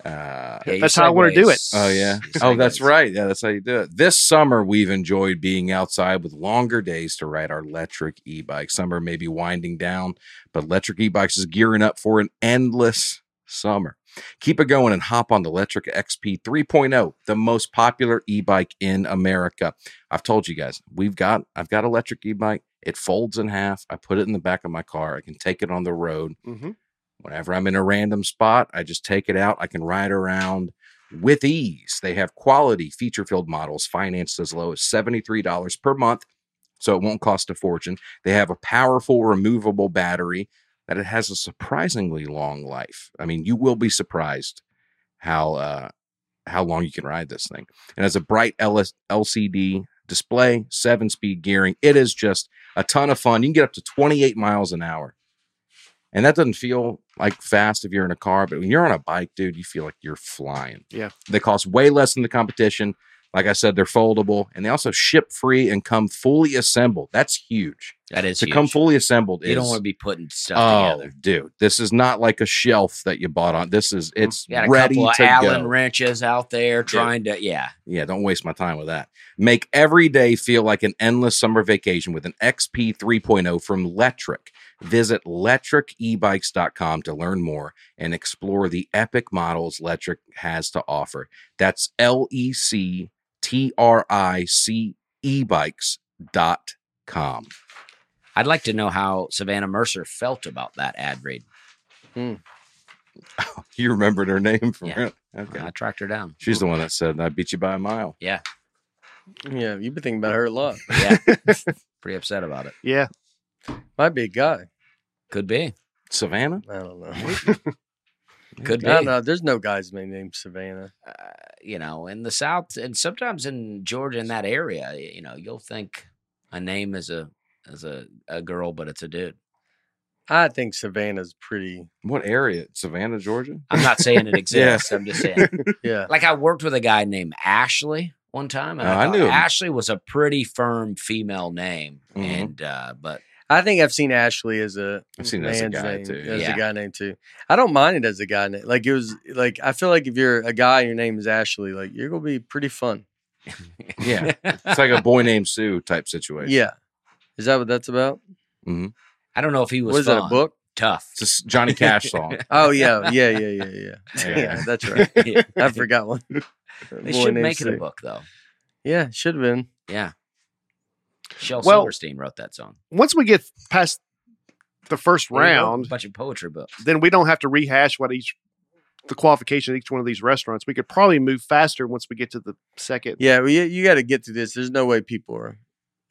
Uh, Yeah, your That's how I wanna do segues- Oh yeah. your Oh, that's segues. right. Yeah, that's how you do it. This summer we've enjoyed being outside with longer days to ride our electric e-bike. Summer may be winding down, but electric e-bikes is gearing up for an endless summer. Keep it going and hop on the electric XP 3.0, oh, the most popular e-bike in America. I've told you guys, we've got I've got electric e-bike. It folds in half. I put it in the back of my car. I can take it on the road Mm-hmm. whenever I'm in a random spot, I just take it out. I can ride around with ease. They have quality feature filled models financed as low as $73 per month. So it won't cost a fortune. They have a powerful removable battery that it has a surprisingly long life. I mean, you will be surprised how uh, how long you can ride this thing. And as a bright LS- LCD display, seven speed gearing, it is just a ton of fun. You can get up to 28 miles an hour. And that doesn't feel like fast if you're in a car, but when you're on a bike, dude, you feel like you're flying. Yeah. They cost way less than the competition. Like I said, they're foldable and they also ship free and come fully assembled. That's huge. That is to huge. come fully assembled You is don't want to be putting stuff oh together. dude this is not like a shelf that you bought on this is it's You got a ready couple of to Allen go wrenches out there trying to, yeah. yeah don't waste my time with that make every day feel like an endless summer vacation with an xp 3.0 from Electric. visit e electricebikes.com to learn more and explore the epic models Electric has to offer that's E l-e-c-t-r-i-c ebikes.com I'd like to know how Savannah Mercer felt about that ad read. you remembered her name from Yeah. Uh-huh. okay I tracked her down. She's the one that said, I beat you by a mile. Yeah, you've been thinking about her a lot. Yeah. Pretty upset about it. Yeah. Might be a guy. Could be. Savannah? I don't know. Could be. I don't know. There's no guy's name named Savannah. uh, you know, in the South and sometimes in Georgia in that area, y- you know, you'll think a name is a is a, a girl, but it's a dude. I think Savannah's pretty. What area? Savannah, Georgia? I'm not saying it exists. I'm just saying. Yeah. Like I worked with a guy named Ashley one time, and Oh, I, I thought knew him. Ashley was a pretty firm female name, Mhm. Mm-hmm. and uh, but I think I've seen Ashley as a I've seen it as a man's guy, name, too. As Yeah. a guy name too. I don't mind it as a guy name. Like it was like I feel like if you're a guy, your name is Ashley. Like you're gonna be pretty fun. Yeah. It's like a boy named Sue type situation. Yeah. Is that what that's about? I don't know if he was What is that a fun. book? tough. It's a s- Johnny Cash song. Oh yeah, yeah, yeah, yeah, yeah. Yeah. yeah. that's right. Yeah. I forgot one. They Boy should named make it a Sue. book though. Yeah, should have been. Yeah. Shel Well- Silverstein wrote that song. Once we get past the first He wrote a round, bunch of poetry books. then we don't have to rehash what each the qualification of each one of these restaurants. We could probably move faster once we get to the second. Yeah, well, you, you got to get through this. There's no way people are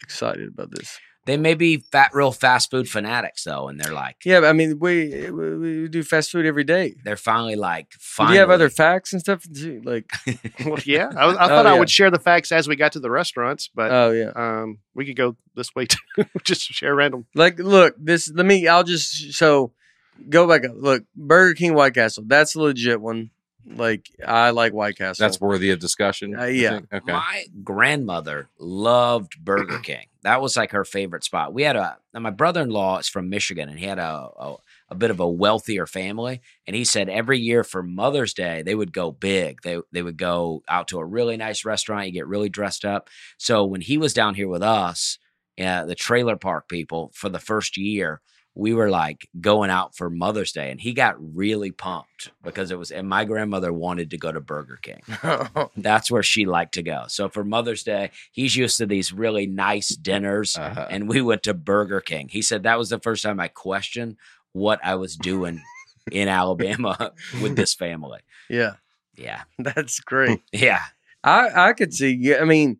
excited about this. They may be fat, real fast food fanatics though, and they're like, Yeah, but I mean, we eh, we, we do fast food every day. they're finally like, Do finally. you have other facts and stuff? too? Like, Well, yeah. I, was- I thought Oh, I yeah. would share the facts as we got to the restaurants, but oh yeah, um, we could go this way too. Just share random. like look, this. Let me. I'll just so go back up. Look, Burger King, White Castle. That's a legit one. Like, I like White Castle. That's worthy of discussion. Uh, you yeah. think? Okay. My grandmother loved Burger King. That was like her favorite spot. We had a now my brother in law is from Michigan, and he had a, a a bit of a wealthier family, and he said every year for Mother's Day they would go big. They they would go out to a really nice restaurant. You get really dressed up. So when he was down here with us, uh, the trailer park people for the first year. We were like going out for Mother's Day, and he got really pumped because it was. And my grandmother wanted to go to Burger King. That's where she liked to go. So for Mother's Day, he's used to these really nice Mm-hmm. dinners, Uh, Uh-huh. and we went to Burger King. He said that was the first time I questioned what I was doing in Alabama with this family. yeah, Yeah, that's great. yeah. I I could see. Yeah, I mean,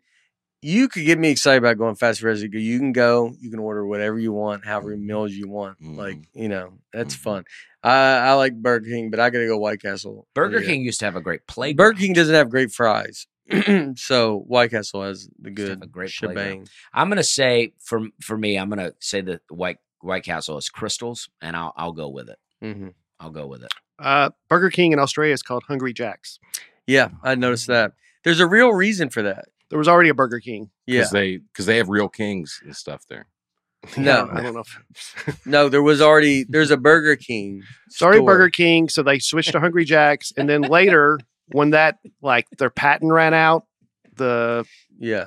you could get me excited about going fast food. as You go- you can go. You can order whatever you want, however many meals you want. Like Mm-hmm. you know, that's Mhm. fun. I I like Burger King, but I gotta go White Castle. Burger every day. King used to have a great play. Burger King doesn't have great fries, so White Castle has the Just have good a great shebang. playground. I'm gonna say for for me, I'm gonna say that White White Castle is crystals, and I'll I'll go with it. hmm I'll go with it. Uh, Burger King in Australia is called Hungry Jack's. Yeah, Mm-hmm. I noticed that. There's a real reason for that. There was already a Burger King. Yeah, they because they have real kings and stuff there. No. I don't know. if- no, there was already there's a Burger King. Sorry, store. Burger King. So they switched to Hungry Jack's, and then later, when that like their patent ran out, the Yeah,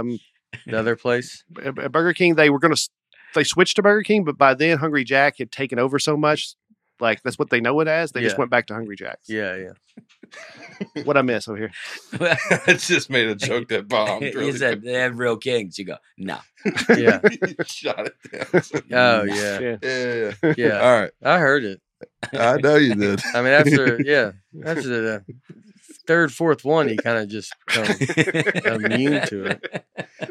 um, another place. at- at Burger King they were going to they switched to Burger King, but by then Hungry Jack had taken over so much, like that's what they know it as. They just Yeah. went back to Hungry Jack's. Yeah, yeah. What I miss over here? I just made a joke that bombed. you said they have real kings. You go no. Yeah. shot it down. Oh yeah, yeah. yeah. All right. I heard it. I know you did. I mean, after yeah, after the third, fourth one, you kind of just become immune to it.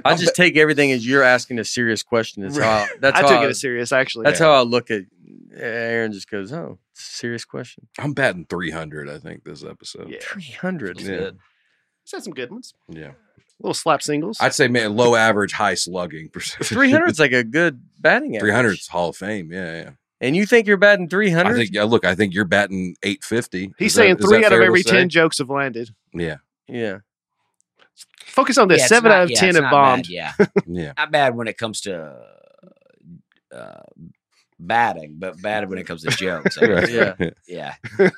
I just take everything as you're asking a serious question. Is how I, that's I how took I, it as serious actually. that's how I look at. Aaron just goes, "Oh, it's a serious question." I'm batting 300, I think, this episode. yeah, Three hundred. Yeah. Good. He's had some good ones. Yeah. Little slap singles. I'd say man, low average, high slugging percentage. Three hundred is like a good batting average. 300's Hall of Fame. Yeah. Yeah. and you think you're batting three I hundred? think, yeah, look, I think you're batting 850. He's Is that- saying is three that out of fair to every say? ten jokes have landed. Yeah. Yeah, Focus on this. Yeah, it's Seven not- out of yeah, ten it's have not bad, bombed. Yeah, Yeah. not bad when it comes to uh, batting, but bad when it comes to jokes. I guess. Yeah. yeah.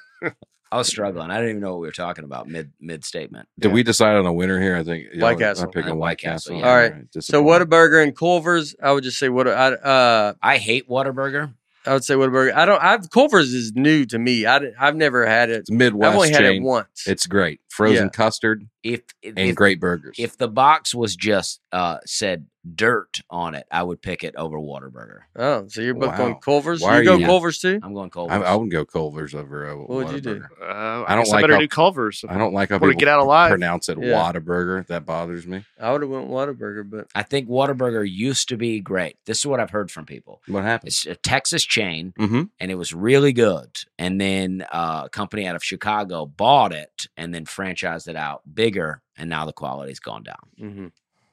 I was struggling. I didn't even know what we were talking about mid mid statement. Did we decide on a winner here? I think yeah, White I'm Castle. picking Uh, White White Castle, Castle. yeah. All right. So Disappointed. what a burger and Culver's. I would just say what I uh I hate Whataburger. I would say what a burger. I don't. I've Culver's is new to me. I have never had it. It's Midwest I've only had it chain. once. It's great. Frozen Yeah. custard If if, and if, great burgers. if the box was just uh, said dirt on it, I would pick it over Whataburger. oh, so you're booked Wow. on Culver's. Why you are go you- Culver's too. I'm going cold. I, I wouldn't go Culver's over a What would you do? Whataburger. Uh, I, I don't guess like I better how- do Culver's. I don't like how Wanna people get out alive. pronounce it Yeah. Whataburger. That bothers me. I would have went Whataburger, but I think Whataburger used to be great. This is what I've heard from people. What It's happens? a Texas chain, Mm-hmm. and it was really good. And then uh, a company out of Chicago bought it and then franchised it out bigger, and now the quality's gone down. mm-hmm.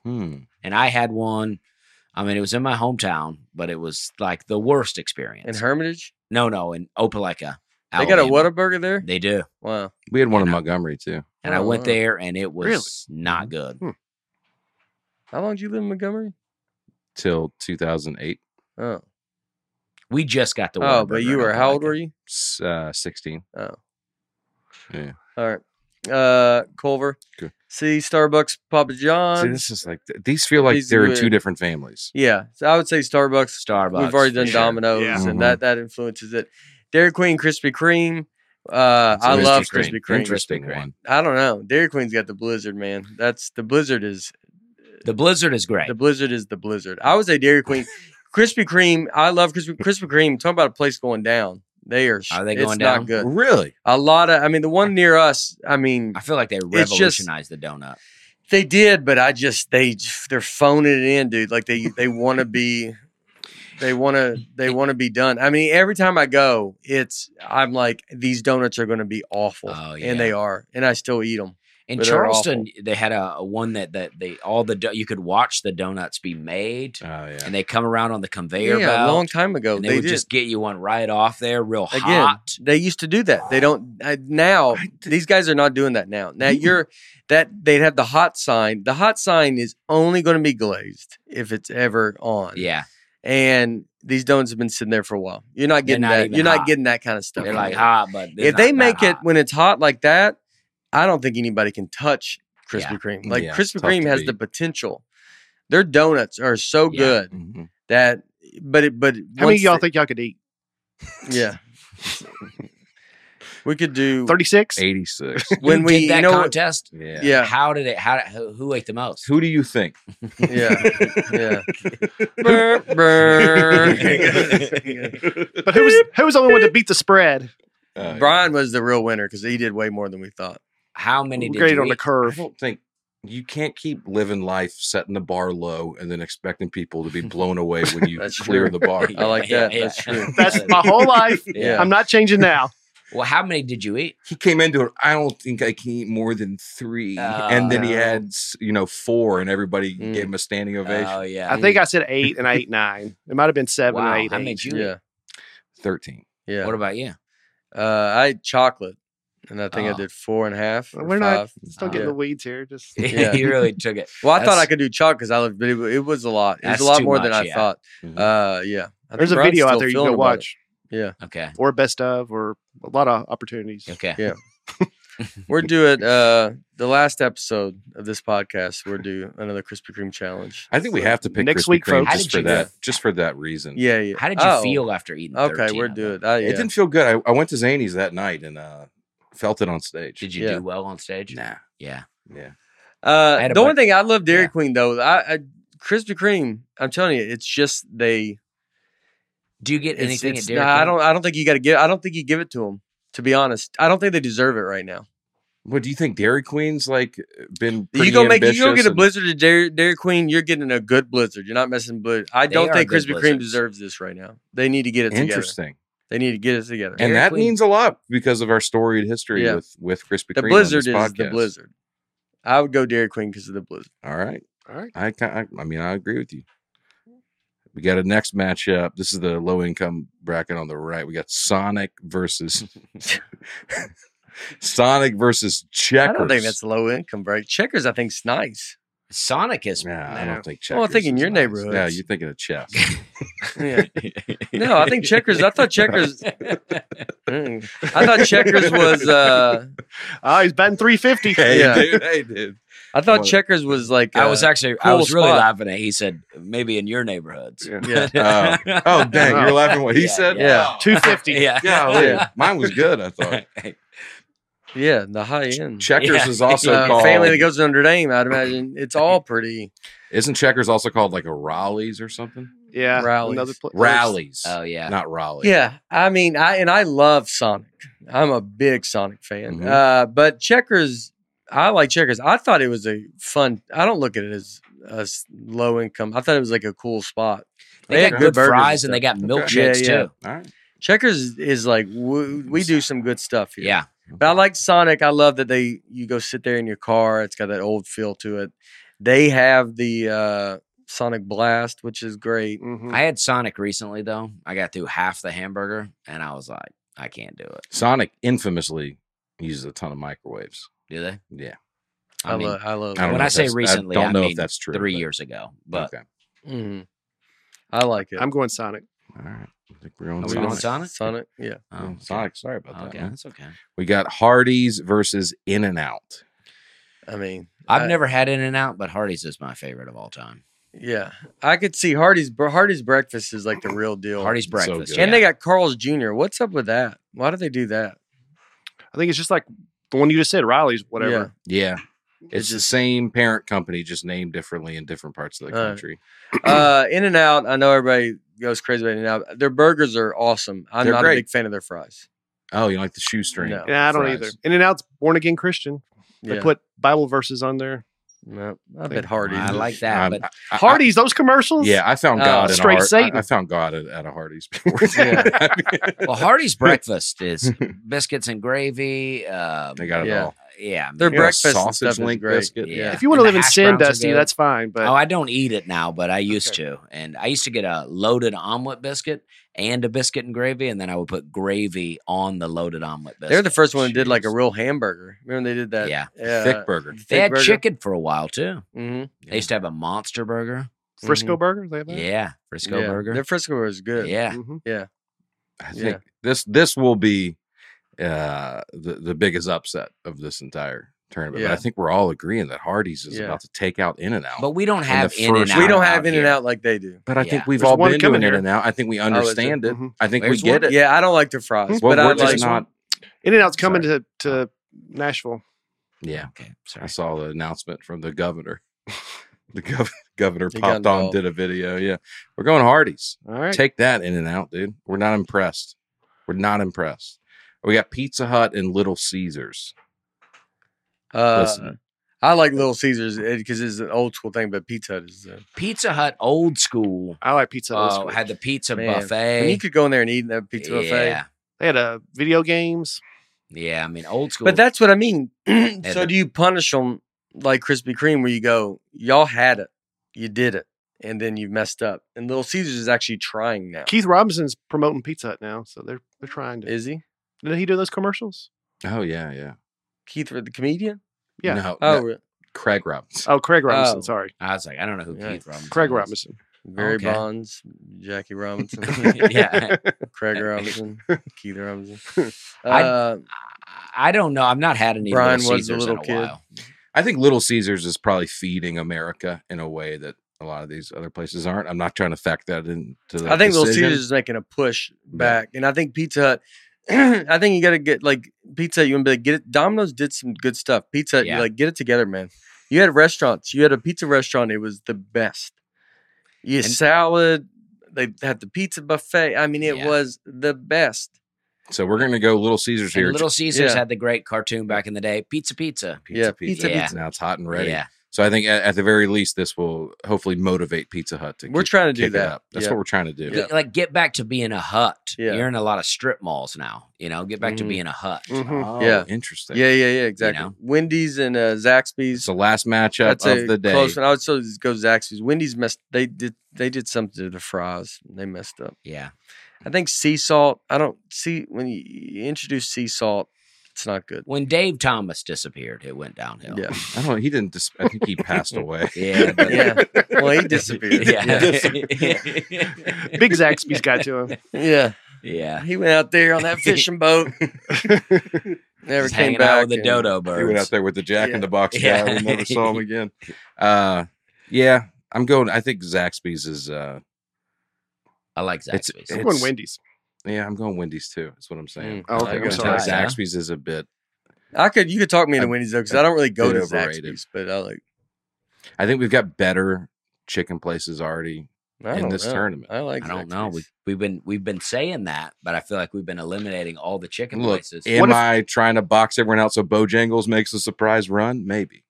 Hmm. And I had one. I mean, it was in my hometown, but it was like the worst in experience. Hermitage, no, no, in Opelika. they got a Alabama. Whataburger there. They do. Wow. We had one in And I- Montgomery too. And I Oh, went wow. there, and it was not good. How long did you live in Montgomery? till 2008, Oh, We just got the. oh, but you were how old were you? s- uh, 16. Oh. All right, uh, Culver. Good. See Starbucks, Papa See, John's. this is like th- these feel like These they're in were- two different families. yeah, so I would say Starbucks. Starbucks. We've already done for sure. Domino's, Yeah. and Mhm. that that influences it. Dairy Queen, Krispy Kreme. Uh, I Krispy love Kreme. Krispy Kreme. Interesting Krispy Kreme. one. I don't know. Dairy Queen's got the blizzard, man. That's the blizzard is The Blizzard is great. the blizzard is the blizzard. I would say Dairy Queen, Krispy Kreme. I love Krispy, Krispy Kreme. Talking about a place going down. They are. sh- Are they it's going not down? good. Really? A lot of. I mean, the one near us. I mean, I feel like they It's just- revolutionized the donut. they did, but I just they j- they're phoning it in, dude. Like they they want to be. They want to. They want to be done. I mean, every time I go, it's I'm like these donuts are going to be awful, Oh, and they are, and I still eat them. In but they're Charleston, they had a, a one that that they all the do- you could watch the donuts be made, Oh yeah. and they come around on the conveyor yeah, belt, a long time ago and they, they, would did. just get you one right off there, real Again, hot. They used to do that. They don't I, now. These guys are not doing that now. Now you're that they'd have the hot sign. The hot sign is only going to be glazed if it's ever on. Yeah, and these donuts have been sitting there for a while. You're not They're getting not that. even You're hot. not getting that kind of stuff. they're on like it. hot, but they're if they not that make it hot. when it's hot like that, I don't think anybody can touch Krispy Yeah. Kreme. Like Yeah, it's Krispy tough Kreme to has beat. the potential. Their donuts are so Yeah. good Mhm. that, but it, but How many once of y'all they- think y'all could eat? Yeah, we could do 36? 86. when you we did that you know contest, yeah. yeah how did it? How who, who ate the most? Who do you think? yeah yeah. Brr, brr. But who was, who was the only one to beat the spread? Uh, Brian was the real winner because he did way more than we thought. How many did Great you on the eat? I curve. don't think you can't keep living life setting the bar low and then expecting people to be blown away when you That's clear true. the bar. I like Yeah, that. yeah, That's yeah. true. That's my whole life. Yeah. I'm not changing now. Well, how many did you eat? He came into it. I don't think I can eat more than three, and then he Oh. had s- you know four, and everybody Mm. gave him a standing ovation. Oh yeah, I think I said eight and I ate nine. It might have been seven Wow, and I ate how many eight. did you eat? Yeah, Thirteen. yeah. What about you? Uh, I ate chocolate, and I think Oh. I did four and a half. Or We're not- five. Let's not get Yeah. in the weeds here. Just Yeah. you really took it. Well, I thought That's- I could do chocolate because I lived, but it, it was a lot. It was That's a lot too more than much, I yeah. thought. Uh, yeah. I there's think a Brian's video out still there you feeling can go about it. watch, Okay. or best of, or a lot of opportunities. Okay. Yeah. We're due at uh, the last episode of this podcast. We're due another Krispy Kreme challenge. I think we So- have to pick Next Krispy week, Kreme folks. How just did for you that, feel? just for that reason. Yeah, yeah. How did you Oh, feel after eating? Okay, 13 we're of them? due it. I, yeah. It didn't feel good. I, I went to Zany's that night and uh, felt it on stage. Did you Yeah. do well on stage? Nah. Yeah. Yeah. Uh, I had a the only bunch- thing I love Dairy yeah. Queen though. I, I Krispy Kreme. I'm telling you, it's just they. Do you get It's, anything it's at Dairy not- I Queen? don't. I don't think you got to give. I don't think you give it to them. To be honest, I don't think they deserve it right now. What do you think? Dairy Queen's like been. you pretty go make you go ambitious get a and- blizzard at Dairy, Dairy Queen. You're getting a good blizzard. You're not messing blizzard. I They don't are think good Krispy Kreme blizzards. deserves this right now. They need to get it together. Interesting. They need to get it together. Dairy and that Queen- means a lot because of our storied history Yeah. with with Krispy the Kreme. on blizzard this is the podcast. blizzard. I would go Dairy Queen because of the blizzard. All right, All right. I, ki- I I mean I agree with you. We got a next matchup. This is the low income bracket on the right. We got Sonic versus Sonic versus Checkers. I don't think that's low income, right? Checkers, I think's nice. Sonic is. No, I Yeah. don't think checkers. Well, I think in is your nice. neighborhoods. Yeah, you're thinking of chess. Yeah. No, I think checkers. I thought checkers. Mm. I thought checkers was. uh Oh, he's batting 350. hey, Yeah. dude. Hey, dude. I thought Well, checkers was like. I was uh, actually, I Cool was really spot. laughing at. He said, "Maybe in your neighborhoods." Yeah. Yeah. Oh. Oh, dang. You're laughing what he Yeah, said? yeah. Oh, 250. yeah, golly. Mine was good, I thought. Yeah, the high end. Checkers Yeah. is also Uh, called. family that goes to Notre Dame, I'd imagine it's all pretty. isn't checkers also called like a Raleigh's or something? Yeah. Rallies. Another pl- Raleigh's, oh yeah. not Raleigh. Yeah, I mean, I and I love Sonic. I'm a big Sonic fan. Mhm. Uh, but checkers, I like checkers. I thought it was a fun. I don't look at it as a s- low income. I thought it was like a cool spot. They, had got good good burgers fries and and they got Yeah, milkshakes yeah. too. All right. Checkers is like we, we do some good stuff here. Yeah, But I like Sonic. I love that they you go sit there in your car. It's got that old feel to it. They have the uh, Sonic Blast, which is great. Mhm. I had Sonic recently though. I got through half the hamburger and I was like, I can't do it. Sonic infamously uses a ton of microwaves. Do they? Yeah. I, I, mean, love. I love. don't it. when know I if say that's- recently, I don't I know if mean that's true. three but- years ago, but okay. Mhm. I like it. I'm going Sonic. All right. I think we're on Are we Sonic. going Sonic? Sonic. Yeah. Yeah, Oh, okay. Sonic. Sorry about that. Okay, man. that's okay. We got Hardee's versus In and Out. I mean, I've I- never had In and Out, but Hardee's is my favorite of all time. Yeah, I could see Hardy's. bre- Hardy's breakfast is like the real deal. Hardee's good. breakfast, and they got Carl's Jr. What's up with that? Why do they do that? I think it's just like the one you just said, Riley's, whatever. Yeah. It's, It's the just- same parent company, just named differently in different parts of the All right. country. Uh, In and Out. I know everybody goes crazy about In and Out. Their burgers are awesome. I'm They're not a great. big fan of their fries. Oh, you like the shoestring? No. Yeah, I don't Fries. either. In and Out's born again Christian. They Yeah, put Bible verses on there. no, I Think- bet Hardy's. I is- like that, Um, but I- I- Hardy's, those commercials. Yeah, I found Oh, God in a straight Har- I- Satan. I, found God at, at a Hardee's before. Yeah. well, Hardee's breakfast is biscuits and gravy. Um, they got it Yeah. all. yeah, Their Yeah, breakfast and sausage stuff is link great. biscuit. Yeah. If you want to And the live in hash sin, browns are Dusty, good. that's fine. But oh, I don't eat it now, but I used Okay. to, and I used to get a loaded omelet biscuit and a biscuit and gravy, and then I would put gravy on the loaded omelet biscuit. They're the first one that did like a Jeez. real hamburger. Remember when they did that? uh, Yeah. Thick burger. they had chicken for a while too. Mm-hmm. They used to have a monster burger. Frisco Burger, they have that. Yeah, Frisco Their burger. Frisco burger is good. Yeah, Mhm. I Yeah. think this this will be uh, the the biggest upset of this entire tournament. But Yeah. I think we're all agreeing that Hardee's is Yeah. about to take out In and Out. but we don't the have in and first- out. We don't have In here. and Out like they do. But I Yeah. think we've There's all one been to coming an In here. and Out. I think we Oh, is it? Mm-hmm. understand it. Mhm. I think There's we get one- it. Yeah, I don't like the fries, Well, but I we're like just not. In and Out's coming Sorry. to, to Nashville. Yeah, Okay, I sorry. saw the announcement from the governor. the gov- governor He got popped on, involved. did a video. Yeah, we're going Hardee's. All right. Take that in and out, dude. We're not impressed. We're not impressed. We got Pizza Hut and Little Caesars. Uh, Listen. I like Little Caesars because it's an old school thing, but Pizza Hut is. uh, The, Pizza Hut old school. I like pizza. Old Oh, School. had the pizza Man, buffet. and you could go in there and eat in that pizza buffet. Yeah, they had uh, video games. yeah. I mean, old school. But that's what I mean. so the- do you punish them like Krispy Kreme, where you go, y'all had it, you did it, and then you messed up? And Little Caesars is actually trying now. Keith Robinson's promoting Pizza Hut now, so they're they're trying to. Is he Did he do those commercials? Oh yeah, yeah. Keith, the comedian? Yeah. No, Oh, no, re- Craig. Craig Robinson. Oh, Craig Robinson. Oh. Sorry, I was like, I don't know who Yeah. Keith Robinson. Craig is. Robinson. Barry okay. Bonds, Jackie Robinson, yeah, Craig Robinson, Keith Robinson. I- Uh, I don't know. I've not had any Brian Brian was a Little Caesars little in a kid. while. I think Little Caesars is probably feeding America in a way that a lot of these other places aren't. I'm not trying to fact that into the I think Little decision. Caesars is making a push Yeah. back, and I think Pizza Hut. I think you got to get like Pizza. Hut, You want to get it. Domino's did some good stuff. Pizza, Hut, you Yeah. like get it together, man. You had restaurants. You had a pizza restaurant. It was the best. You had And- salad. They had the pizza buffet. I mean, it Yeah. was the best. So we're gonna go Little Caesars And here. Little Caesars Yeah. had the great cartoon back in the day, Pizza Pizza. pizza, yeah, pizza, pizza, Yeah. pizza. Now it's hot and ready. Yeah, So I think at, at the very least, this will hopefully motivate Pizza Hut to We're kick- trying to do kick it that. up. That's Yeah. what we're trying to do. Yeah. like get back to being a hut. Yeah. You're in a lot of strip malls now. You know, get back to Mhm. being a hut. Mhm. Oh, Yeah. interesting. Yeah, yeah, yeah. Exactly. know? Wendy's and uh, Zaxby's. It's the last matchup of the day. one. I would still just go Zaxby's. Wendy's messed. They did. They did something to the fries. They messed up. Yeah, I think sea salt. I don't see when you you introduce sea salt. It's not good. When Dave Thomas disappeared, it went downhill. Yeah. I don't know. He didn't. Dis- I think he passed away. Yeah. but- Yeah. Well, he disappeared. Yeah. Big Zaxby's got to him. Yeah. yeah. He went out there on that fishing boat. Never Just came hanging back. out with the and- dodo He went out birds. there with the Jack in the Box Yeah. guy. We never saw him again. Uh, yeah, I'm going. I think Zaxby's is. Uh, I like It's- Zaxby's. I'm It's- going Wendy's. yeah, I'm going Wendy's too. That's what I'm saying. Oh, okay, Mm, I I'm go I uh to think sorry. Zaxby's. Yeah. Zaxby's is a bit. I could. You could talk me into I'm- Wendy's though, because I don't really go bit to overrated. Zaxby's, but I like. I think we've got better chicken places already. I In don't this know. tournament. I like. I don't know. Zaxby's. We we've been we've been saying that, but I feel like we've been eliminating all the chicken Look, places. Am What if- I trying to box everyone out so Bojangles makes a surprise run? Maybe.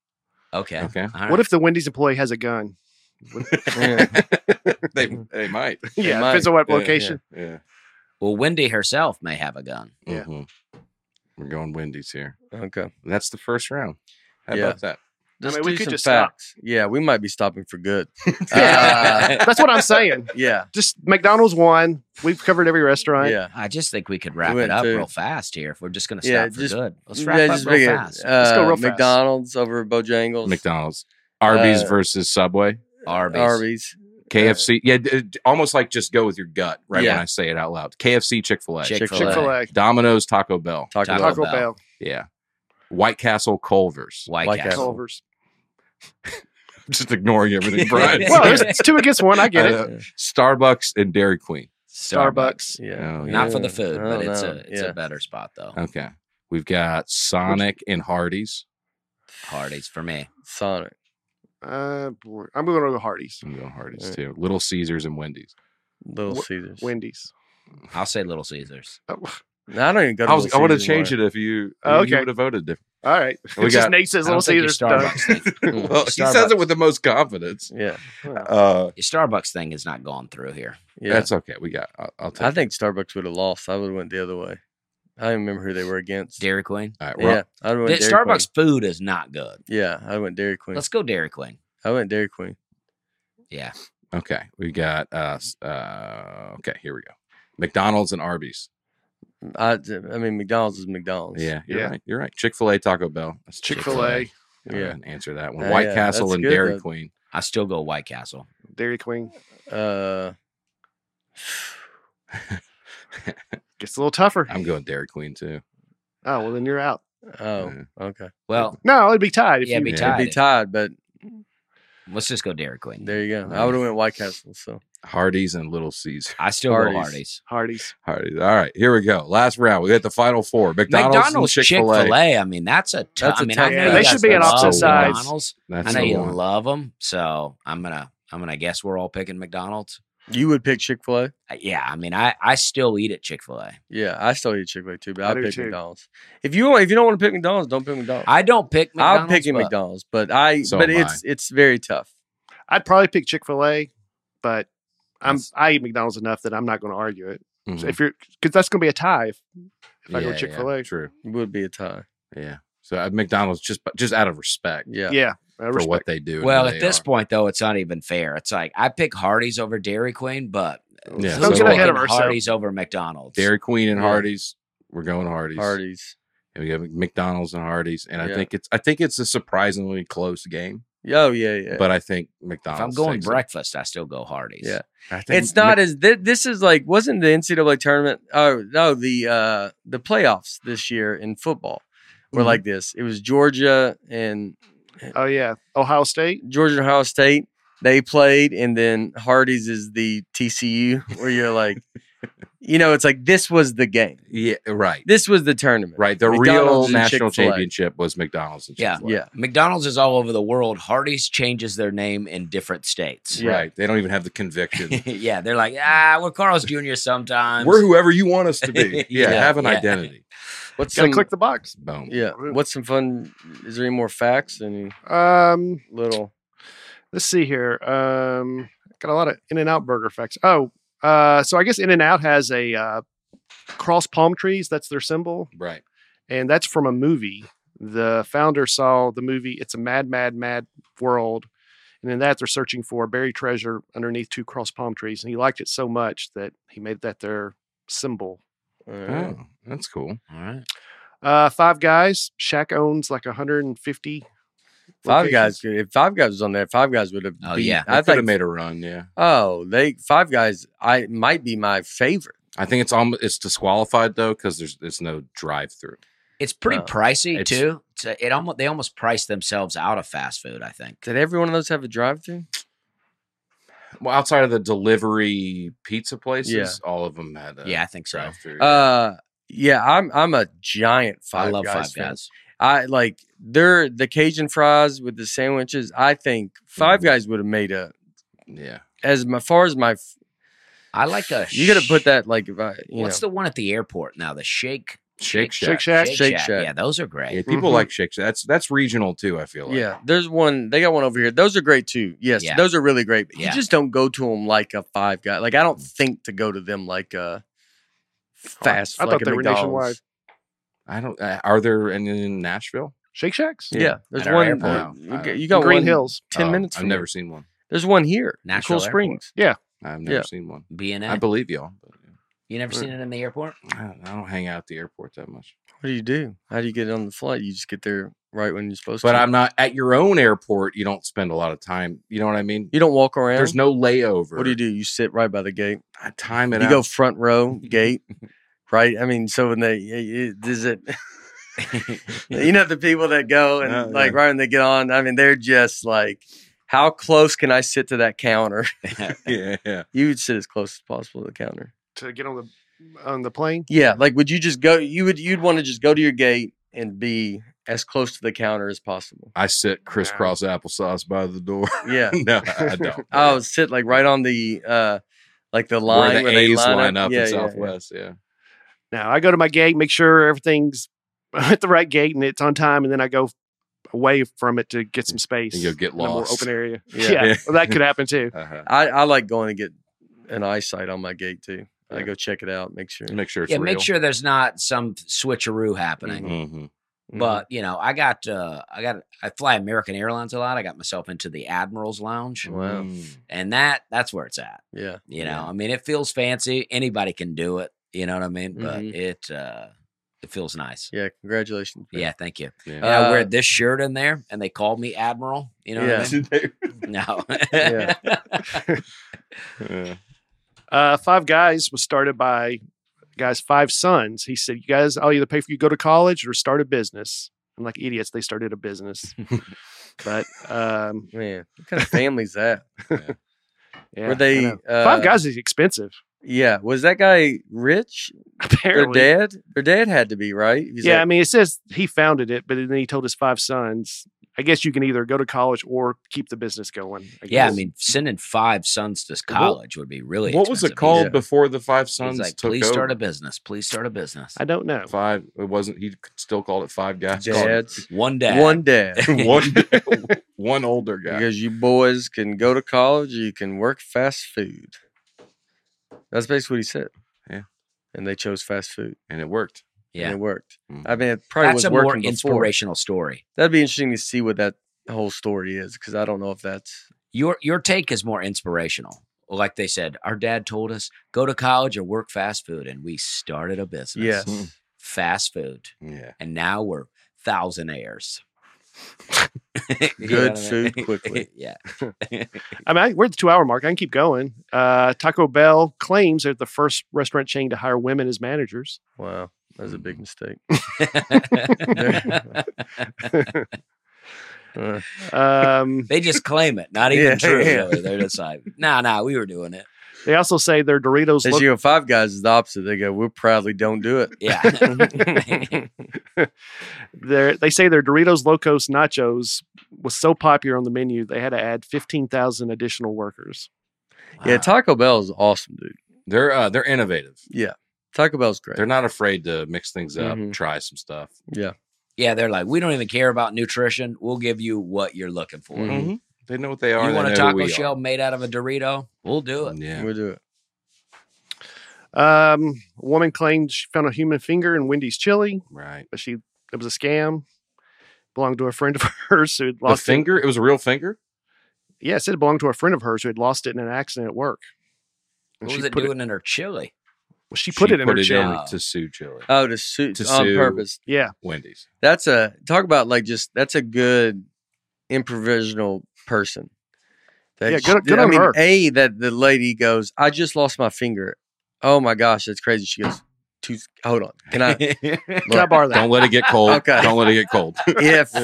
okay. Okay. All right. What if the Wendy's employee has a gun? they they might. yeah, might. depends on what Yeah, yeah. location. Yeah. well Wendy herself may have a gun. Yeah. Mhm. We're going Wendy's here. Okay. That's the first round. How Yeah. about that? Just mean, do we could some just stop. facts. Yeah, we might be stopping for good. Uh, I That's what I'm saying. yeah. Just McDonald's won. We've covered every restaurant. Yeah. just think we could wrap went it up to- real fast here if we're just gonna stop Yeah, for just- good. Let's Yeah, wrap up make real it, fast. Let's go uh, real fast. McDonald's over Bojangles. McDonald's. Arby's Uh, versus Subway. Arby's. Arby's. KFC. Yeah, d- d- almost like just go with your gut right Yeah. when I say it out loud. KFC, Chick fil A, Chick-fil-A. Chick fil A, Domino's, Taco Bell. Taco, Taco Bell. Taco Bell. Bell, Yeah. White Castle, Culver's. White, White Castle. Culver's. Just ignoring everything, Brian. Well, there's it's two against one. I get I it. know. Starbucks and Dairy Queen. Starbucks. Yeah. Oh, Not yeah. for the food, I but don't it's know. a it's yeah. Uh, a better spot though. Okay. We've got Sonic and Hardee's. Hardee's for me. Sonic. Uh, boy. I'm going to go Hardee's, I'm going Hardee's Yeah. too. Little Caesars and Wendy's. Little Wh- Caesars. Wendy's. I'll say Little Caesars. Oh, No, I don't even go to I was I would want have changed it if you, you Oh, okay. would have voted different. all right. We It's just got- Nate says I Little don't think your Caesars. done. Starbucks thing, Well, he says it with the most confidence. Yeah. Uh, your Starbucks thing has not gone through here. Yeah. That's okay. We got. I'll, I'll take. I think Starbucks would have lost. I would have went the other way. I don't even remember who they were against. Dairy Queen. All right, we're yeah. I would've went Th- Dairy Starbucks food is not good. Queen. Yeah. I went Dairy Queen. Let's go Dairy Queen. I went Dairy Queen. Yeah. Okay, we got uh, s- uh okay, here we go. McDonald's and Arby's. I, I mean, McDonald's is McDonald's. Yeah, you're Yeah. right. You're right. Chick fil A, Taco Bell. That's Chick fil A, Yeah. answer that one. Uh, White yeah, Castle that's and good, Dairy though. Queen. I still go White Castle. Dairy Queen. Uh, Gets a little tougher. I'm going Dairy Queen too. Oh well, then you're out. oh, Yeah. okay. Well, No, it'd be tied. If yeah, you, be Yeah. It'd tied. be tied, but Let's just go Dairy Queen. there you go. I would have went White Castle. So Hardee's and Little Caesar. I still go Hardee's. Hardee's. Hardee's. Hardee's. All right, here we go. Last round. We got the final four. McDonald's, McDonald's, Chick fil A. Chick-fil-A. I mean, that's a That's tough. a I mean, tough I know Yeah, you they guys should be on love opposite sides. McDonald's. That's I know the you one. love them, so I'm gonna I'm gonna guess we're all picking McDonald's. you would pick Chick Fil A. Uh, Yeah, I mean, I I still eat at Chick Fil A. Yeah, I still eat Chick Fil A too, but I I do pick too. McDonald's. If you want- if you don't want to pick McDonald's, don't pick McDonald's. I don't pick. McDonald's, I'll pick you but McDonald's, but I So but am it's it's very tough. I'd probably pick Chick fil A, but I'm That's- I eat McDonald's enough that I'm not going to argue it. Mhm. So if you're because that's going to be a tie. If, if I Mm-hmm. Yeah, go yeah, Chick fil A, True. It would be a tie. Yeah. So at McDonald's, just just out of respect Yeah. yeah, I for respect. what they do. and who Well, they at this are. point though, it's not even fair. It's like I pick Hardee's over Dairy Queen, but Yeah, who's Don't get ahead picking of ourselves. Hardee's over McDonald's. Dairy Queen and Yeah. Hardee's. We're going Hardee's. Hardee's. And we have McDonald's and Hardee's, and I Yeah. think it's I think it's a surprisingly close game. Oh yeah, yeah. But I think if McDonald's. I'm going takes it. breakfast, I still go Hardee's. Yeah. I think it's not Mc- as thi- this is like wasn't the NCAA tournament? Oh no, the uh the playoffs this year in football were Mhm. Mm-hmm. like this. It was Georgia and Oh yeah, Ohio State. Georgia and Ohio State. They played, and then Hardy's is the TCU, where you're like, you know, it's like this was the game. yeah, right, This was the tournament. right. The McDonald's real and national Chick-fil-A. championship was McDonald's. And Yeah. Chick-fil-A. Yeah. McDonald's is all over the world. Hardee's changes their name in different states. Yeah. right. They don't even have the conviction. yeah, they're like, ah, we're Carl's Jr. sometimes. We're whoever you want us to be. Yeah, Yeah, have an yeah. identity. What's Gotta some, click the box. Boom. yeah? What's some fun? Is there any more facts? Any Um, little? let's see here. Um, got a lot of In and Out burger facts. Oh, uh, so I guess In and Out has a uh, cross palm trees. That's their symbol, Right. and that's from a movie. The founder saw the movie. It's a mad, mad, mad world. And in that, they're searching for buried treasure underneath two cross palm trees. And he liked it so much that he made that their symbol. All right. Oh, that's cool. all right. Uh, Five Guys. Shaq owns like 150. Five locations. guys. could- If Five Guys was on there, Five Guys would have. Oh, beat- yeah. I could have think. made a run. Yeah, oh, they Five Guys. I might be my favorite. I think it's almost it's disqualified though because there's it's no drive through. It's pretty No, pricey it's- too. It's a- it almost they almost price themselves out of fast food. I think. Did every one of those have a drive-through? Well, outside of the delivery pizza places, Yeah. all of them had a yeah, I think so. drive through. Uh, yeah. I'm I'm a giant Five I love Guys Five fan. Guys. I like their the Cajun fries with the sandwiches. I think 5 Mhm. Guys would have made a yeah, as my, far as my. f- I like a. You gotta sh- put that like if I you What's the one at the airport now? The Shake Shake Shack. Shake Shack. Shake Shack. Yeah, those are great. Yeah, people Mhm. like Shake Shack. That's that's regional too. I feel know, like. yeah. There's one they got one over here. Those are great too. Yes, Yeah. those are really great. But Yeah. You just don't go to them like a Five Guy. Like I don't think to go to them like a fast. I like thought a they were McDonald's. nationwide. I don't. uh, Are there any in Nashville? Shake Shacks. Yeah, there's At our one. airport. uh, No, you I got- don't- you got Green one Hills. Ten Oh, minutes. I've from never here. seen one. There's one here. in Nashville Cool Airport. Springs. I've never Yeah. seen one. B and I A. believe y'all. But You never seen it in the airport? I, don't, I don't hang out at the airport that much. What do you do? How do you get on the flight? You just get there right when you're supposed But to. I'm not at your own airport. You don't spend a lot of time. You know what I mean? You don't walk around. There's no layover. What do you do? You sit right by the gate. I time it you out. go front row gate, right? I mean, so when they i- i- does it, you know, the people that go and Oh, like yeah. right when they get on, I mean, they're just like, how close can I sit to that counter? yeah, yeah. You would sit as close as possible to the counter. To get on the on the plane. Yeah, like would you just go? You would you'd want to just go to your gate and be as close to the counter as possible. I sit crisscross applesauce by the door. Yeah. no, I don't. I would sit like right on the uh like the line Where the they A's line up Yeah, in yeah, yeah. Southwest. Yeah. Now I go to my gate, make sure everything's at the right gate and it's on time, and then I go away from it to get some space. And you'll get in a more lost. open area. Yeah. Yeah, well, that could happen too. Uh-huh. I, I like going to get an eyesight on my gate too. I Yeah. go check it out, make sure. Make sure it's yeah, real. make sure there's not some switcheroo happening. Mm-hmm. Mhm. But you know, I got uh, I got I fly American Airlines a lot. I got myself into the Admiral's Lounge, Wow. Mm. and that that's where it's at. yeah, You know, Yeah. I mean, it feels fancy. Anybody can do it. You know what I mean? But Mhm. it uh, it feels nice. yeah, congratulations. man. Yeah, thank you. Yeah. And I wear Uh, this shirt in there, and they called me Admiral. You know Yeah. what I mean? No. Yeah. Yeah. Uh, five Guys was started by guys five sons. He said, "You guys, I'll either pay for you to go to college or start a business." And like idiots, they started a business. but um, Man, what kind of family's that? yeah, I Were they know. uh, Five Guys is expensive. Yeah, was that guy rich? Apparently, Their dad, their dad had to be right. He's yeah, I like, mean, it says he founded it, but then he told his five sons. I guess you can either go to college or keep the business going. I yeah, I guess. mean, sending five sons to college would be really. what was expensive. it called Yeah. before the Five It was Sons like, took please start a over? business. Please start a business. I don't know. Five. It wasn't. He still called it Five Guys. Called it dads, One day. one dad. one. one older guy. Because you boys can go to college, you can work fast food. That's basically what he said. Yeah. And they chose fast food. and it worked. Yeah. Yeah. And it worked. Mhm. I mean, it probably That's was a working more before. inspirational story. That'd be interesting to see what that whole story is because I don't know if that's. Your your take is more inspirational. Like they said, our dad told us go to college or work fast food, and we started a business. Yes. Mm. fast food, Yeah. and now we're thousandaires. Good food quickly. yeah. I mean, I, we're at the two hour mark. I can keep going. Uh, Taco Bell claims they're the first restaurant chain to hire women as managers. Wow. That was a Mm. big mistake. Uh, Um, they just claim it, not even Yeah, true. yeah. really. They're just like, nah, nah, we were doing it. they also say their Doritos. as Look, you go, Five Guys is the opposite. They go, we proudly don't do it. Yeah. their- they say their Doritos Locos Nachos was so popular on the menu they had to add fifteen thousand additional workers. Yeah, Ah. Wow. Taco Bell is awesome, dude. They're uh, they're innovative. Taco Bell's great. They're not afraid to mix things up, Mm-hmm. Mhm. try some stuff. yeah. yeah, they're like, we don't even care about nutrition. We'll give you what you're looking for. Mhm. They know what they are. Mm-hmm. You Mm-hmm. want they a know who taco we shell are. Mm-hmm. made out of a Dorito? We'll do it. Yeah. We'll do it. Um, a woman claimed she found a human finger in Wendy's chili, Right. but she it was a scam. Belonged to a friend of hers who had The lost it. finger. It was a real finger. Yes, it belonged to a friend of hers who had lost it in an accident at work. And What she was it put doing in her chili? Well, she put it in her it chili. in- chili. to sue Chili. Oh, to suit To on sue. purpose. Yeah. Wendy's. That's a talk about like just that's a good improvisational person. That Yeah, sh- good- good I on mean, her. a that the lady goes, I just lost my finger. Oh my gosh, that's crazy. She goes, two, hold on, can I? Can I borrow that? Don't let it get cold. Okay. Don't let it get cold. If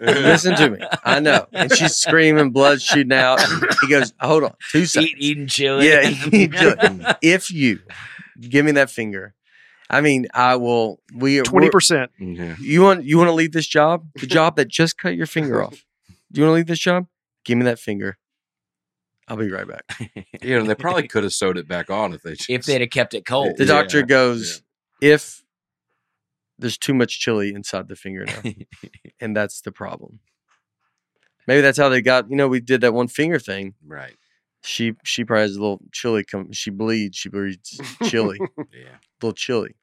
listen to me, I know, and she's screaming, blood shooting out. He goes, hold on, two seconds. Eat, eating chili. Yeah, eating chili. Mm, If you give me that finger, I mean, I will. We are Twenty percent. yeah. You want you want to leave this job? The job that just cut your finger off. Do you want to leave this job? Give me that finger. I'll be right back. You know, they probably could have sewed it back on if they just, if they'd have kept it cold. The Yeah, doctor goes, if there's too much chili inside the fingernail, and that's the problem. Maybe that's how they got. You know, we did that one finger thing. right. She she probably has a little chili. Come, she bleeds. She bleeds chili. Yeah. little chili.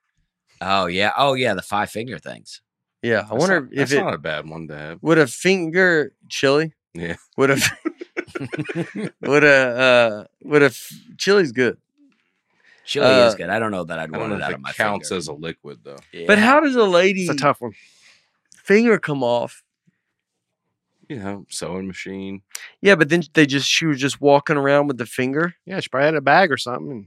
Oh yeah. Oh yeah. The five finger things. Yeah, I wonder That's not- if that's it not a bad one to have. would a finger chili. Yeah. Would a would a uh, would a f- chili's good. Chili is Uh, good. I don't know that I'd I don't want know it out if of my it counts finger. as a liquid though. But Yeah. how does a lady It's a tough one. finger come off? You know, sewing machine. Yeah, but then they just she was just walking around with the finger. Yeah, she probably had a bag or something. And,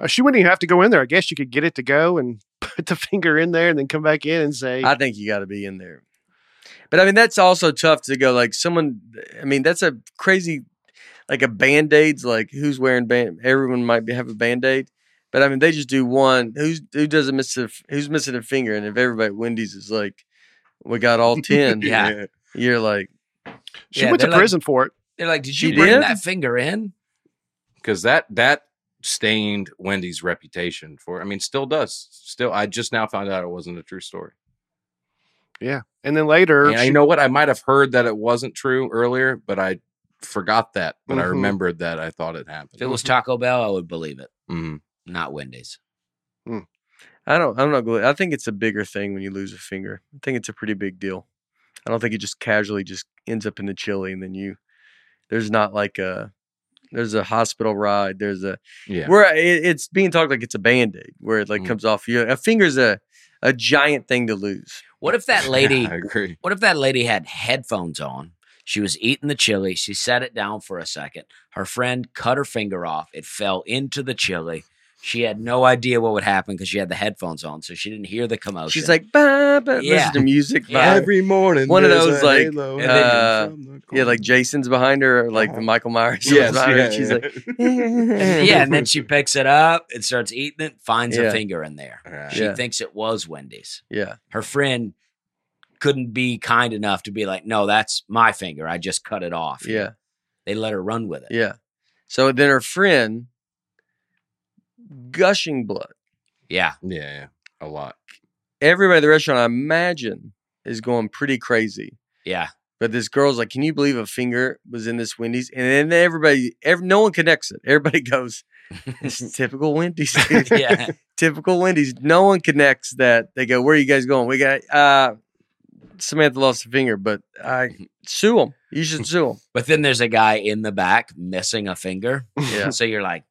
uh, she wouldn't even have to go in there. I guess you could get it to go and put the finger in there and then come back in and say, I think you got to be in there. But I mean, that's also tough to go like someone. I mean, that's a crazy like a band aid's like who's wearing band. Everyone might be, have a band aid. But I mean, they just do one. Who's who doesn't miss a, f- who's missing a finger? And if everybody at Wendy's is like, we got all ten. Yeah. you're like, she Yeah, went to they're like- prison for it. They're like, did She you bring did? that finger in? Because that that stained Wendy's reputation for I mean still does. Still I just now found out it wasn't a true story. And then later, And I- she- you know what? I might have heard that it wasn't true earlier, but I forgot that. When I Mhm. remembered that I thought it If it happened. was Taco Bell, I would believe it. Mm. Not Wendy's. I don't. I'm not going. I think it's a bigger thing when you lose a finger. I think it's a pretty big deal. I don't think it just casually just ends up in the chili, and then you there's not like a there's a hospital ride. There's a Yeah. where it, it's being talked like it's a band aid where it like Mm. comes off. You a finger's a a giant thing to lose. What if that lady? I agree. What if that lady had headphones on? She was eating the chili. She set it down for a second. Her friend cut her finger off. It fell into the chili. She had no idea what would happen because she had the headphones on, so she didn't hear the commotion. She's like, bah, bah, Yeah. listen to music. Yeah. Yeah. morning. One of there's those, a like, halo and then- hanging from the yeah, like corner. Jason's behind her, or like the Uh-huh. Michael Myers. was Yes, behind her, and yeah, she's yeah. like, And- yeah, and then she picks it up and starts eating it, finds a Yeah. finger in there. Alright. She Yeah. thinks it was Wendy's. yeah, Her friend couldn't be kind enough to be like, no, that's my finger. I just cut it off. yeah. They let her run with it. Yeah. So then her friend, gushing blood. Yeah. Yeah, yeah. A lot. Everybody at the restaurant, I imagine, is going pretty crazy. Yeah. But this girl's like, "Can you believe a finger was in this Wendy's?" And then everybody, ev no one connects it. Everybody goes, "It's typical Wendy's, dude. yeah. typical Wendy's." No one connects that. They go, "Where are you guys going?" We got uh, Samantha lost a finger, but I sue them. You should sue them. But then there's a guy in the back missing a finger. Yeah. So you're like,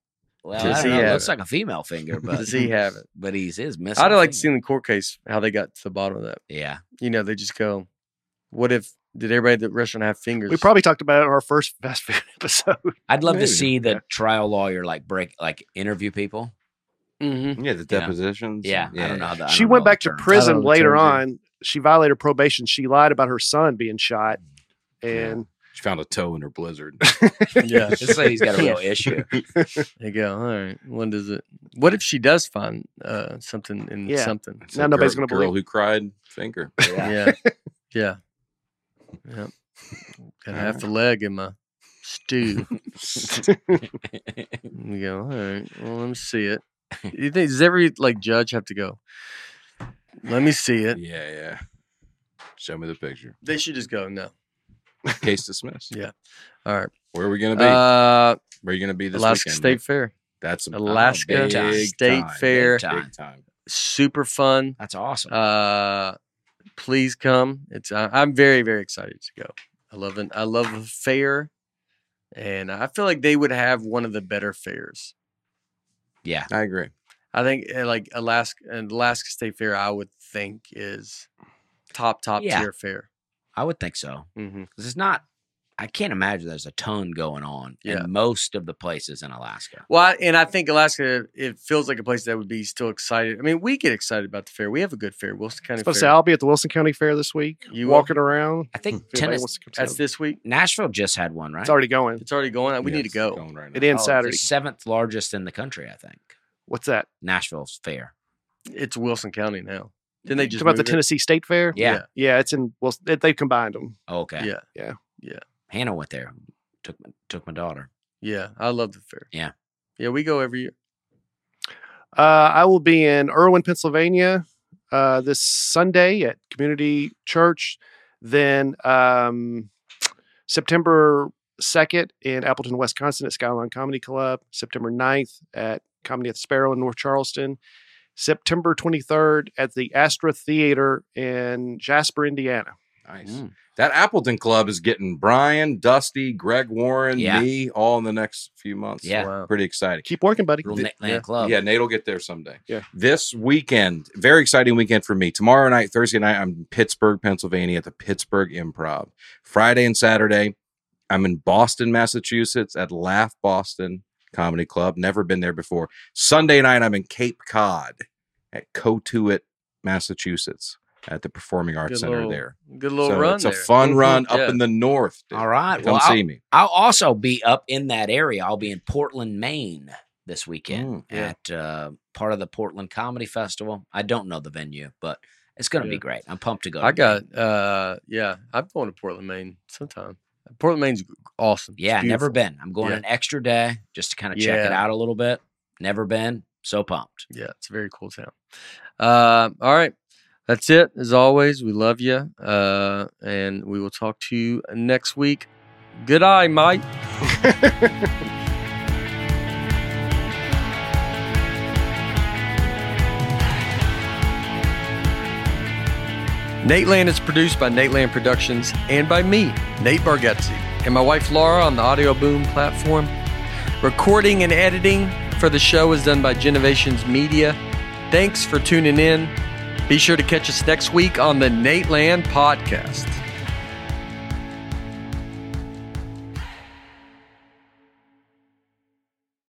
well, Does I he don't know. It have looks it? like a female finger, but Does he have it? but he's is missing. I'd a like to see finger. in the court case how they got to the bottom of that. Yeah. you know, they just go, "What if did everybody at the restaurant have fingers?" we probably talked about it on our first fast food episode. I'd love Maybe. to see the trial lawyer like break like interview people. Mhm. Yeah, the Yeah. depositions. Yeah. I don't know how that. she went back to know prison the later terms, on. She violated probation. She lied about her son being shot. And She found a toe in her blizzard. Yeah, This lady's got a real issue. they go, "All right, when does it?" What if she does find uh, something in Yeah. something? It's Now a nobody's girl, gonna believe girl who cried finger. Yeah. Yeah, yeah, yeah. Got half the leg in my stew. And you go, Mm, "All right, well, let me see it." You think does every like judge have to go? Let me see yeah, it. yeah. Show me the picture. They should just go, "No, Case dismissed. Yeah. all right." Where are we gonna be? Uh, Where are you gonna be this Alaska weekend? State Mike? Fair, That's a- Alaska big State time, Fair. Big time. Time. super fun. That's awesome. Uh, please come. It's I, I'm very very excited to go. I love an I love a fair, and I feel like they would have one of the better fairs. yeah. I agree. I think uh, like Alaska and Alaska State Fair, I would think is top top Yeah. tier fair. I would think so. Mm-hmm. Because it's not, I can't imagine there's a ton going on Yeah. in most of the places in Alaska. Well, I- and I think Alaska, it feels like a place that would be still excited. I mean, we get excited about the fair. We have a good fair, Wilson I was County supposed to say Fair. I'll be at the Wilson County Fair this week. You will? walking around. I think If Hmm. anybody Tennessee, wants to come see That's it. this week. Nashville just had one, right? It's already going. It's already going. Uh, We Yeah, need to it's go. going right It now. Oh, ends it's the Saturday. seventh largest in the country, I think. What's that? Nashville's fair. It's Wilson County now. Then they just It's about the moved it. Tennessee State Fair. Yeah. Yeah, it's in. Well, they, they've combined them. Oh, okay. Yeah. Yeah. Yeah. Hannah went there. Took took my daughter. Yeah, I love the fair. Yeah. yeah, we go every year. Uh, I will be in Irwin, Pennsylvania, uh, this Sunday at Community Church. Then um, September 2nd in Appleton, Wisconsin at Skyline Comedy Club. September 9th at Comedy at the Sparrow in North Charleston. September 23rd at the Astra Theater in Jasper, Indiana. Nice. Mm. That Appleton Club is getting Brian, Dusty, Greg Warren, Yeah. me, all in the next few months. Yeah. Wow. Pretty exciting. Keep working, buddy. Little The- Nick Land yeah. Club. Yeah, Nate will get there someday. Yeah. This weekend, very exciting weekend for me. Tomorrow night, Thursday night, I'm in Pittsburgh, Pennsylvania at the Pittsburgh Improv. Friday and Saturday, I'm in Boston, Massachusetts at Laugh Boston Comedy Club. Never been there before. Sunday night, I'm in Cape Cod at Cotuit, Massachusetts at the Performing Arts Good Center little- there. Good little So run. it's a there. fun Mhm. run up Yeah. in the north. dude. All right. Come Well, see I'll, me. I'll also be up in that area. I'll be in Portland, Maine this weekend Mm, yeah. at uh, part of the Portland Comedy Festival. I don't know the venue, but it's going to Yeah. be great. I'm pumped to go. I to Maine. got uh yeah, I'm going to Portland, Maine sometime. Portland, Maine's g- awesome. It's Yeah, never beautiful. been. I'm going Yeah. an extra day just to kind of check it Yeah. out a little bit. Never been. So pumped. Yeah, it's a very cool town. Uh, all right. That's it. As always, we love you. Uh, and we will talk to you next week. Good eye, Mike. Nate Land is produced by Nate Land Productions and by me, Nate Bargatze, and my wife Laura on the Audio Boom platform. Recording and editing for the show is done by Genovations Media. Thanks for tuning in. Be sure to catch us next week on the Nate Land Podcast.